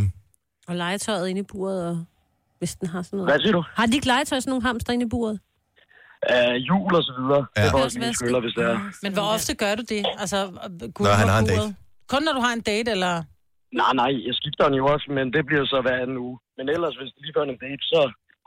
[SPEAKER 2] Og legetøjet inde i buret, og hvis den har sådan noget.
[SPEAKER 13] Hvad siger du?
[SPEAKER 2] Har de ikke legetøj, sådan nogle hamster inde i buret?
[SPEAKER 13] Øh, jul og så videre. Ja. Det
[SPEAKER 3] Det
[SPEAKER 13] er
[SPEAKER 3] kan
[SPEAKER 13] også
[SPEAKER 3] også
[SPEAKER 13] mine
[SPEAKER 3] være
[SPEAKER 13] skyller, hvis det er.
[SPEAKER 3] Men hvor ofte gør du det? Altså, gud,
[SPEAKER 13] Når han har en date.
[SPEAKER 3] Kun når du har en date, eller...
[SPEAKER 13] Nej, nej, jeg skifter den jo også, men det bliver så hver anden uge. Men ellers, hvis det lige før en date, så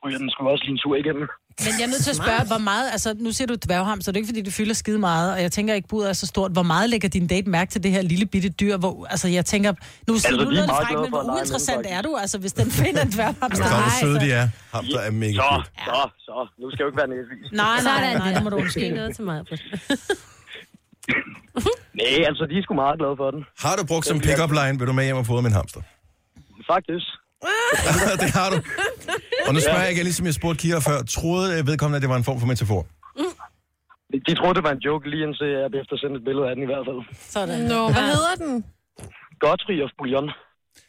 [SPEAKER 13] ryger den sgu også lige en tur igennem.
[SPEAKER 3] Men jeg er nødt til at spørge, hvor meget, altså nu siger du dværghamster, det er ikke fordi, det fylder skide meget, og jeg tænker ikke, budet er så stort. Hvor meget lægger din date mærke til det her lille bitte dyr, hvor, altså jeg tænker, nu siger
[SPEAKER 13] Altså,
[SPEAKER 3] altså, du
[SPEAKER 13] vi er
[SPEAKER 3] noget
[SPEAKER 13] meget
[SPEAKER 3] fræk,
[SPEAKER 13] glade
[SPEAKER 3] men
[SPEAKER 13] for at lege med
[SPEAKER 3] hvor
[SPEAKER 13] den,
[SPEAKER 3] uinteressant er du, altså hvis den finder en dværghamster?
[SPEAKER 1] Kom, hvor søde
[SPEAKER 3] altså.
[SPEAKER 1] de er. Hamster er mega
[SPEAKER 13] Så,
[SPEAKER 1] cute.
[SPEAKER 13] så, så. Nu skal jeg jo ikke være næsvis.
[SPEAKER 3] Nej, nej, nej, nej,
[SPEAKER 2] det
[SPEAKER 3] det må du
[SPEAKER 2] Det er
[SPEAKER 3] undskylde.
[SPEAKER 2] noget til mig.
[SPEAKER 13] Nej, altså, de er sgu meget glade for den.
[SPEAKER 1] Har du brugt som pick-up line, vil du med hjem og fodre min hamster?
[SPEAKER 13] Faktisk.
[SPEAKER 1] det har du. Og nu spørger jeg ikke, ligesom jeg spurgte Kira før, troede øh, vedkommende, at det var en form for metafor?
[SPEAKER 13] De troede, det var en joke, lige indtil jeg blev eftersendt et billede af den i hvert fald.
[SPEAKER 3] Sådan.
[SPEAKER 4] Nå, hvad hedder den?
[SPEAKER 13] Godfri of Bouillon.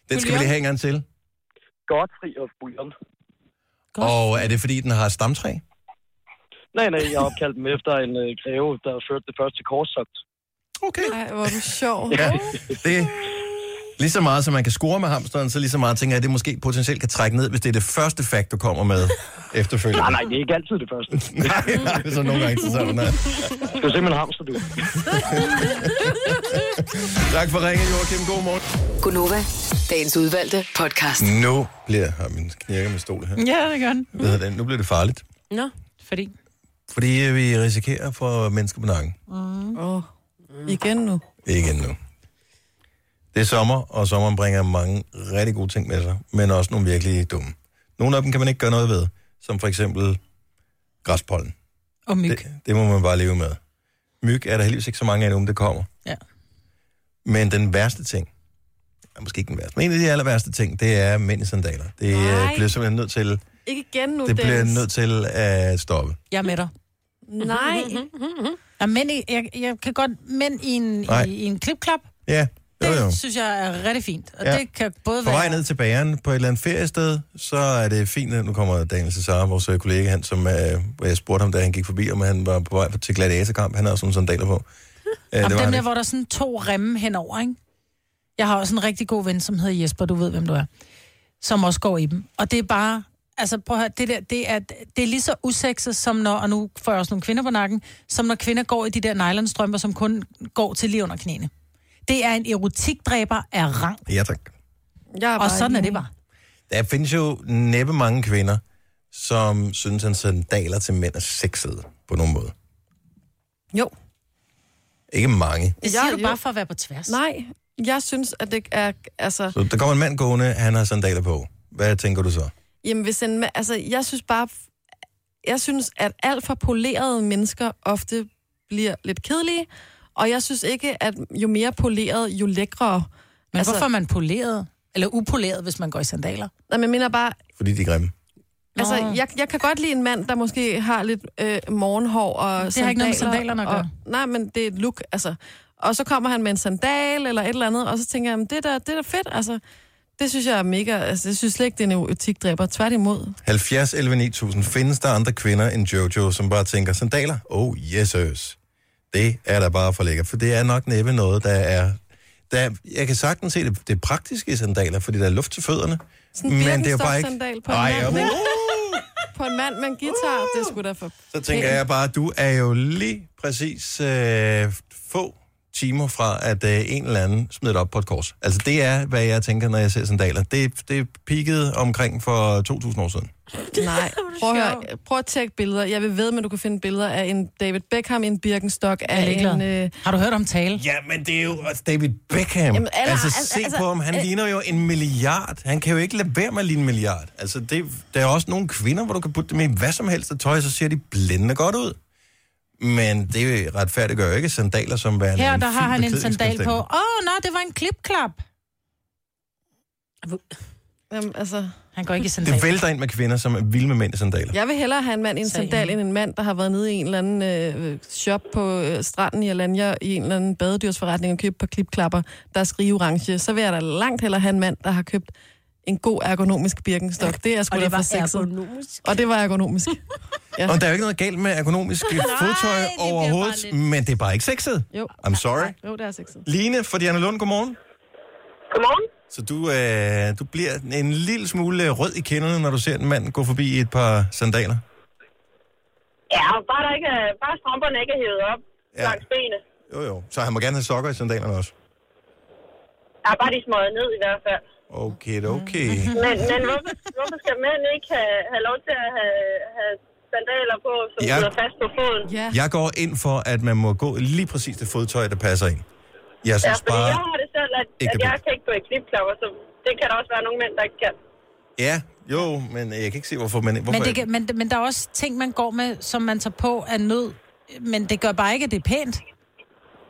[SPEAKER 1] Den skal vi lige have en gang til.
[SPEAKER 13] Godfri of Bouillon.
[SPEAKER 1] Og er det, fordi den har stamtræ?
[SPEAKER 13] Nej, nej, jeg opkaldte dem efter en øh, greve, der førte det første korstogt.
[SPEAKER 1] Okay.
[SPEAKER 4] Ej, hvor er du sjov.
[SPEAKER 13] Ja.
[SPEAKER 1] Det Lige så meget, som man kan score med hamsteren, så lige så meget tænker jeg, at det måske potentielt kan trække ned, hvis det er det første fakt, du kommer med efterfølgende.
[SPEAKER 12] Nej, nej, det er ikke altid det første.
[SPEAKER 1] nej, nej, så nogle gange så sådan her.
[SPEAKER 12] Du skal simpelthen hamster, du.
[SPEAKER 1] Tak for ringen, Joachim. God morgen.
[SPEAKER 6] Gunova, dagens udvalgte podcast.
[SPEAKER 1] Nu bliver... Har min knirker med stol her.
[SPEAKER 3] Ja, det gør den.
[SPEAKER 1] Hvad hedder det? Nu bliver det farligt.
[SPEAKER 2] Nå, fordi...
[SPEAKER 1] Fordi øh, vi risikerer for mennesker på nakken.
[SPEAKER 4] Mm. Oh. Igen nu.
[SPEAKER 1] Ikke endnu. Det er sommer, og sommeren bringer mange rigtig gode ting med sig, men også nogle virkelig dumme. Nogle af dem kan man ikke gøre noget ved, som for eksempel græspollen.
[SPEAKER 3] Og myg.
[SPEAKER 1] Det, det må man bare leve med. Myg er der heldigvis ikke så mange af nu, men det kommer.
[SPEAKER 3] Ja.
[SPEAKER 1] Men den værste ting, ja, måske ikke den værste, men en af de aller værste ting, det er mænd i sandaler. Det
[SPEAKER 4] Nej.
[SPEAKER 1] Nej. bliver simpelthen nødt til,
[SPEAKER 4] Ikke igen nu,
[SPEAKER 1] det bliver
[SPEAKER 4] Dennis.
[SPEAKER 1] nødt til at stoppe.
[SPEAKER 3] Jeg er med dig.
[SPEAKER 4] Nej.
[SPEAKER 3] Ja, men i, jeg, jeg kan godt, men i en,
[SPEAKER 1] Nej.
[SPEAKER 3] i, i en klipklap,
[SPEAKER 1] Ja, jo jo.
[SPEAKER 3] det synes jeg er rigtig fint. Og
[SPEAKER 1] Ja.
[SPEAKER 3] ja. det kan både
[SPEAKER 1] På vej
[SPEAKER 3] være...
[SPEAKER 1] ned til bageren på et eller andet feriested, så er det fint, at nu kommer Daniel Cesar, vores øh, kollega, han, som øh, hvor jeg spurgte ham, da han gik forbi, om han var på vej til gladiatorkamp. Han har sådan nogle sandaler på. Øh, det
[SPEAKER 3] Om
[SPEAKER 1] var
[SPEAKER 3] dem
[SPEAKER 1] han
[SPEAKER 3] der,
[SPEAKER 1] ikke.
[SPEAKER 3] hvor der er sådan to remme henover, ikke? Jeg har også en rigtig god ven, som hedder Jesper, du ved, hvem du er, som også går i dem. Og det er bare, altså prøv at høre, det der, det er, det er lige så usekset, som når, og nu får jeg også nogle kvinder på nakken, som når kvinder går i de der nylonstrømper, som kun går til lige under knæene. Det er en erotikdræber af rang,
[SPEAKER 1] Ja, tak.
[SPEAKER 4] Jeg er
[SPEAKER 3] og
[SPEAKER 4] bare
[SPEAKER 3] sådan er
[SPEAKER 4] enig.
[SPEAKER 3] det bare.
[SPEAKER 1] Der findes jo næppe mange kvinder, som synes, at sandaler til mænd er sexede på nogen måde.
[SPEAKER 4] Jo.
[SPEAKER 1] Ikke mange.
[SPEAKER 3] Det siger
[SPEAKER 4] Jeg-
[SPEAKER 3] du bare for at være på tværs.
[SPEAKER 4] Nej, jeg synes, at det er... Altså,
[SPEAKER 1] Så der kommer en mand gående, han har sandaler på. Hvad tænker du så?
[SPEAKER 4] jamen, hvis en, ma- altså, jeg synes bare... Jeg synes, at alt for polerede mennesker ofte bliver lidt kedelige, og jeg synes ikke, at jo mere poleret, jo lækrere.
[SPEAKER 3] Men altså, hvorfor er man poleret? Eller upoleret, hvis man går i sandaler?
[SPEAKER 4] Nej, men jeg mener bare,
[SPEAKER 1] Fordi de er grimme.
[SPEAKER 4] Altså,
[SPEAKER 3] Nå.
[SPEAKER 4] jeg, jeg kan godt lide en mand, der måske har lidt øh, morgenhår og
[SPEAKER 3] Det har ikke noget med sandalerne at gøre.
[SPEAKER 4] Og, nej, men det er et look, altså. Og så kommer han med en sandal eller et eller andet, og så tænker jeg, "Men det der, det der fedt, altså. Det synes jeg er mega, altså, jeg synes slet ikke, det er en erotikdræber. Tværtimod.
[SPEAKER 1] 70 11 9000. Findes der andre kvinder end Jojo, som bare tænker, sandaler? Oh, yes, yes. Det er da bare for lækkert, for det er nok næppe noget, der er... Der, jeg kan sagtens se det, det praktiske i sandaler, fordi der er luft til fødderne.
[SPEAKER 4] Sådan en Birkenstock-sandal på en
[SPEAKER 1] Ej,
[SPEAKER 4] mand,
[SPEAKER 1] jeg,
[SPEAKER 4] ikke? På en mand med en guitar, det er sgu da for...
[SPEAKER 1] så tænker jeg bare, du er jo lige præcis øh, få timer fra, at øh, en eller anden smider det op på et kors. Altså, det er, hvad jeg tænker, når jeg ser sandaler. Det, det peakede omkring for 2.000 år siden.
[SPEAKER 4] Nej, prøv at, høre, prøv at tjekke billeder. Jeg vil ved, at du kan finde billeder af en David Beckham i en Birkenstock. Af
[SPEAKER 3] er ligeglad.
[SPEAKER 4] en, øh,
[SPEAKER 3] Har du hørt om tale?
[SPEAKER 1] Ja, men det er jo også David Beckham. Jamen,
[SPEAKER 4] alle-
[SPEAKER 1] alle, altså,
[SPEAKER 4] altså-
[SPEAKER 1] se
[SPEAKER 4] altså-
[SPEAKER 1] på ham. Han
[SPEAKER 4] øh-
[SPEAKER 1] ligner jo en milliard. Han kan jo ikke lade være med at ligne en milliard. Altså, det, der er også nogle kvinder, hvor du kan putte dem i hvad som helst af tøj, så ser de blændende godt ud. Men det retfærdiggør jo ikke sandaler som værende
[SPEAKER 3] Her,
[SPEAKER 1] en
[SPEAKER 3] der har
[SPEAKER 1] fin
[SPEAKER 3] han en sandal
[SPEAKER 1] beklædningsgenstand.
[SPEAKER 3] på. Åh, oh, nej, det var en klipklap.
[SPEAKER 4] jamen, altså...
[SPEAKER 3] Han går ikke i sandaler.
[SPEAKER 1] Det vælter ind med kvinder, som er vilde med mænd i sandaler.
[SPEAKER 4] Jeg vil hellere have en mand i en sandal, end en mand, der har været nede i en eller anden øh, shop på øh, stranden i Alanya, i en eller anden badedyrsforretning og købt et par klipklapper, der er skriveorange. Så vil jeg da langt hellere have en mand, der har købt en god ergonomisk birkenstok. Det er sgu
[SPEAKER 2] Og det
[SPEAKER 4] da for
[SPEAKER 2] var
[SPEAKER 4] sexet.
[SPEAKER 2] ergonomisk.
[SPEAKER 4] Og det var ergonomisk.
[SPEAKER 1] Ja. Og der er jo ikke noget galt med økonomisk fodtøj
[SPEAKER 4] det bliver
[SPEAKER 1] overhovedet,
[SPEAKER 4] bare
[SPEAKER 1] men det er bare ikke sexet.
[SPEAKER 4] Jo.
[SPEAKER 1] I'm sorry.
[SPEAKER 4] Jo, det er sexet.
[SPEAKER 1] Line fra Diana Lund, godmorgen.
[SPEAKER 11] Godmorgen.
[SPEAKER 1] Så du, øh, du bliver en lille smule rød i kinderne, når du ser en mand gå forbi i et par sandaler.
[SPEAKER 11] Ja, og bare, der ikke er, bare strømperne ikke er hævet op ja. langs benene.
[SPEAKER 1] Jo, jo. Så han må gerne have sokker i sandalerne også.
[SPEAKER 11] Der er bare de smøget ned i hvert fald.
[SPEAKER 1] Okay, da, okay.
[SPEAKER 3] Mm.
[SPEAKER 11] Men, men hvorfor, hvorfor skal mænd ikke have, have lov til at have, have sandaler på, som
[SPEAKER 1] Ja.
[SPEAKER 11] sidder fast på foden?
[SPEAKER 4] Ja.
[SPEAKER 1] Jeg går ind for, at man må gå i lige præcis det fodtøj, der passer ind. Jeg
[SPEAKER 11] Ja,
[SPEAKER 1] synes
[SPEAKER 11] fordi jeg
[SPEAKER 1] bare...
[SPEAKER 11] har det selv, at,
[SPEAKER 1] Ikke
[SPEAKER 11] at jeg kan ikke gå i klipklapper, så det kan der også være nogle mænd, der ikke kan.
[SPEAKER 1] Ja, jo, men jeg kan ikke se, hvorfor man... Hvorfor
[SPEAKER 3] Men, det, kan- men, men der er også ting, man går med, som man tager på af nød. Men det gør bare ikke, at det er pænt.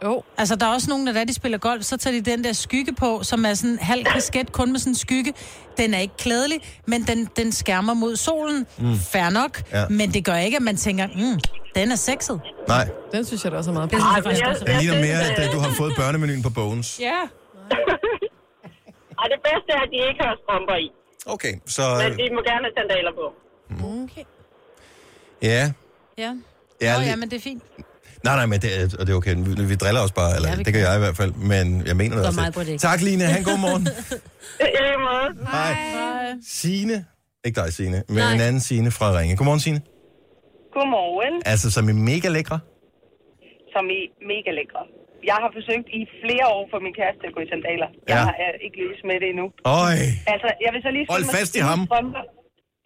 [SPEAKER 4] Jo.
[SPEAKER 3] Altså, der er også nogen, der, da de spiller golf, så tager de den der skygge på, som er sådan en halv kasket, kun med sådan en skygge. Den er ikke klædelig, men den, den skærmer mod solen. Mm. Fair nok.
[SPEAKER 1] Ja.
[SPEAKER 3] Ja. Men det gør ikke, at man tænker, mm, den er sexet.
[SPEAKER 1] Nej,
[SPEAKER 4] Den synes jeg da også er meget
[SPEAKER 3] Det
[SPEAKER 4] pænt.
[SPEAKER 3] synes jeg faktisk
[SPEAKER 11] jeg-
[SPEAKER 3] også.
[SPEAKER 1] det ligner
[SPEAKER 11] synes,
[SPEAKER 1] mere,
[SPEAKER 11] øh,
[SPEAKER 1] at øh, du har fået børnemenuen på Bones.
[SPEAKER 3] Ja.
[SPEAKER 11] Ej, det bedste er, at de ikke har strømper i,
[SPEAKER 1] Okay,
[SPEAKER 11] men
[SPEAKER 1] så
[SPEAKER 11] de må gerne have sandaler på.
[SPEAKER 3] Okay.
[SPEAKER 1] ja...
[SPEAKER 3] Ja.
[SPEAKER 1] Ja,
[SPEAKER 3] Nå,
[SPEAKER 1] lidt-
[SPEAKER 3] ja, men det er fint.
[SPEAKER 1] Nej, nej, men det, er- og det er okay. Vi, vi driller os bare, eller
[SPEAKER 2] Ja,
[SPEAKER 1] ja,
[SPEAKER 2] vi
[SPEAKER 1] det gør jeg i hvert fald, men jeg mener det
[SPEAKER 2] Gør
[SPEAKER 1] også.
[SPEAKER 2] mig
[SPEAKER 1] lidt.
[SPEAKER 2] på det.
[SPEAKER 1] Tak, Line. Han god morgen.
[SPEAKER 9] I lige måde.
[SPEAKER 1] Hej. Signe. Ikke dig, Signe, men
[SPEAKER 9] Nej.
[SPEAKER 1] en anden Signe fra Ringe. Godmorgen, Signe.
[SPEAKER 9] Godmorgen,
[SPEAKER 1] Altså, som er mega lækre.
[SPEAKER 9] som I er mega lækre. Jeg har forsøgt i flere år for min kæreste at gå i sandaler. Jeg
[SPEAKER 1] Ja.
[SPEAKER 9] har er ikke lykkes med det endnu.
[SPEAKER 1] Øj.
[SPEAKER 9] Altså, jeg vil så lige...
[SPEAKER 1] Hold
[SPEAKER 9] skynde mig
[SPEAKER 1] fast i
[SPEAKER 9] at sige,
[SPEAKER 1] ham.
[SPEAKER 9] Strømper.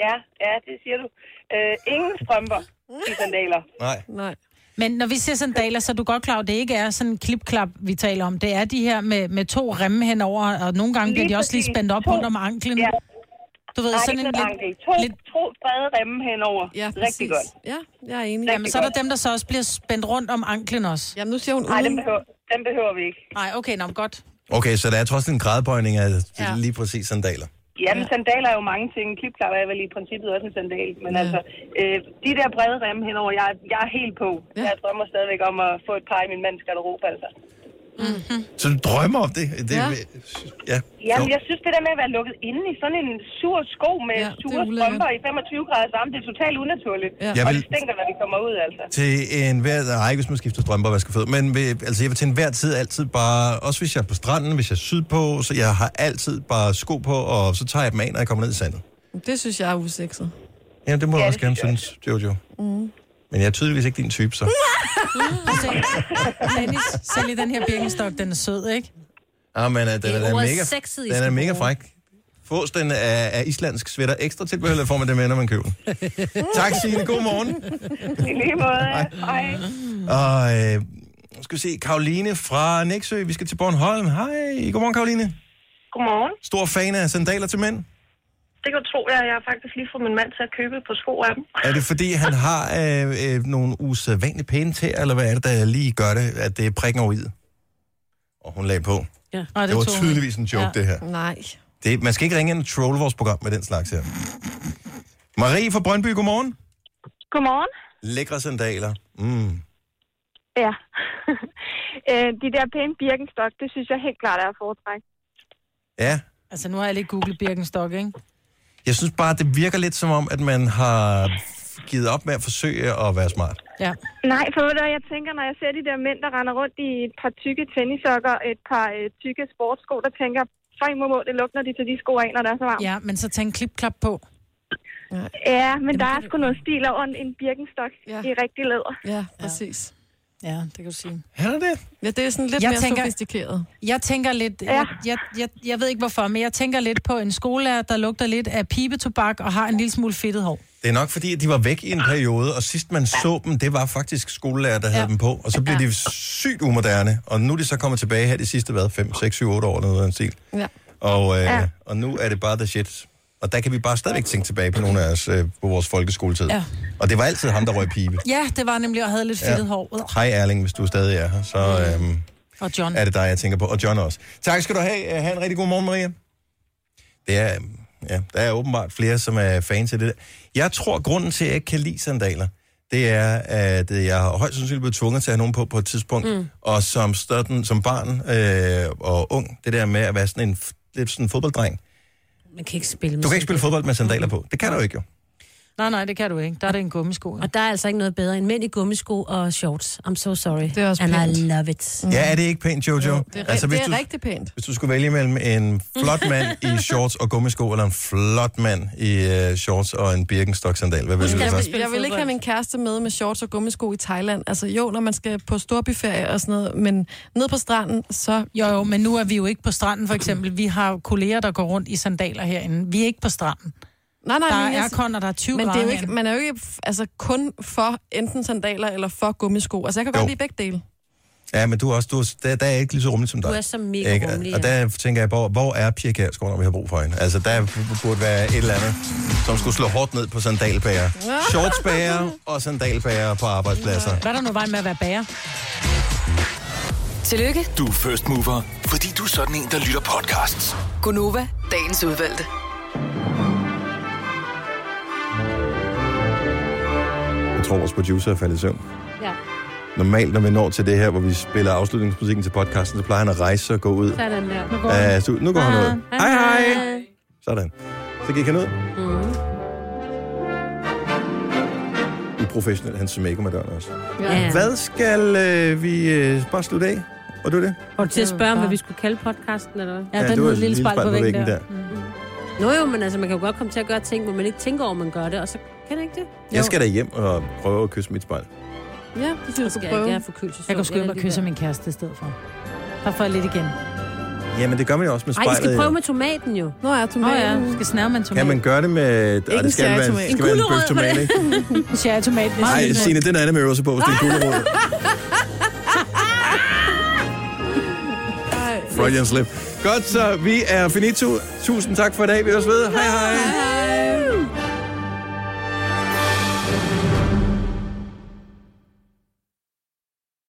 [SPEAKER 9] Ja, ja, det siger du. Øh, ingen strømper i sandaler.
[SPEAKER 1] Nej.
[SPEAKER 4] Nej.
[SPEAKER 3] Men når vi ser sandaler, så er du godt klar, over, at det ikke er sådan en klipklap, vi taler om. Det er de her med, med to remme henover, og nogle gange bliver de
[SPEAKER 9] Lige
[SPEAKER 3] også lige
[SPEAKER 9] præcis.
[SPEAKER 3] spændt op
[SPEAKER 9] To.
[SPEAKER 3] rundt om anklen. Ja. Du ved,
[SPEAKER 9] Nej,
[SPEAKER 3] sådan en
[SPEAKER 9] ikke
[SPEAKER 3] lidt...
[SPEAKER 9] lidt, ankel. To, lidt... to brede remme henover. Ja, Rigtig
[SPEAKER 4] præcis.
[SPEAKER 9] godt.
[SPEAKER 4] Ja, jeg er enig.
[SPEAKER 3] Jamen, så er der dem, der så også bliver spændt rundt om anklen også.
[SPEAKER 4] Jamen, nu siger hun
[SPEAKER 9] Nej, dem behøver, dem behøver vi ikke.
[SPEAKER 3] Nej, okay, nå, men godt.
[SPEAKER 1] Okay, så der er trods alt en gradbøjning af
[SPEAKER 9] Ja.
[SPEAKER 1] ja. lige præcis sandaler.
[SPEAKER 9] Jamen, sandaler er jo mange ting. Klipklapper er vel i princippet også en sandal. Men ja. altså, øh, de der brede remme henover, jeg, er- jeg er helt på. Ja. Jeg drømmer stadigvæk om at få et par i min mands garderobe, altså.
[SPEAKER 3] Mm.
[SPEAKER 1] Så du drømmer om det? det
[SPEAKER 9] Ja.
[SPEAKER 1] ja. ja.
[SPEAKER 9] Jamen,
[SPEAKER 1] Jo.
[SPEAKER 9] jeg synes, det der med at være lukket inde i sådan en sur sko med ja, sure strømper i 25 grader varme, det er totalt unaturligt. Ja.
[SPEAKER 1] Jeg
[SPEAKER 9] Og
[SPEAKER 1] vil-
[SPEAKER 9] det stinker, når de kommer ud, altså.
[SPEAKER 1] Til enhver... Nej, hvis man skifter strømper og vasker fødder. Men ved, altså, jeg vil til enhver tid altid bare... Også hvis jeg er på stranden, hvis jeg er sydpå, så jeg har altid bare sko på, og så tager jeg dem af, når jeg kommer ned i sandet.
[SPEAKER 4] Det synes jeg er usikset.
[SPEAKER 1] Jamen, det må
[SPEAKER 4] Ja,
[SPEAKER 1] jeg
[SPEAKER 4] det
[SPEAKER 1] også gerne synes, Jojo.
[SPEAKER 4] Mm.
[SPEAKER 1] Men jeg er tydeligvis ikke din type, så.
[SPEAKER 3] Dennis, se lige den her birkenstok, den er sød, ikke?
[SPEAKER 1] Ah, men, uh, den, er,
[SPEAKER 3] Det
[SPEAKER 1] den, er
[SPEAKER 3] ordet
[SPEAKER 1] mega,
[SPEAKER 3] sexet, I
[SPEAKER 1] den er
[SPEAKER 3] skal
[SPEAKER 1] mega
[SPEAKER 3] bruge.
[SPEAKER 1] fræk. Fås den af, af islandsk sweater ekstra tilbehør, eller får man det med, når man køber den? tak, Signe. God morgen.
[SPEAKER 9] I lige måde. Hej.
[SPEAKER 3] Mm.
[SPEAKER 1] Og øh, nu skal vi se, Karoline fra Næksø. Vi skal til Bornholm. Hej. Godmorgen, Karoline.
[SPEAKER 14] Godmorgen.
[SPEAKER 1] Stor fan af sandaler til mænd.
[SPEAKER 14] Det kan du tro, jeg, jeg har faktisk lige fået min mand til at købe på sko af dem.
[SPEAKER 1] Er det, fordi han har øh, øh, nogle usædvanligt pæne tæer, eller hvad er det, der lige gør det, at det er prikken over i? Og hun lagde på.
[SPEAKER 3] Ja.
[SPEAKER 1] Nå, det Det var tog hun. tydeligvis en joke, det her.
[SPEAKER 4] Nej.
[SPEAKER 1] Det, man skal ikke ringe ind og trolle vores program med den slags her. Marie fra Brøndby, godmorgen.
[SPEAKER 15] Godmorgen.
[SPEAKER 1] Lækre sandaler. Mm.
[SPEAKER 15] Ja. Øh, de der pæne birkenstok, det synes jeg helt klart er at foretrække.
[SPEAKER 1] Ja,
[SPEAKER 3] Altså, nu har jeg lige googlet birkenstok, ikke?
[SPEAKER 1] jeg synes bare, det virker lidt som om, at man har givet op med at forsøge at være smart.
[SPEAKER 3] Ja.
[SPEAKER 15] Nej, for ved du hvad, jeg tænker, når jeg ser de der mænd, der render rundt i et par tykke tennissokker, et par øh, tykke sportssko, der tænker, for må må det lukke, når de tager de sko af, når det er så varmt.
[SPEAKER 3] Ja, men så tag en klipklap på.
[SPEAKER 15] Ja, men der er sgu noget stil over en, en birkenstok ja. i rigtig læder.
[SPEAKER 4] Ja, præcis.
[SPEAKER 3] Ja, det kan du sige.
[SPEAKER 1] Er det det?
[SPEAKER 4] Ja, det er sådan lidt
[SPEAKER 3] Jeg
[SPEAKER 4] jeg mere
[SPEAKER 3] tænker-
[SPEAKER 4] tænker... sofistikeret.
[SPEAKER 3] Jeg tænker lidt, ja. jeg, jeg, jeg, jeg ved ikke hvorfor, men jeg tænker lidt på en skolelærer, der lugter lidt af pibetobak og har en lille smule fedtet hår.
[SPEAKER 1] Det er nok fordi, at de var væk i en periode, og sidst man så dem, det var faktisk skolelærer, der havde dem på. Og så blev de sygt umoderne, og nu er de så kommet tilbage her de sidste, hvad, 5, 6, 7, 8 år eller noget af den stil.
[SPEAKER 4] Ja.
[SPEAKER 1] Og, øh,
[SPEAKER 4] Ja.
[SPEAKER 1] ja. og nu er det bare the shit. Og der kan vi bare stadigvæk tænke tilbage på nogle af os øh, på vores folkeskoletid.
[SPEAKER 3] Ja.
[SPEAKER 1] Ja. Og det var altid ham, der røg pibe.
[SPEAKER 3] Ja, det var nemlig, og havde lidt fedtet ja. hår.
[SPEAKER 1] Hej Erling, hvis du stadig er her, så øh,
[SPEAKER 3] Og John.
[SPEAKER 1] er det dig, jeg tænker på. Og John også. Tak skal du have. Øh, Ha' en rigtig god morgen, Maria. Det er, øh, ja, der er åbenbart flere, som er fans af det der. Jeg tror, grunden til, at jeg ikke kan lide sandaler, det er, at øh, jeg har højst sandsynligt blevet tvunget til at have nogen på på et tidspunkt.
[SPEAKER 16] Mm.
[SPEAKER 1] Mm. Og som, sådan, som barn øh, og ung, det der med at være sådan en f- lidt sådan en fodbolddreng.
[SPEAKER 2] Man kan ikke spille med
[SPEAKER 1] Du kan ikke spille fodbold med sandaler på. Det kan du ikke jo.
[SPEAKER 3] Nej, nej, det kan du ikke. Der er det en gummisko.
[SPEAKER 2] Og der er altså ikke noget bedre end mænd i gummisko og shorts. I'm so sorry. Det
[SPEAKER 4] er også
[SPEAKER 2] And
[SPEAKER 4] pænt.
[SPEAKER 2] I love it.
[SPEAKER 1] Ja, er det ikke pænt, Jojo?
[SPEAKER 4] Det er, altså,
[SPEAKER 1] hvis
[SPEAKER 4] det er
[SPEAKER 1] du,
[SPEAKER 4] rigtig pænt.
[SPEAKER 1] Hvis du skulle vælge mellem en flot mand i shorts og gummisko, eller en flot mand i øh, shorts og en Birkenstock-sandal, hvad vil du
[SPEAKER 4] Jeg,
[SPEAKER 1] så?
[SPEAKER 4] vil- jeg vil ikke have min kæreste med med shorts og gummisko i Thailand. Altså jo, når man skal på storbyferie og sådan noget, men ned på stranden, så...
[SPEAKER 3] Jo, jo, men nu er vi jo ikke på stranden, for eksempel. Vi har jo kolleger, der går rundt i sandaler herinde. Vi er ikke på stranden.
[SPEAKER 4] Nej, nej,
[SPEAKER 3] der
[SPEAKER 4] men
[SPEAKER 3] er
[SPEAKER 4] jeg-
[SPEAKER 3] aircon, og der er 20
[SPEAKER 4] men det
[SPEAKER 3] grader
[SPEAKER 4] er jo ikke,
[SPEAKER 3] herinde.
[SPEAKER 4] man er jo ikke f- altså, kun for enten sandaler eller for gummisko. Altså jeg kan godt
[SPEAKER 1] Jo.
[SPEAKER 4] lide begge dele.
[SPEAKER 1] Ja, men du er også, du er, der, der er jeg ikke lige så rummelig som dig.
[SPEAKER 4] Du er så mega
[SPEAKER 1] Ikke?
[SPEAKER 4] rummelig,
[SPEAKER 1] Og der tænker jeg, hvor, hvor er Pia Kjærsgaard, når vi har brug for hende? Altså, der burde være et eller andet, som skulle slå hårdt ned på sandalbærer. Shortsbærer og sandalbærer på arbejdspladser.
[SPEAKER 3] Hvad er der nu vej med at være bager?
[SPEAKER 6] Tillykke,
[SPEAKER 7] Du er first mover, fordi du er sådan en, der lytter podcasts.
[SPEAKER 6] Gunova, dagens udvalgte.
[SPEAKER 1] Jeg tror, vores producer er faldet i søvn.
[SPEAKER 2] Ja.
[SPEAKER 1] Normalt, når vi når til det her, hvor vi spiller afslutningsmusikken til podcasten, så plejer han at rejse sig og gå ud.
[SPEAKER 2] Sådan der. Nu
[SPEAKER 1] Ja, så nu går han ud. Hej, hej. Sådan. Så gik han ud.
[SPEAKER 2] Mm.
[SPEAKER 1] I professionel. Han smækker med døren også.
[SPEAKER 2] Ja.
[SPEAKER 1] Hvad skal øh, vi øh, bare slutte af? Og du det?
[SPEAKER 2] Var du til at spørge om, hvad vi skulle kalde podcasten, eller hvad?
[SPEAKER 1] Ja, Ja, den det var hed et Lille Spejl på væggen der.
[SPEAKER 2] Mm. Nå jo, men altså, man kan jo godt komme til at gøre ting, hvor man ikke tænker over, man gør det, og så kan det ikke det.
[SPEAKER 1] Jeg skal da hjem og prøve at kysse mit spejl.
[SPEAKER 2] Ja, det synes jeg,
[SPEAKER 3] prøve.
[SPEAKER 2] jeg er forkølelsessyg.
[SPEAKER 3] Jeg kan sgu
[SPEAKER 2] Jeg er
[SPEAKER 3] hjem og
[SPEAKER 2] lige
[SPEAKER 3] kysse
[SPEAKER 2] der.
[SPEAKER 3] min kæreste i stedet for. Der får jeg lidt igen.
[SPEAKER 1] Jamen, det gør man jo også med
[SPEAKER 3] Ej,
[SPEAKER 1] spejlet.
[SPEAKER 3] I skal prøve
[SPEAKER 1] jo.
[SPEAKER 3] med
[SPEAKER 2] tomaten jo.
[SPEAKER 4] Nå ja, tomaten.
[SPEAKER 3] Nå ja, skal snære med en tomat.
[SPEAKER 1] Kan man gøre det med... Ej, det skal være, det skal være en bøftomat, ikke?
[SPEAKER 3] en cherrytomat.
[SPEAKER 1] Nej, Signe, den er der med øvelser på, hvis det er en gulerod. Freudian slip. Godt, så vi er finito. Tusind tak for i dag. Vi høres ved. Hej hej.